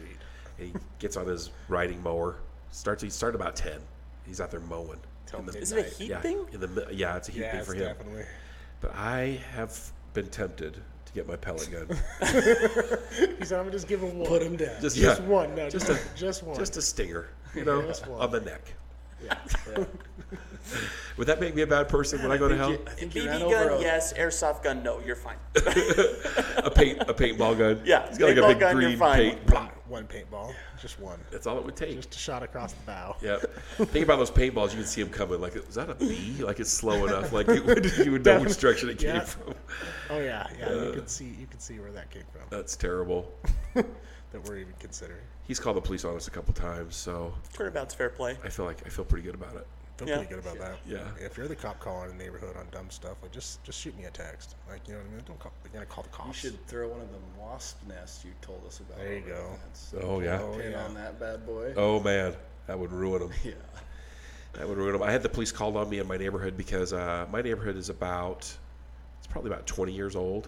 S4: And he gets on his riding mower. Starts. He started about ten. He's out there mowing. In the-
S1: Is it a heat
S4: yeah,
S1: thing?
S4: In the mi- yeah, it's a heat
S5: yeah,
S4: thing
S5: it's
S4: for him.
S5: definitely.
S4: But I have been tempted to get my pellet gun.
S5: He said, "I'm just giving one,
S6: Put them down.
S4: Just,
S5: just
S4: yeah,
S5: one, no,
S4: just
S5: just
S4: a
S5: just one."
S4: just a stinger, you know,
S5: Just one.
S4: on the neck. Would that make me a bad person when I go to hell?
S9: I think you ran
S1: BB
S9: over
S1: gun,
S9: a,
S1: yes. Airsoft gun, no. You're fine.
S4: A paint a paintball gun.
S1: Yeah,
S4: it's got like a
S1: paintball
S4: big
S1: gun, you're
S4: green
S1: fine.
S4: paint.
S5: One paintball, just one,
S4: That's all it would take.
S5: just a shot across the bow.
S4: Yep. Think about those paintballs. You can see them coming. Like, is that a bee? Like it's slow enough. Like it would, you would know which direction it came
S5: Yeah.
S4: from.
S5: Oh yeah, yeah. you
S4: Uh.
S5: can see, you can see where that came from.
S4: That's terrible.
S5: That we're even considering.
S4: He's called the police on us a couple times, so
S1: Turnabout's fair play.
S4: I feel like I feel pretty good about it.
S5: Feel
S1: Yeah.
S5: pretty good about that.
S4: Yeah.
S5: If you're the cop calling the neighborhood on dumb stuff, like just just shoot me a text. Like you know what I mean? Don't call. You're gonna call the cops.
S6: You should throw one of them wasp nests you told us about.
S5: There you
S6: over
S5: go.
S6: the fence.
S4: Oh yeah.
S5: Oh,
S6: Pin
S5: yeah.
S6: on that bad boy.
S4: Oh man, that would ruin them.
S6: Yeah.
S4: That would ruin them. I had the police called on me in my neighborhood because uh, my neighborhood is about it's probably about 20 years old,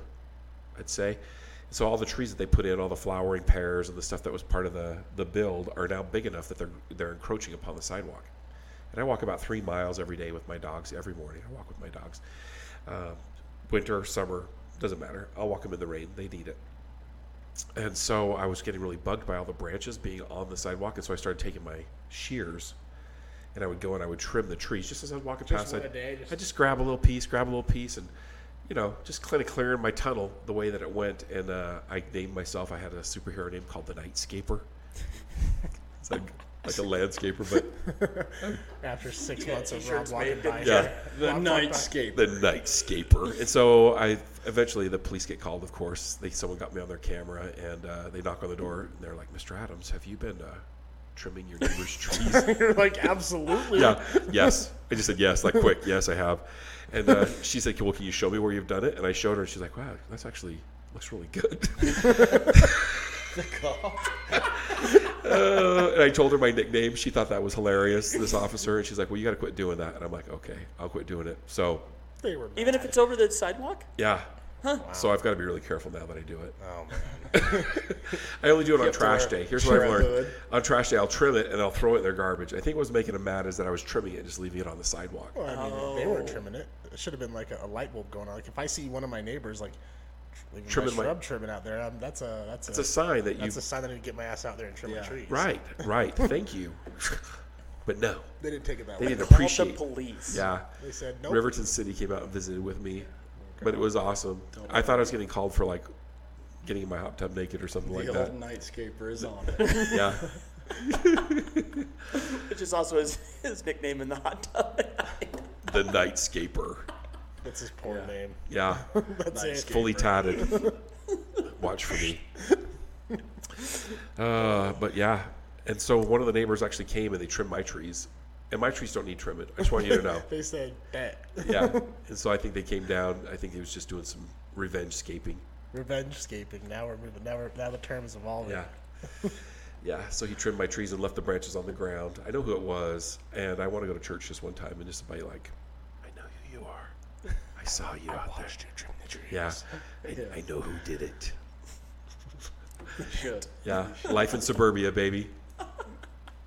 S4: I'd say. So all the trees that they put in, all the flowering pears and the stuff that was part of the the build are now big enough that they're they're encroaching upon the sidewalk. And I walk about three miles every day with my dogs. Every morning, I walk with my dogs. Um, winter, summer, doesn't matter. I'll walk them in the rain. They need it. And so I was getting really bugged by all the branches being on the sidewalk, and so I started taking my shears, and I would go and I would trim the trees just as I was walking past.
S10: one
S4: I'd,
S10: a day, just-
S4: I'd just grab a little piece, grab a little piece, and you know, just kind of clearing my tunnel the way that it went. And uh, I named myself. I had a superhero name called the Nightscaper. it's like like a landscaper, but
S10: After six months of Rob
S1: shirts
S10: walking
S1: made,
S10: by.
S1: didn't
S4: yeah.
S9: the nightscape.
S4: The Nightscaper. And so I eventually the police get called. Of course, they someone got me on their camera, and uh, they knock on the door, and they're like, "Mr. Adams, have you been uh, trimming your neighbor's trees?"
S10: You're like, absolutely.
S4: yeah, yes. I just said yes, like quick. Yes, I have. And uh, she said, "Well, can you show me where you've done it?" And I showed her, and she's like, "Wow, that's actually looks really good." Uh, and I told her my nickname. She thought that was hilarious. This officer, and she's like, "Well, you got to quit doing that." And I'm like, "Okay, I'll quit doing it." So
S5: They were.
S1: Even if it's over the sidewalk.
S4: yeah. So I've got to be really careful now that I do it.
S5: Oh man.
S4: I only do it on trash
S6: wear-
S4: day. Here's what I've
S6: wear a
S4: learned.
S6: hood.
S4: On trash day, I'll trim it and I'll throw it in their garbage. I think what was making them mad is that I was trimming it and just leaving it on the sidewalk.
S5: Well, I mean, they were trimming it. It should have been like a, a light bulb going on. Like if I see one of my neighbors like leaving
S4: Trimming
S5: my
S4: my-
S5: shrub trimming out there, um, that's a that's
S4: It's a sign that you
S5: that's a sign that I need to get my ass out there and trim my
S6: Yeah.
S5: trees.
S4: right, right. Thank you, but no,
S5: They didn't take it that
S4: they
S5: way.
S4: didn't
S1: Call the
S4: appreciate.
S1: police.
S4: Yeah,
S5: They said nope.
S4: Riverton City came out and visited with me, but it was awesome. I thought I was getting called for like getting in my hot tub naked or something like
S6: The
S4: that.
S6: old nightscaper is on it.
S4: Yeah,
S1: Which is also his, his nickname in the hot tub.
S4: the nightscaper.
S5: That's his poor name.
S4: Yeah,
S5: That's it.
S4: fully tatted. Watch for me. Uh, but yeah, and so one of the neighbors actually came and they trimmed my trees, and my trees don't need trimming. I just want you to know.
S5: They said bet.
S4: yeah, and so I think they came down. I think he was just doing some revenge scaping.
S5: Revenge scaping. Now we're moving. Now, we're, now the term is evolving.
S4: Yeah. Yeah, so he trimmed my trees and left the branches on the ground. I know who it was, and I want to go to church just one time and just be like, I know who you are. I saw you out there.
S5: You trim the tree.
S4: Yeah. I, I know who did it.
S6: Should.
S4: Yeah, life in suburbia, baby.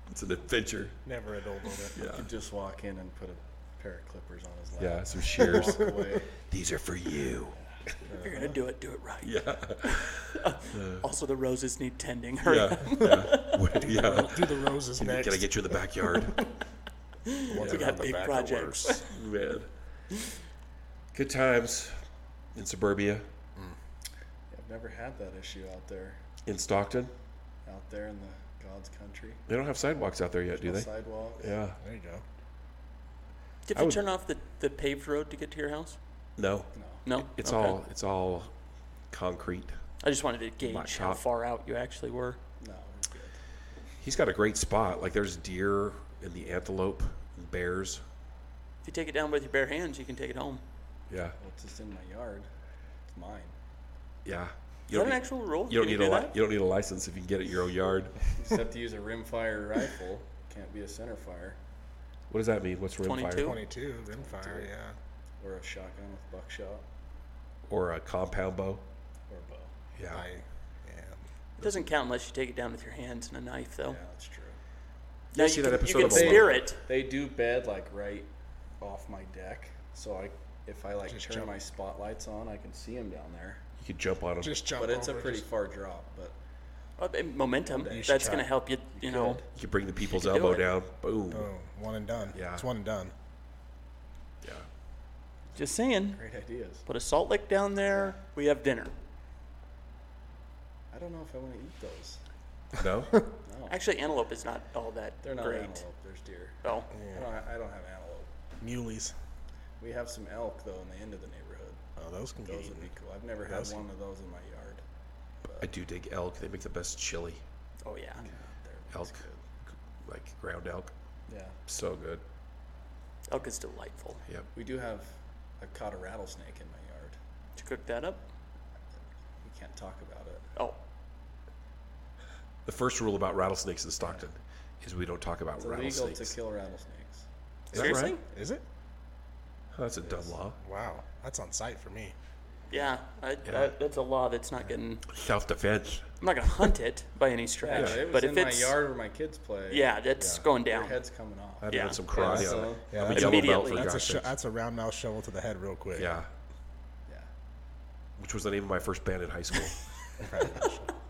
S4: It's an adventure.
S5: Never a dull moment.
S4: Yeah,
S6: You just walk in and put a pair of clippers on his lap.
S4: yeah, some shears.
S6: Walk away.
S4: These are for you.
S1: If you're gonna do it, do it right.
S4: Yeah,
S1: Also, the roses need tending. Hurry
S4: yeah, yeah. What- yeah.
S5: Do the roses next.
S4: Can I get you in the backyard?
S1: We got big projects.
S4: Man. Good times in suburbia,
S6: I've never had that issue out there.
S4: in Stockton.
S6: Out there in the God's country.
S4: They don't have sidewalks out there yet, do
S6: The
S4: they?
S6: sidewalk.
S4: Yeah.
S5: there you go.
S1: Did
S4: I
S1: you
S4: would-
S1: turn off the, the paved road to get to your house?
S4: No.
S1: No.
S4: It's
S1: Okay.
S4: all it's all concrete.
S1: I just wanted to gauge how
S4: top.
S1: far out you actually were.
S6: No, we're good.
S4: He's got a great spot. Like there's deer and the antelope and bears.
S1: If you take it down with your bare hands, you can take it home.
S4: Yeah.
S6: Well, it's just in my yard. It's mine.
S4: Yeah.
S1: Is that an actual rule?
S4: you don't
S1: Can
S4: need a
S1: do
S4: li-
S1: that?
S4: you don't need a license if you can get it at your own yard.
S6: You just have to use a rimfire rifle. Can't be a center fire
S4: What does that mean? What's rim fire?
S1: 22?
S5: Twenty-two. Then fire. Yeah.
S6: or a shotgun with buckshot
S4: Or a compound bow?
S6: or bow.
S4: Yeah.
S5: I, yeah.
S1: It doesn't count unless you take it down with your hands and a knife, though.
S6: Yeah, that's true.
S1: Now
S4: see that
S1: can,
S4: episode
S1: you
S4: of
S1: can
S4: Alone?
S1: spear it.
S6: They do bed like right off my deck, so I if I like
S5: Just
S6: turn
S5: jump.
S6: my spotlights on, I can see them down there.
S4: You could jump on them.
S5: Just jump.
S6: But it's a
S5: over,
S6: pretty
S5: just-
S6: far drop. But
S1: Well, and momentum. That's
S5: should
S1: going to
S5: try.
S1: help you. You know,
S4: You can bring the people's
S1: You can do
S4: elbow
S1: it.
S4: down. Boom.
S5: Boom. oh, One and done.
S4: Yeah.
S5: It's one and done.
S4: Yeah.
S1: just saying.
S6: Great ideas.
S1: Put a salt lick down there. We have dinner.
S6: I don't know if I want to eat those.
S4: No? Oh.
S1: Actually, antelope is not all that
S6: They're not
S1: great.
S6: antelope. There's deer.
S1: Oh,
S6: I, don't, I don't have antelope.
S5: Muleys.
S6: We have some elk though in the end of the neighborhood.
S5: Oh, those can get
S6: Those would
S5: eaten.
S6: be cool. I've never had
S5: Those-
S6: one of those in my yard.
S4: I do dig elk. They make the best chili.
S1: oh yeah.
S4: Elk. Like ground elk.
S6: Yeah.
S4: So good.
S1: Elk is delightful.
S4: Yep.
S6: We do have. I caught a rattlesnake in my yard.
S1: To cook that up.
S6: We can't talk about it.
S1: Oh,
S4: The first rule about rattlesnakes in Stockton is we don't talk about
S6: It's illegal
S4: rattlesnakes.
S6: to kill rattlesnakes.
S4: that
S1: seriously?
S4: right?
S5: Is it?
S4: Oh, that's a dumb law.
S5: Wow. That's on site for me.
S1: Yeah, I, That, that's a law that's not getting.
S4: Self defense.
S1: I'm not going to hunt it by any stretch.
S6: but it was
S1: but
S6: in
S1: if
S6: my
S1: it's
S6: yard where my kids play.
S1: yeah, that's going
S6: Their
S1: down.
S6: head's coming off.
S4: I'd
S1: Yeah.
S4: yeah. some karate
S6: Yeah,
S4: on
S6: so-
S4: it.
S5: Yeah,
S4: I'm a
S5: that's-
S4: yellow belt
S1: Immediately.
S4: for
S5: That's a
S4: God's
S5: sh-
S4: sake.
S5: that's a round mouth shovel to the head, real quick.
S4: Yeah.
S6: Yeah.
S4: Which was the name of my first band in high school.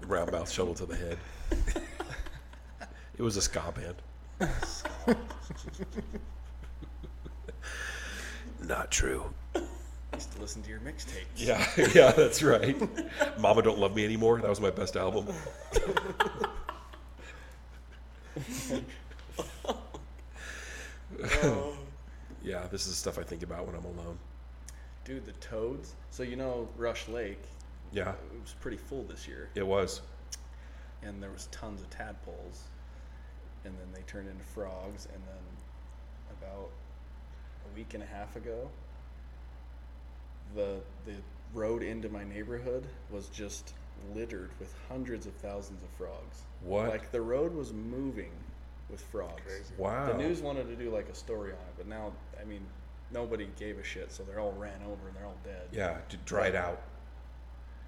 S4: Round mouth shovel to the head. it was a ska band. Not true.
S6: I used to listen to your mixtape.
S4: Yeah, yeah, that's right. Mama Don't Love Me Anymore. That was my best album. yeah, this is the stuff I think about when I'm alone.
S6: Dude, the toads. So you know Rush Lake,
S4: Yeah,
S6: it was pretty full this year,
S4: it was.
S6: and there was tons of tadpoles, and then they turned into frogs, and then about a week and a half ago, the the road into my neighborhood was just littered with hundreds of thousands of frogs.
S4: What?
S6: Like the road was moving with frogs.
S4: Wow.
S6: The news wanted to do like a story on it, but now I mean nobody gave a shit, so they're all ran over and they're all dead.
S4: Yeah, d- dried out.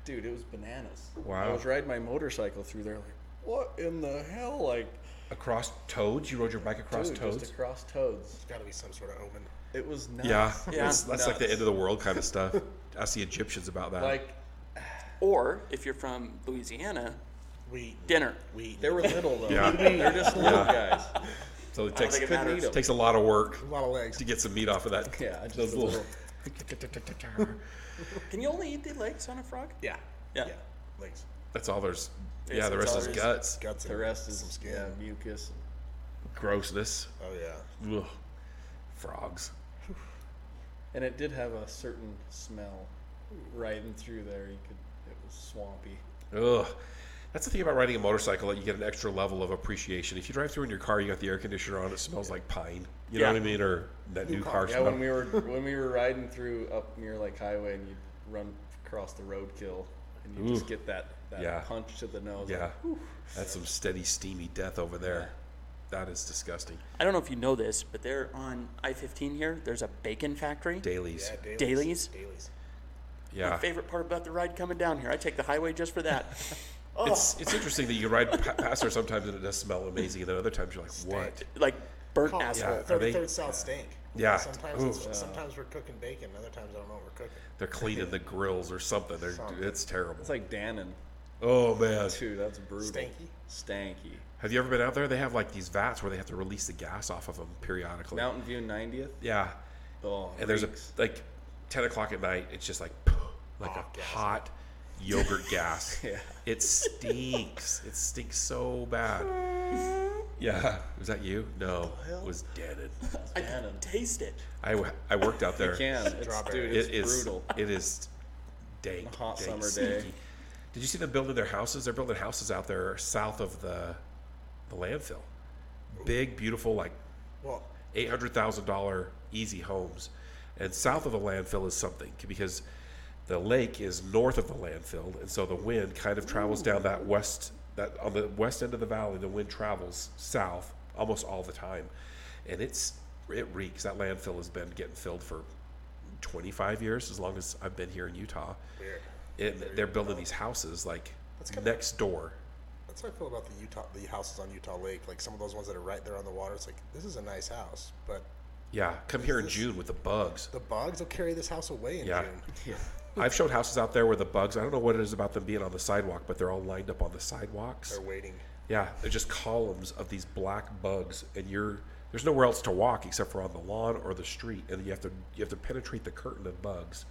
S6: Dude, it was bananas. I
S4: Wow.
S6: was riding my motorcycle through there, like, what in the hell? Like,
S4: Across toads? You rode your bike across
S6: dude,
S4: toads?
S6: just across toads.
S5: It's got to be some sort of omen.
S6: It was nuts.
S4: yeah,
S1: Yeah.
S4: That's, that's like the
S6: Nuts.
S4: end of the world kind of stuff. Ask the Egyptians about that.
S6: Like,
S1: Or if you're from Louisiana,
S5: We
S1: dinner.
S5: we
S6: they were little though.
S4: Yeah.
S6: They're just little guys.
S4: so it takes,
S1: think it
S4: couldn't
S1: matters.
S4: eat 'em. takes a lot of work
S5: a lot of legs.
S4: to get some meat off of that.
S6: Yeah, just
S4: those
S6: a
S4: little.
S6: little-
S1: Can you only eat the legs on a frog?
S5: Yeah.
S1: Yeah.
S5: Yeah. Legs.
S4: that's all there's.
S1: It's-
S4: Yeah, the
S1: it's
S4: rest
S1: all
S4: is
S1: there's-
S4: guts,
S5: Guts.
S6: The
S5: and-
S6: rest is
S5: Some skin.
S6: yeah, mucus.
S4: grossness.
S5: Oh yeah.
S4: Ugh. Frogs.
S6: And it did have a certain smell riding through there. You could, it was swampy.
S4: Ugh. That's the thing about riding a motorcycle that you get an extra level of appreciation. If you drive through in your car, you got the air conditioner on, it smells like pine. You know
S1: Yeah.
S4: what I mean? Or that new car
S6: Yeah,
S4: smell.
S6: when we were when we were riding through up near Lake Highway and you'd run across the roadkill and you just
S4: Ooh.
S6: get that, that
S4: Yeah.
S6: punch to the nose.
S4: yeah. That's some steady, steamy death over there. That is disgusting.
S1: I don't know if you know this, but they're on I-15 here. There's a bacon factory.
S4: Dailies.
S5: Yeah. Dailies.
S1: Dailies?
S5: Dailies.
S4: Yeah.
S1: Favorite part about the ride coming down here. I take the highway just for that.
S4: It's,
S6: Oh.
S4: it's interesting that you ride pa- past there sometimes and it does smell amazing, and then other times you're like, what?
S1: like burnt
S5: Oh,
S1: asshole.
S4: are
S5: Thirty
S4: they-
S5: third South Stank.
S4: Yeah.
S5: Sometimes
S4: Ooh.
S5: it's, sometimes we're cooking bacon. Other times I don't know what we're cooking.
S4: They're cleaning the grills or something. They're,
S5: Something.
S4: It's terrible.
S6: It's like Dannon
S4: oh, man.
S6: too. That's brutal.
S5: Stanky?
S6: Stanky.
S4: Have you ever been out there? They have like these vats where they have to release the gas off of them periodically.
S6: Mountain View 90th.
S4: Yeah.
S6: Oh,
S4: And there's a
S6: reeks.
S4: like ten o'clock at night. It's just like like a hot yogurt gas.
S6: Oh, Yeah.
S4: It stinks. it stinks so bad. Yeah. Was that you? No. It was Dannon.
S1: I can taste it.
S4: I, w- I worked out there.
S6: can. It's, dude, it's
S4: It is
S6: brutal.
S4: It is dank.
S6: A hot
S4: dank,
S6: summer day.
S4: stinky. Did you see them building their houses? They're building houses out there south of the the landfill. Big, beautiful, like
S5: Well,
S4: eight hundred thousand dollar easy homes, and south of the landfill is something because the lake is north of the landfill, and so the wind kind of travels down that west that on the west end of the valley. The wind travels south almost all the time, and it's it reeks. That landfill has been getting filled for twenty five years, as long as I've been here in Utah.
S5: weird.
S4: It, they're building these houses like
S5: That's kinda-
S4: next door.
S5: That's how I feel about the Utah, the houses on Utah Lake. Like some of those ones that are right there on the water. It's like this is a nice house, but
S4: Yeah, come here in
S5: this-
S4: June with the bugs.
S5: the bugs will carry this house away in
S4: Yeah.
S5: June.
S4: I've showed houses out there where the bugs, I don't know what it is about them being on the sidewalk, but they're all lined up on the sidewalks.
S5: They're waiting.
S4: Yeah, they're just columns of these black bugs, and you're there's nowhere else to walk except for on the lawn or the street, and you have to you have to penetrate the curtain of bugs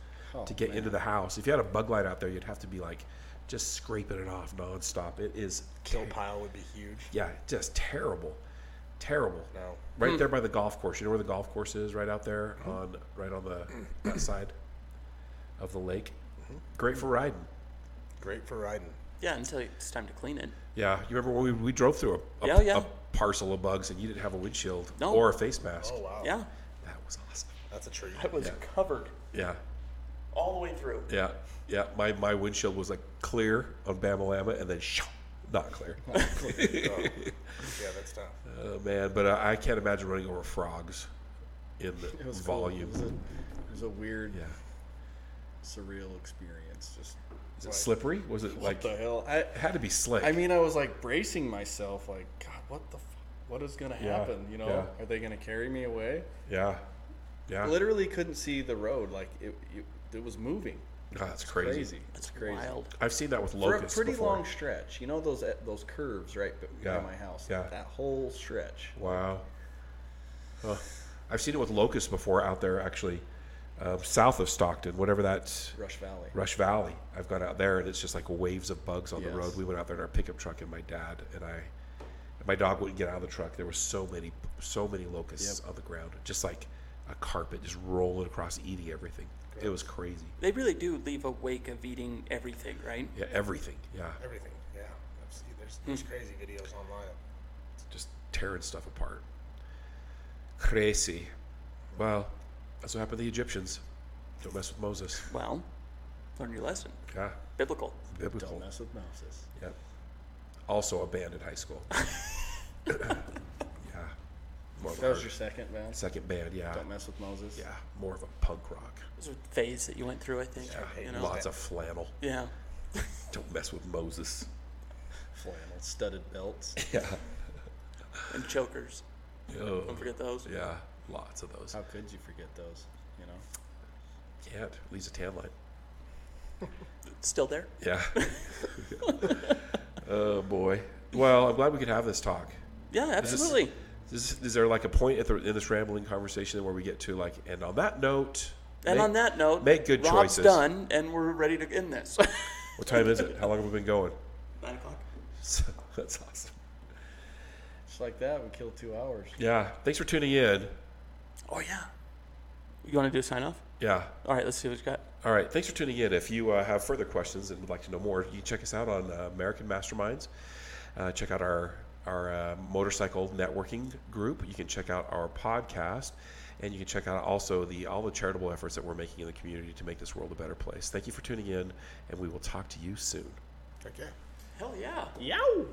S4: to get into the house. If you had a bug light out there, you'd have to be like just scraping it off nonstop. It is
S5: Kill pile would be huge.
S4: yeah, just terrible, terrible.
S5: No.
S1: Hmm.
S4: Right there by the golf course. You know where the golf course is? Right out there
S1: Mm-hmm.
S4: on right on the that side of the lake.
S1: Mm-hmm.
S4: Great for riding.
S5: Great for riding.
S1: Yeah, until it's time to clean it.
S4: Yeah, you remember when we, we drove through a, a,
S1: Yeah, yeah.
S4: a parcel of bugs and you didn't have a windshield
S1: No.
S4: or a face mask.
S5: Oh wow.
S1: Yeah.
S4: That was awesome.
S5: That's a treat.
S1: I was covered
S4: Yeah,
S1: all the way through.
S4: yeah, yeah. My my windshield was like clear on Bamalama and then shoo, not clear.
S5: Yeah, that's tough.
S4: Oh man, but I, I can't imagine running over frogs in the volume.
S6: It was a, it was a weird,
S4: Yeah,
S6: surreal experience. Just
S4: is it slippery? Was it
S6: what
S4: like?
S6: the
S4: It
S6: hell? I
S4: had to be slick.
S6: I mean, I was like bracing myself, like God, what the, f- what is gonna
S4: Yeah,
S6: happen? You know,
S4: yeah.
S6: are they gonna carry me away?
S4: yeah, yeah.
S6: Literally couldn't see the road. Like it, it, it was moving.
S4: Ah, that's
S6: Crazy.
S4: crazy.
S1: That's
S6: crazy.
S1: wild.
S4: I've seen that with
S6: For a
S4: locusts
S6: pretty
S4: before.
S6: long stretch, you know those eh, those curves right b-
S4: Yeah,
S6: by my house.
S4: yeah.
S6: That whole stretch.
S4: Wow. Huh. I've seen it with locusts before out there, actually, uh, south of Stockton, whatever that
S6: Rush Valley.
S4: Rush Valley. I've gone out there, and it's just like waves of bugs on the
S6: Yes.
S4: road. We went out there in our pickup truck, and my dad and I, and my dog wouldn't get out of the truck. There were so many, so many locusts on the ground, just like a carpet, just rolling across, eating everything. It was crazy.
S1: They really do leave a wake of eating everything, right?
S4: Yeah, everything. Yeah,
S5: Everything. Yeah. I've seen- There's, there's crazy videos online.
S4: just tearing stuff apart. Crazy. Well, that's what happened to the Egyptians. Don't mess with Moses.
S1: Well, learn your lesson.
S4: Yeah,
S1: Biblical.
S4: biblical.
S6: Mess with Moses.
S4: Yep. Also abandoned high school. yeah. More of a
S6: That was
S4: hard-
S6: your second band.
S4: second band. Yeah.
S6: Don't mess with Moses.
S4: Yeah. More of a punk rock.
S1: It was a phase that you went through, I think. You know?
S4: Lots of flannel.
S1: Yeah.
S4: Don't mess with Moses.
S6: Flannel studded belts.
S4: Yeah.
S1: And chokers.
S4: Oh,
S1: Don't forget those.
S4: yeah. Lots of those.
S6: How could you forget those? You know.
S4: Can't. Leaves a tan line.
S1: Still there?
S4: Yeah. oh boy. Well, I'm glad we could have this talk.
S1: Yeah,
S4: Is this-
S1: absolutely.
S4: Is, is there like a point at the, in this rambling conversation where we get to like, and on that note,
S1: And
S4: make-
S1: on that note,
S4: make good
S1: Rob's
S4: choices.
S1: done, and we're ready to end this.
S4: what time is it? How long have we been going?
S1: Nine o'clock.
S4: that's awesome.
S6: Just like that, we killed two hours.
S4: Yeah. Thanks for tuning in.
S1: Oh, yeah. You want to do a sign off?
S4: Yeah.
S1: All right, let's see what you got.
S4: All right. Thanks for tuning in. If you uh, have further questions and would like to know more, you can check us out on uh, American Masterminds. Uh, check out our our uh, motorcycle networking group. You can check out our podcast, and you can check out also the all the charitable efforts that we're making in the community to make this world a better place. Thank you for tuning in, and we will talk to you soon.
S5: Okay.
S1: Hell yeah.
S11: Yow!